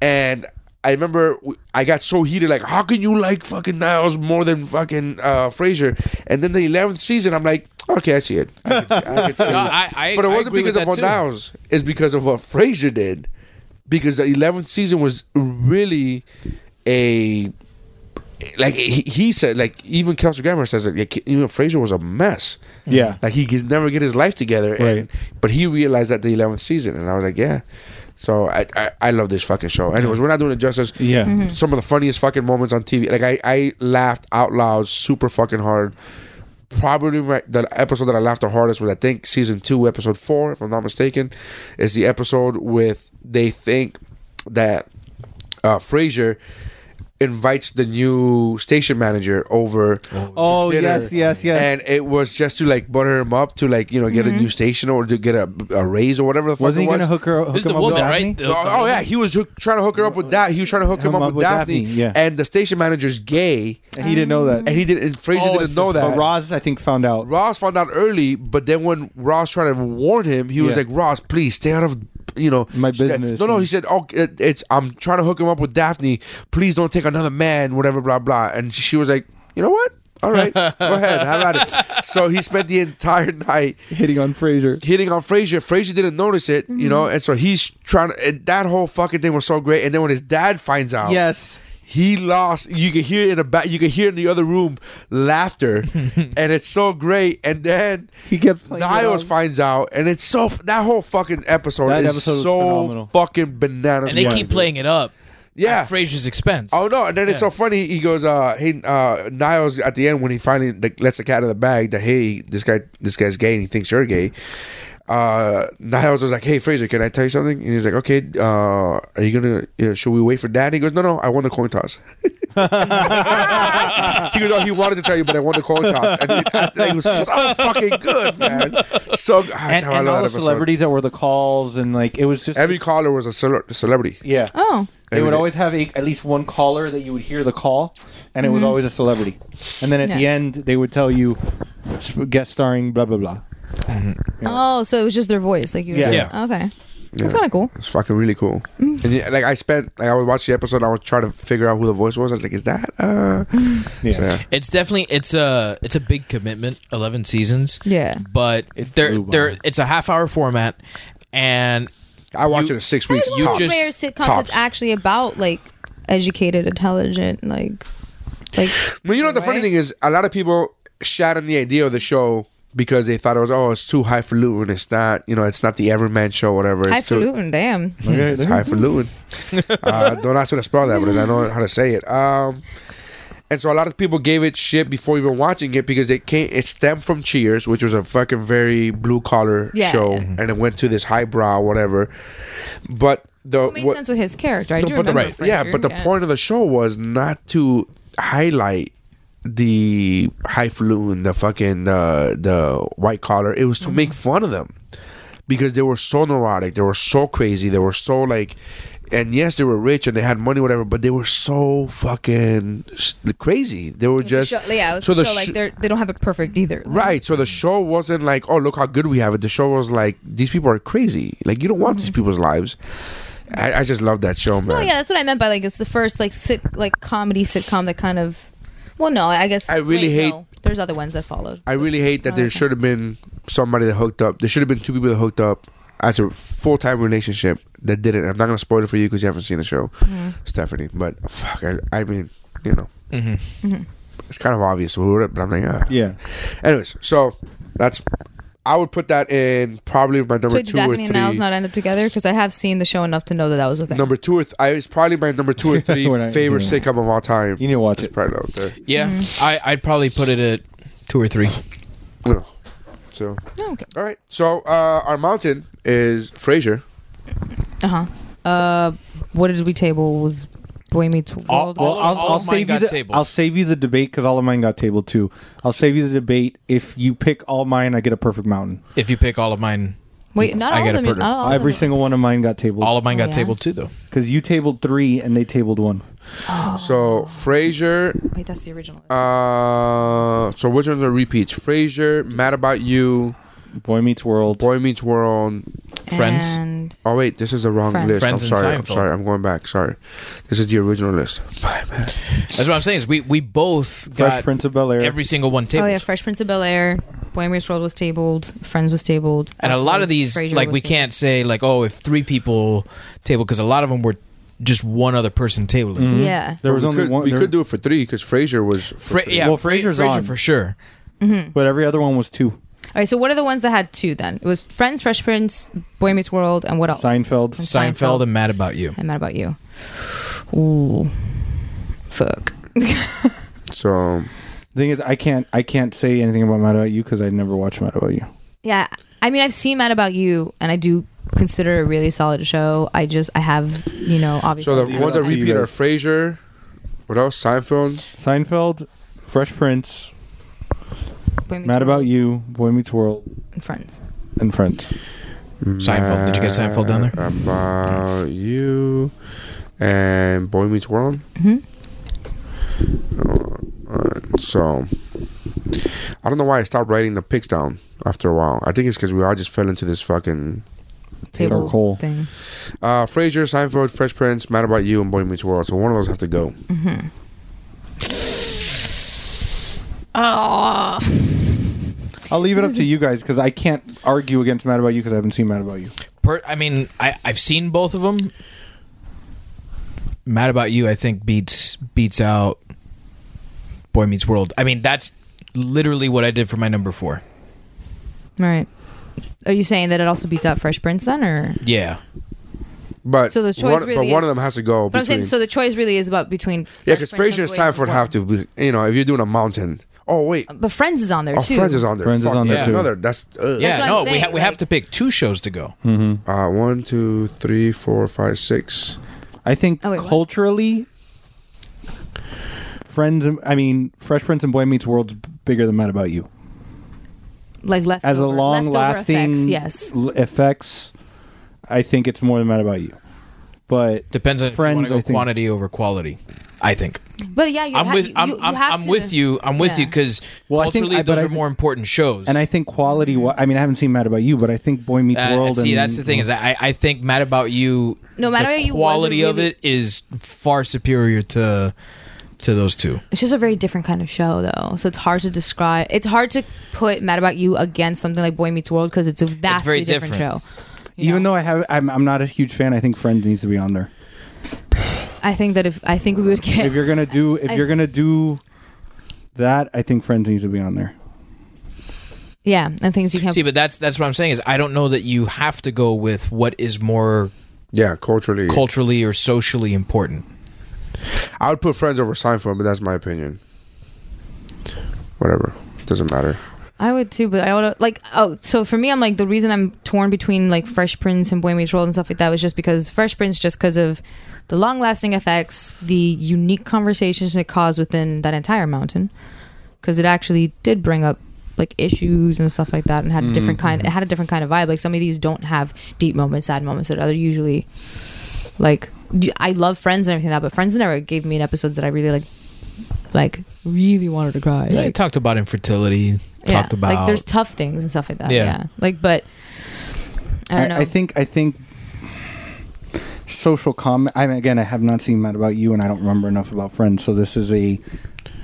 H: and. I remember w- I got so heated, like, how can you like fucking Niles more than fucking uh, Frasier? And then the eleventh season, I'm like, okay, I see it. I can see, I can see it.
G: No, I- I-
H: but it
G: I
H: wasn't
G: agree with
H: because of
G: that
H: what
G: too.
H: Niles; it's because of what Frasier did. Because the eleventh season was really a like he, he said, like even Kelsey Grammer says that like, even Fraser was a mess.
K: Yeah.
H: like he could never get his life together.
K: Right.
H: And, but he realized that the eleventh season, and I was like, yeah. So I, I I love this fucking show. Anyways, we're not doing it justice.
K: Yeah. Mhm.
H: some of the funniest fucking moments on TV. Like I I laughed out loud, super fucking hard. Probably my, the episode that I laughed the hardest was I think season two, episode four, if I'm not mistaken, is the episode with they think that uh, Frasier invites the new station manager over.
K: Oh,
H: to dinner.
K: yes, yes, yes. Mm-hmm.
H: And it was just to like butter him up to like you know get a new station or to get a, a raise or whatever the fuck.
K: Was
H: it
K: he
H: was.
K: gonna hook her? Hook
G: This is
K: him
G: the
K: up with
G: woman,
K: Daphne?
G: right? The-
H: Oh, oh, yeah, he was hook, trying to hook her up with that. He was trying to hook him, up, with Daphne.
K: yeah.
H: and the station manager's gay,
K: And he didn't know that.
H: and he didn't. And Fraser
K: Oh, it's
H: didn't know
K: just-
H: that.
K: But Roz, I think, found out.
H: Ross found out early, but then when Ross tried to warn him, he was
K: Yeah.
H: like, "Ross, please stay out of." You know
K: My
H: stay-"
K: business.
H: No, no, he said, "Oh, it, it's I'm trying to hook him up with Daphne. Please don't take another man, whatever, blah blah." And she was like, "You know what? All right, go ahead, have at it." So he spent the entire night
K: hitting on Fraser.
H: hitting on Frazier. Frazier didn't notice it, you know, and so he's trying to. And that whole fucking thing was so great. And then when his dad finds out,
K: Yes.
H: he lost. You could hear in the back. You could hear in the other room laughter, and it's so great. And then
K: He kept playing it
H: Niles
K: on.
H: finds out, and it's so f- that whole fucking episode
K: That
H: is
K: episode was
H: so
K: phenomenal.
H: fucking bananas.
G: and they
H: funny,
G: keep
H: dude.
G: playing it up.
H: Yeah.
G: at Frasier's expense.
H: Oh no! And then it's so funny. He goes, uh, "Hey, uh, Niles." At the end, when he finally like, lets the cat out of the bag, that hey, this guy, this guy's gay, and he thinks you're gay. Uh, Niles was like, "Hey, Fraser, can I tell you something?" And he's like, "Okay, uh, are you gonna? Uh, should we wait for Dad?" He goes, "No, no, I won the coin toss." he goes, "Oh, he wanted to tell you, but I won the coin toss." And it, it was so fucking good, man. So God,
K: And,
H: damn, I
K: and all
H: love that
K: the
H: episode.
K: celebrities that were the calls, and like it was just
H: Every caller was a cele- celebrity.
K: yeah.
I: Oh,
K: They
H: Every
K: would
H: day.
K: always have a, at least one caller that you would hear the call, and it was always a celebrity. And then at the
I: Yeah.
K: end, they would tell you "Sp- guest starring blah blah blah.
I: oh, so it was just their voice, like you.
K: Yeah.
G: Yeah.
I: Okay, that's kind of cool.
H: It's fucking really cool. and yeah, like I spent like I would watch the episode and I was trying to figure out who the voice was. I was like, is that uh
K: Yeah.
H: so, yeah.
G: It's definitely it's a it's a big commitment. Eleven seasons.
I: Yeah.
G: but
K: It
G: they're
K: flew by.
G: they're it's a half hour format, and
H: I watched
G: You-
H: it in six
I: I
H: weeks.
I: just love
H: tops.
I: rare sitcoms
H: Tops.
I: that's actually about like educated, intelligent, like like.
H: Well, you know what the funny
I: Right?
H: thing is? A lot of people shot on the idea of the show because they thought it was oh it's too highfalutin. It's not you know it's not the everyman show whatever. It's too-
I: Highfalutin, damn.
H: Okay, it's highfalutin. uh, don't ask me to spell that, but I know how to say it. Um, and so a lot of people gave it shit before even watching it because it came. It stemmed from Cheers, which was a fucking very blue collar
I: Yeah.
H: show, and it went to this highbrow whatever. But the
I: It made
H: what-
I: sense with his character. I do
H: but the,
I: remember. Frasier.
H: yeah, but the point of the show was not to highlight the highfalutin, the fucking uh, the white collar. It was
I: Mm-hmm.
H: to make fun of them because they were so neurotic, they were so crazy, they were so like, and yes, they were rich and they had money, whatever, but they were so fucking s- crazy. They were
I: It's a
H: just
I: show, yeah, it was
H: so
I: a
H: the
I: show, like
H: sh-
I: they're they don't have it perfect either. Like,
H: Right. So the show wasn't like, oh, look how good we have it. The show was like, these people are crazy. Like, you don't want these people's lives. I, I just love that show, man.
I: Mm-hmm. No, Oh, yeah, that's what I meant by like it's the first like sit like comedy sitcom that kind of. Well, no, I guess
H: I really
I: wait,
H: hate-
I: no. there's other ones that followed.
H: I really hate that there
I: Okay.
H: should have been somebody that hooked up. There should have been two people that hooked up as a full time relationship that didn't. I'm not gonna spoil it for you because you haven't seen the show,
I: Mm-hmm.
H: Stephanie. But fuck, I, I mean, you know,
I: Mm-hmm.
H: it's kind of obvious, who wrote it, but I'm like, ah.
K: Mm-hmm. Yeah.
H: Anyways, so that's I would put that in probably my number
I: Twitch
H: two or
I: Daphne
H: three.
I: and Niles not end up together because I have seen the show enough to know that that was a thing.
H: Number two or th- I, it's probably my number two or three
K: We're not-
H: favorite
K: yeah.
H: sitcom of all time.
K: You need to watch
H: It's
K: it.
H: probably out there.
G: yeah,
I: Mm-hmm.
G: I I'd probably put it at two or three.
H: You know, so
I: Oh, Okay.
H: all right, so uh, our mountain is Frasier.
I: Uh huh. Uh, what did we table was Boy Meets World?
K: Well, I'll,
G: all
K: I'll
G: of mine
K: save you
G: got
K: the
G: tabled.
K: I'll save you the debate because all of mine got tabled too. I'll save you the debate. If you pick all mine, I get a perfect mountain.
G: If you pick all of mine,
I: Wait, not
G: I
I: all
G: gotta
I: of them.
G: put it-
I: Not all of
K: Every
I: them.
K: single one of mine got
G: all
K: tabled
G: of mine got
I: yeah.
G: tabled too, though.
K: because you tabled three and they tabled one.
H: So Frasier.
I: Wait, that's the original.
H: Uh, so which ones are repeats? Frasier, Mad About You,
J: Boy Meets World,
H: Boy Meets World,
G: Friends.
I: And
H: Oh wait, this is the wrong
I: Friends.
H: list.
G: Friends
H: I'm
G: and
H: sorry. I'm
G: Seinfeld.
H: sorry. I'm going back. Sorry. This is the original list. Bye, man.
G: That's what I'm saying. Is we we both
J: Fresh
G: got
J: Prince of Bel Air.
G: every single one tabled.
I: oh yeah, Fresh Prince of Bel Air, Boy Meets World was tabled, Friends was tabled,
G: and a lot of these,
I: Frasier
G: like
I: was
G: we
I: tabled.
G: can't say like, oh, if three people table, because a lot of them were just one other person tabling.
J: Mm-hmm.
I: Yeah,
J: There was
H: we
J: only
H: could,
J: one.
H: We
J: there-
H: could do it for three because Frasier was. for
G: Fra-
H: three.
G: yeah,
J: Well,
G: Fra-
J: Frasier's
G: Frasier
J: on.
G: for sure.
J: but every other one was two.
I: All right, so what are the ones that had two then? It was Friends, Fresh Prince, Boy Meets World, and what else?
J: Seinfeld.
I: And
G: Seinfeld,
I: Seinfeld.
G: and Mad About You.
I: I'm mad about you. Ooh, fuck.
H: So
J: The thing is, I can't. I can't say anything about Mad About You because I never watched Mad About You.
I: Yeah, I mean, I've seen Mad About You, and I do consider it a really solid show. I just, I have, you know, obviously.
H: so the
J: leave it
H: ones
J: up
H: that
J: to you
H: repeat are
J: guys.
H: Frasier. What else? Seinfeld.
J: Seinfeld, Fresh Prince,
I: Boy Meets
J: Mad
I: World
J: About You, Boy Meets World,
I: and Friends.
J: and Friends.
G: Seinfeld. Did you get Seinfeld down there?
H: Mad About you and Boy Meets World.
I: Mhm.
H: Alright, Uh, so I don't know why I stopped writing the picks down after a while. I think it's because we all just fell into this fucking
I: Table
J: Cole.
I: thing.
H: Uh, Frasier, Seinfeld, Fresh Prince, Mad About You, and Boy Meets World. So one of those have to go.
I: Oh,
J: I'll leave it up to you guys because I can't argue against Mad About You because I haven't seen Mad About You.
G: Per- I mean, I I've seen both of them. Mad About You, I think beats beats out Boy Meets World. I mean, that's literally what I did for my number four.
I: right. Are you saying that it also beats out Fresh Prince then, or?
G: Yeah,
H: But
I: So the choice
H: one, but
I: really
H: one
I: is-
H: of them has to go.
I: But I'm saying,
H: between-
I: so the choice really is about between.
H: yeah,
I: Fresh
H: because
I: Prince
H: Frasier and
I: and Boy
H: Seinfeld
I: Meets Um,
H: have to be. You know, if you're doing a mountain. Oh wait,
I: World. But Friends is on there
H: oh
I: too.
H: Friends is on there.
J: Friends is
H: Fuck,
J: on there
H: there's
J: too.
H: Another. That's uh,
G: yeah.
I: what I'm
G: no, we
I: saying,
G: ha- we have
I: like-
G: to pick two shows to go.
J: Hmm.
H: Uh, one, two, three, four, five, six.
J: I think
I: Oh, wait, what?
J: culturally, Friends. and- I mean, Fresh Prince and Boy Meets World's b- bigger than Mad About You
I: Like left
J: as a long-lasting
I: effects, yes.
J: l- effects. I think it's more than Mad About You, but
G: Depends on
J: Friends, I
G: Friends, if you want to go
J: think.
G: quantity over quality. I think
I: But yeah, you
G: I'm
I: ha-
G: with
I: you,
G: I'm
I: you, you
G: I'm,
I: have
G: I'm
I: to-
G: with you. I'm with you
I: Yeah.
G: because
J: Well, I think-
G: culturally
J: I- but
G: those
J: I
G: are
J: think-
G: more important shows.
J: and I think quality. wa- I mean, I haven't seen Mad About You, but I think Boy Meets
G: Uh,
J: World.
G: see,
J: and-
G: that's the thing is I I think Mad About You.
I: No, Mad
G: the
I: About You wasn't
G: quality of
I: really-
G: it is far superior to to those two.
I: It's just a very different kind of show, though. So it's hard to describe. It's hard to put Mad About You against something like Boy Meets World because it's a vastly
G: very
I: different,
G: different.
I: show.
J: Even though I have, I'm, I'm not a huge fan. I think Friends needs to be on there.
I: I think that if I think we would
J: If
I: get
J: you're gonna do, if
I: I-
J: you're gonna do that, I think Friends needs to be on there.
I: yeah, and things you can't.
G: See, but that's that's what I'm saying is I don't know that you have to go with what is more
H: Yeah, culturally,
G: culturally or socially important.
H: I would put Friends over Seinfeld, but that's my opinion. Whatever, doesn't matter.
I: I would too, but I would like oh. So for me, I'm like the reason I'm torn between like Fresh Prince and Boy Meets World and stuff like that was just because Fresh Prince, just because of the long-lasting effects, the unique conversations it caused within that entire mountain, because it actually did bring up like issues and stuff like that, and had a different
G: Mm-hmm.
I: kind. It had a different kind of vibe. Like some of these don't have deep moments, sad moments that other usually like. d- I love Friends and everything like that, but Friends never gave me an episode that I really like. Like really wanted to cry.
G: Yeah,
I: like-
G: you talked about infertility. talked about
I: like there's tough things and stuff like that.
G: Yeah.
I: Yeah, like but I don't know.
J: I, think I think social comment. I mean, again, I have not seen Mad About You, and I don't remember enough about Friends, so this is a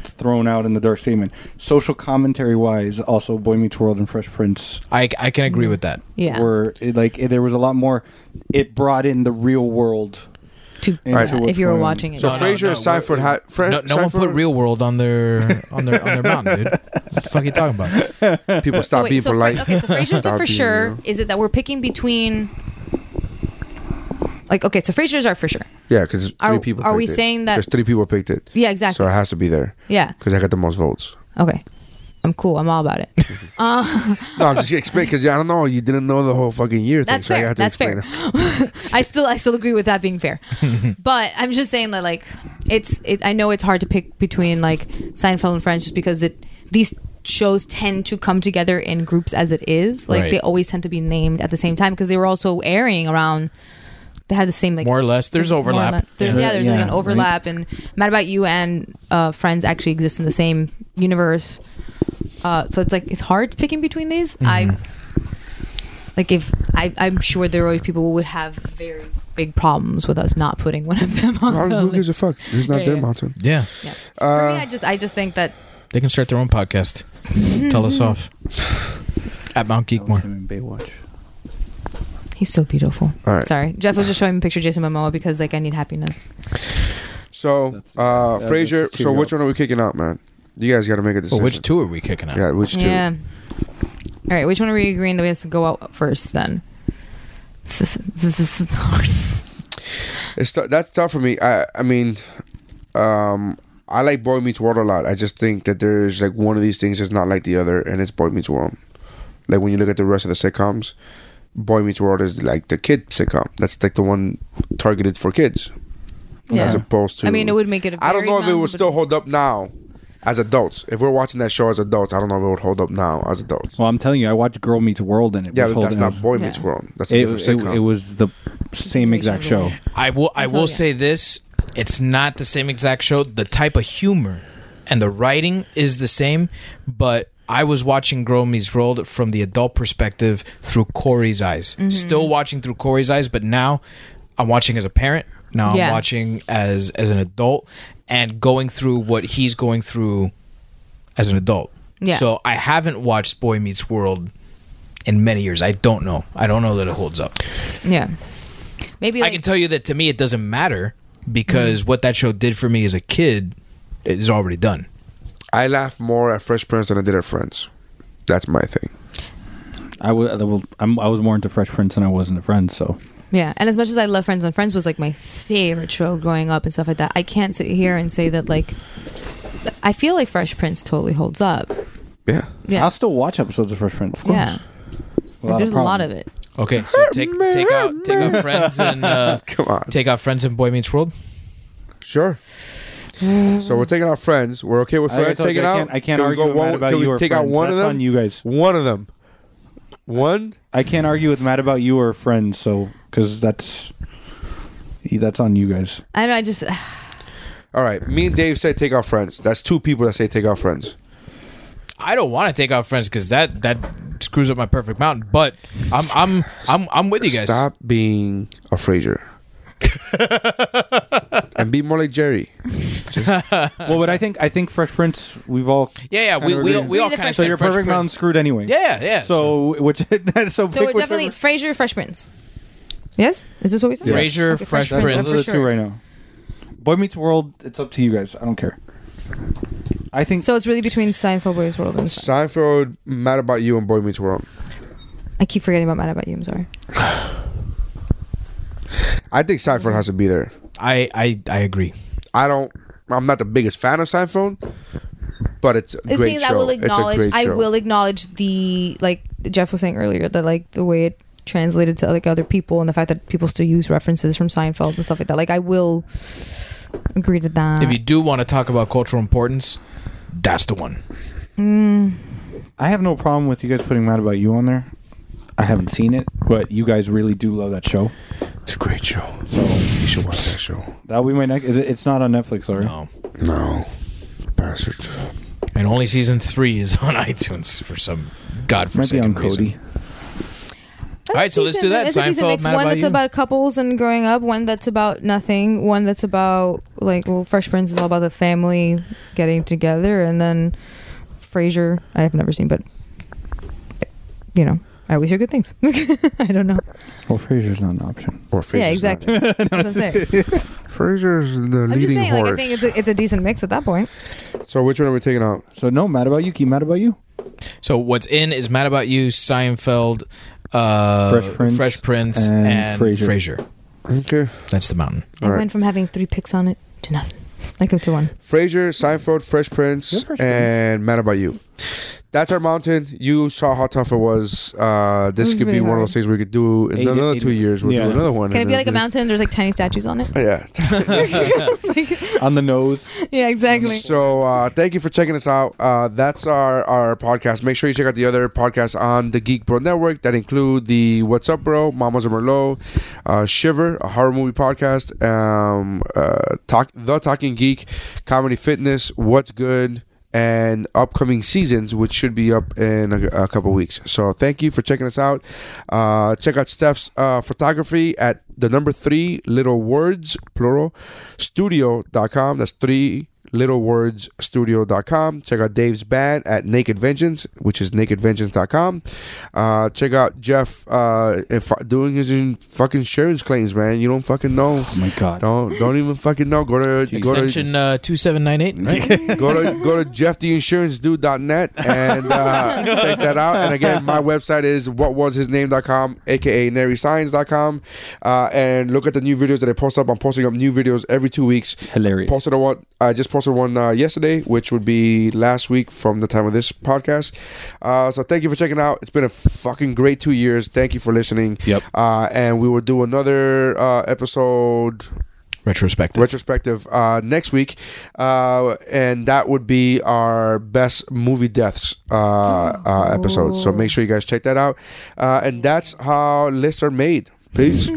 J: thrown out in the dark statement. Social commentary wise, also Boy Meets World and Fresh Prince
G: I I can agree with that.
I: Mm-hmm. yeah,
J: were it, like it, there was a lot more. It brought in the real world.
I: to,
J: All right.
I: if you were watching it,
H: So
I: yeah.
G: no,
H: Frasier
G: no,
H: and Seinfeld
G: we're-
H: had Fran-
G: no no one put
H: Seinfeld-
G: real world on their on their on their mountain, dude. What the fuck are you talking about?
H: People
I: So
H: stop
I: wait,
H: being
I: so Fra-
H: polite.
I: okay, so Frasier's the
H: Stop
I: for
H: being
I: sure.
H: real.
I: Is it that we're picking between? Like okay, so Frasier's are for sure.
H: Yeah, because three
I: Are-
H: people.
I: are we
H: picked it.
I: saying that-
H: There's three people picked it.
I: Yeah, exactly.
H: So it has to be there
I: yeah.
H: because I got the most votes.
I: Okay. I'm cool. I'm all about it.
H: No, I'm just explaining because I don't know. You didn't know the whole fucking year thing.
I: That's
H: so I
I: fair.
H: had to
I: That's
H: explain
I: fair. I still I still agree with that being fair. but I'm just saying that like it's it, I know it's hard to pick between like Seinfeld and Friends just because it these shows tend to come together in groups as it is. Like
G: Right.
I: they always tend to be named at the same time because they were also airing around they had the same like
G: More or less. There's
I: more or
G: overlap.
I: less- There's,
G: Yeah.
I: yeah. there's
G: Yeah,
I: like an overlap, and Mad About You and uh, Friends actually exist in the same universe. Uh, so it's like it's hard picking between these.
G: Mm-hmm.
I: I like if I, I'm sure there are people who would have very big problems with us not putting one of them on.
H: Well,
I: the
H: Who
I: list.
H: gives a fuck? It's not
I: Yeah,
H: their
I: yeah.
H: mountain.
G: Yeah.
I: Yeah. For me,
H: Uh,
I: I just I just think that
G: They can start their own podcast. Tell us off. At Mount Geekmore.
J: Baywatch.
I: he's so beautiful.
H: All right.
I: Sorry, Jeff was just showing me a picture of Jason Momoa because like I need happiness.
H: so, uh, Frazier. So, which one are we kicking out, man? You guys got to make a
G: Well,
H: decision.
G: which two are we kicking out?
H: Yeah, which two?
I: Yeah. All right, which one are we agreeing that we have to go out first then? This is, this is- this is hard.
H: It's tou- that's tough for me. I I mean, um, I like Boy Meets World a lot. I just think that there's like one of these things is not like the other, and it's Boy Meets World. Like when you look at the rest of the sitcoms, Boy Meets World is like the kid sitcom. That's like the one targeted for kids,
I: Yeah.
H: as opposed to.
I: I mean, it would make it. A
H: I don't
I: varied
H: know if it
I: mountain,
H: would
I: but-
H: still hold up now, as adults. If we're watching that show as adults, I don't know if it would hold up now as adults.
J: Well, I'm telling you, I watched Girl Meets World and it
H: Yeah,
J: was
H: but that's
J: holding
H: not
J: up.
H: Boy Meets
I: Yeah.
H: World. That's a
J: It,
H: different
J: it,
H: sitcom.
J: it was the same exact show.
G: I will. I,
I: I
G: will
I: told ya.
G: say this: it's not the same exact show. The type of humor and the writing is the same, but I was watching Grow Me's World from the adult perspective through Corey's eyes.
I: Mm-hmm.
G: Still watching through Corey's eyes, but now I'm watching as a parent. Now
I: Yeah.
G: I'm watching as as an adult and going through what he's going through as an adult.
I: Yeah.
G: So I haven't watched Boy Meets World in many years. I don't know. I don't know that it holds up.
I: Yeah. Maybe like,
G: I can tell you that to me it doesn't matter because what that show did for me as a kid is already done.
H: I laugh more at Fresh Prince than I did at Friends. That's my thing.
J: I wa- I will- I'm- I was more into Fresh Prince than I was into Friends, so
I: yeah. And as much as I love Friends and Friends was like my favorite show growing up and stuff like that, I can't sit here and say that like I feel like Fresh Prince totally holds up.
H: Yeah.
I: Yeah.
J: I'll still watch episodes of Fresh Prince. Of course.
I: Yeah. Like, there's a lot of it.
G: Okay, so take take out take out friends and uh,
H: Come on.
G: take out friends and Boy Meets World.
H: Sure. So we're taking out friends. We're okay with
K: I already
H: friends
K: told you,
H: taking
K: I
H: out.
K: can't- I can't
H: Can we
K: argue
H: go
K: with
H: one-
K: Mad About
H: can we
K: You or
H: take out
K: Friends.
H: one of
K: That's
H: them.
K: on you guys.
H: One of them. One.
K: I can't argue with Matt about you or friends, so because that's that's on you guys.
I: I don't know, I just
H: All right. Me and Dave said take out friends. That's two people that say take out friends.
G: I don't want to take out friends because that that screws up my perfect mountain. But I'm I'm I'm I'm with you guys.
H: Stop being a Fraser. and be more like Jerry.
K: Well, but I think I think Fresh Prince. We've all
G: Yeah, yeah, we we, we all
I: Three
G: kind
I: different-
G: of
K: so
G: said
K: your
G: Fresh
K: perfect mountain
G: Prince.
K: screwed anyway.
G: Yeah, yeah.
K: So which that's so.
I: so
K: pick
I: we're
K: whichever-
I: definitely Frasier, Fresh Prince. Yes, is this what we said?
G: Frasier,
I: Okay,
G: Fresh Prince.
I: that's
K: those are the
I: for
K: two
I: sure.
K: right now. Boy Meets World. It's up to you guys. I don't care. I think
L: So it's really between Seinfeld, Boys World, and
H: Seinfeld, Mad About You, and Boy Meets World.
L: I keep forgetting about Mad About You. I'm sorry.
H: I think Seinfeld has to be there.
G: I I I agree.
H: I don't. I'm not the biggest fan of Seinfeld, but it's a
L: The
H: great
L: thing
H: show.
L: I will
H: it's a
L: acknowledge,
H: great
L: I
H: show.
L: will acknowledge the like Jeff was saying earlier that like the way it translated to like other people and the fact that people still use references from Seinfeld and stuff like that. Like I will agree to that.
G: If you do want to talk about cultural importance, that's the one.
K: I have no problem with you guys putting Mad About You on there. I haven't seen it, but you guys really do love that show.
H: It's a great show. you should watch that show.
K: That will be my next. Is it, it's not on Netflix, sorry.
G: No.
H: No, bastards.
G: And only season three is on iTunes for some
K: Might be
G: godforsaken
K: on
G: reason.
K: Cody.
L: All
G: right, so let's do that.
L: It's a decent
G: Seinfeld,
L: mix.
G: Mad
L: One
G: About
L: that's
G: You.
L: about couples and growing up. One that's about nothing. One that's about like well, Fresh Prince is all about the family getting together, and then Frasier. I have never seen, but you know, I always hear good things. I don't know.
K: Well, Frasier's not an option.
H: Or Frasier's
L: yeah,
H: not
L: exactly.
H: it.
L: That's what I'm saying.
H: Frasier's the
L: I'm just
H: leading
L: saying,
H: horse.
L: like I think it's a, it's a decent mix at that point.
H: so which one are we taking out?
K: So no, Mad About You. Keep Mad About You.
G: So what's in is Mad About You, Seinfeld, uh,
K: Fresh Prince
G: Fresh Prince,
K: and
G: and,
K: Frasier.
G: Frasier.
H: Okay.
G: That's the mountain.
H: All
L: I
H: right.
L: went from having three picks on it to nothing. Like up to one.
H: Frasier, Seinfeld, Fresh Prince,
K: Fresh Prince.
H: and Mad About You. that's our mountain. You saw how tough it was. Uh, this
I: It was
H: could be
I: really
H: one of
I: hard.
H: those things we could do in
J: Eight-
H: another
J: eight-
H: two years. We'll
J: yeah.
H: do another one.
I: Can it
H: and
I: be like a
H: then
I: mountain? There's like tiny statues on it.
H: this- Yeah.
K: on the nose.
I: Yeah, exactly.
H: So uh, thank you for checking us out. Uh, that's our, our podcast. Make sure you check out the other podcasts on the Geek Bro Network that include the What's Up Bro, Mamas and Merlot, uh, Shiver, a horror movie podcast, um, uh, Talk The Talking Geek, Comedy Fitness, What's Good, and upcoming seasons, which should be up in a, a couple weeks. So thank you for checking us out. Uh, check out Steph's uh, photography at the number three little words, plural, studio.com. That's three littlewordsstudio.com. Check out Dave's band at Naked Vengeance, which is nakedvengeance.com. Uh, check out Jeff uh, if, doing his in fucking insurance claims, man. You don't fucking know. Oh
J: my God.
H: Don't don't even fucking know. Go to go to,
G: Extension uh, 2798. Right?
H: go to go to jefftheinsurancedude.net and uh, check that out. And again, my website is whatwashisname.com, aka narysigns.com. Uh, and look at the new videos that I post up. I'm posting up new videos every two weeks.
J: Hilarious.
H: Posted a one. I just posted one uh, yesterday, which would be last week from the time of this podcast. Uh, so thank you for checking out. It's been a fucking great two years. Thank you for listening.
J: Yep.
H: Uh, and we will do another uh, episode
G: Retrospective.
H: retrospective uh, next week, uh, and that would be our best movie deaths uh, uh, episode. So make sure you guys check that out. Uh, and that's how lists are made. Peace.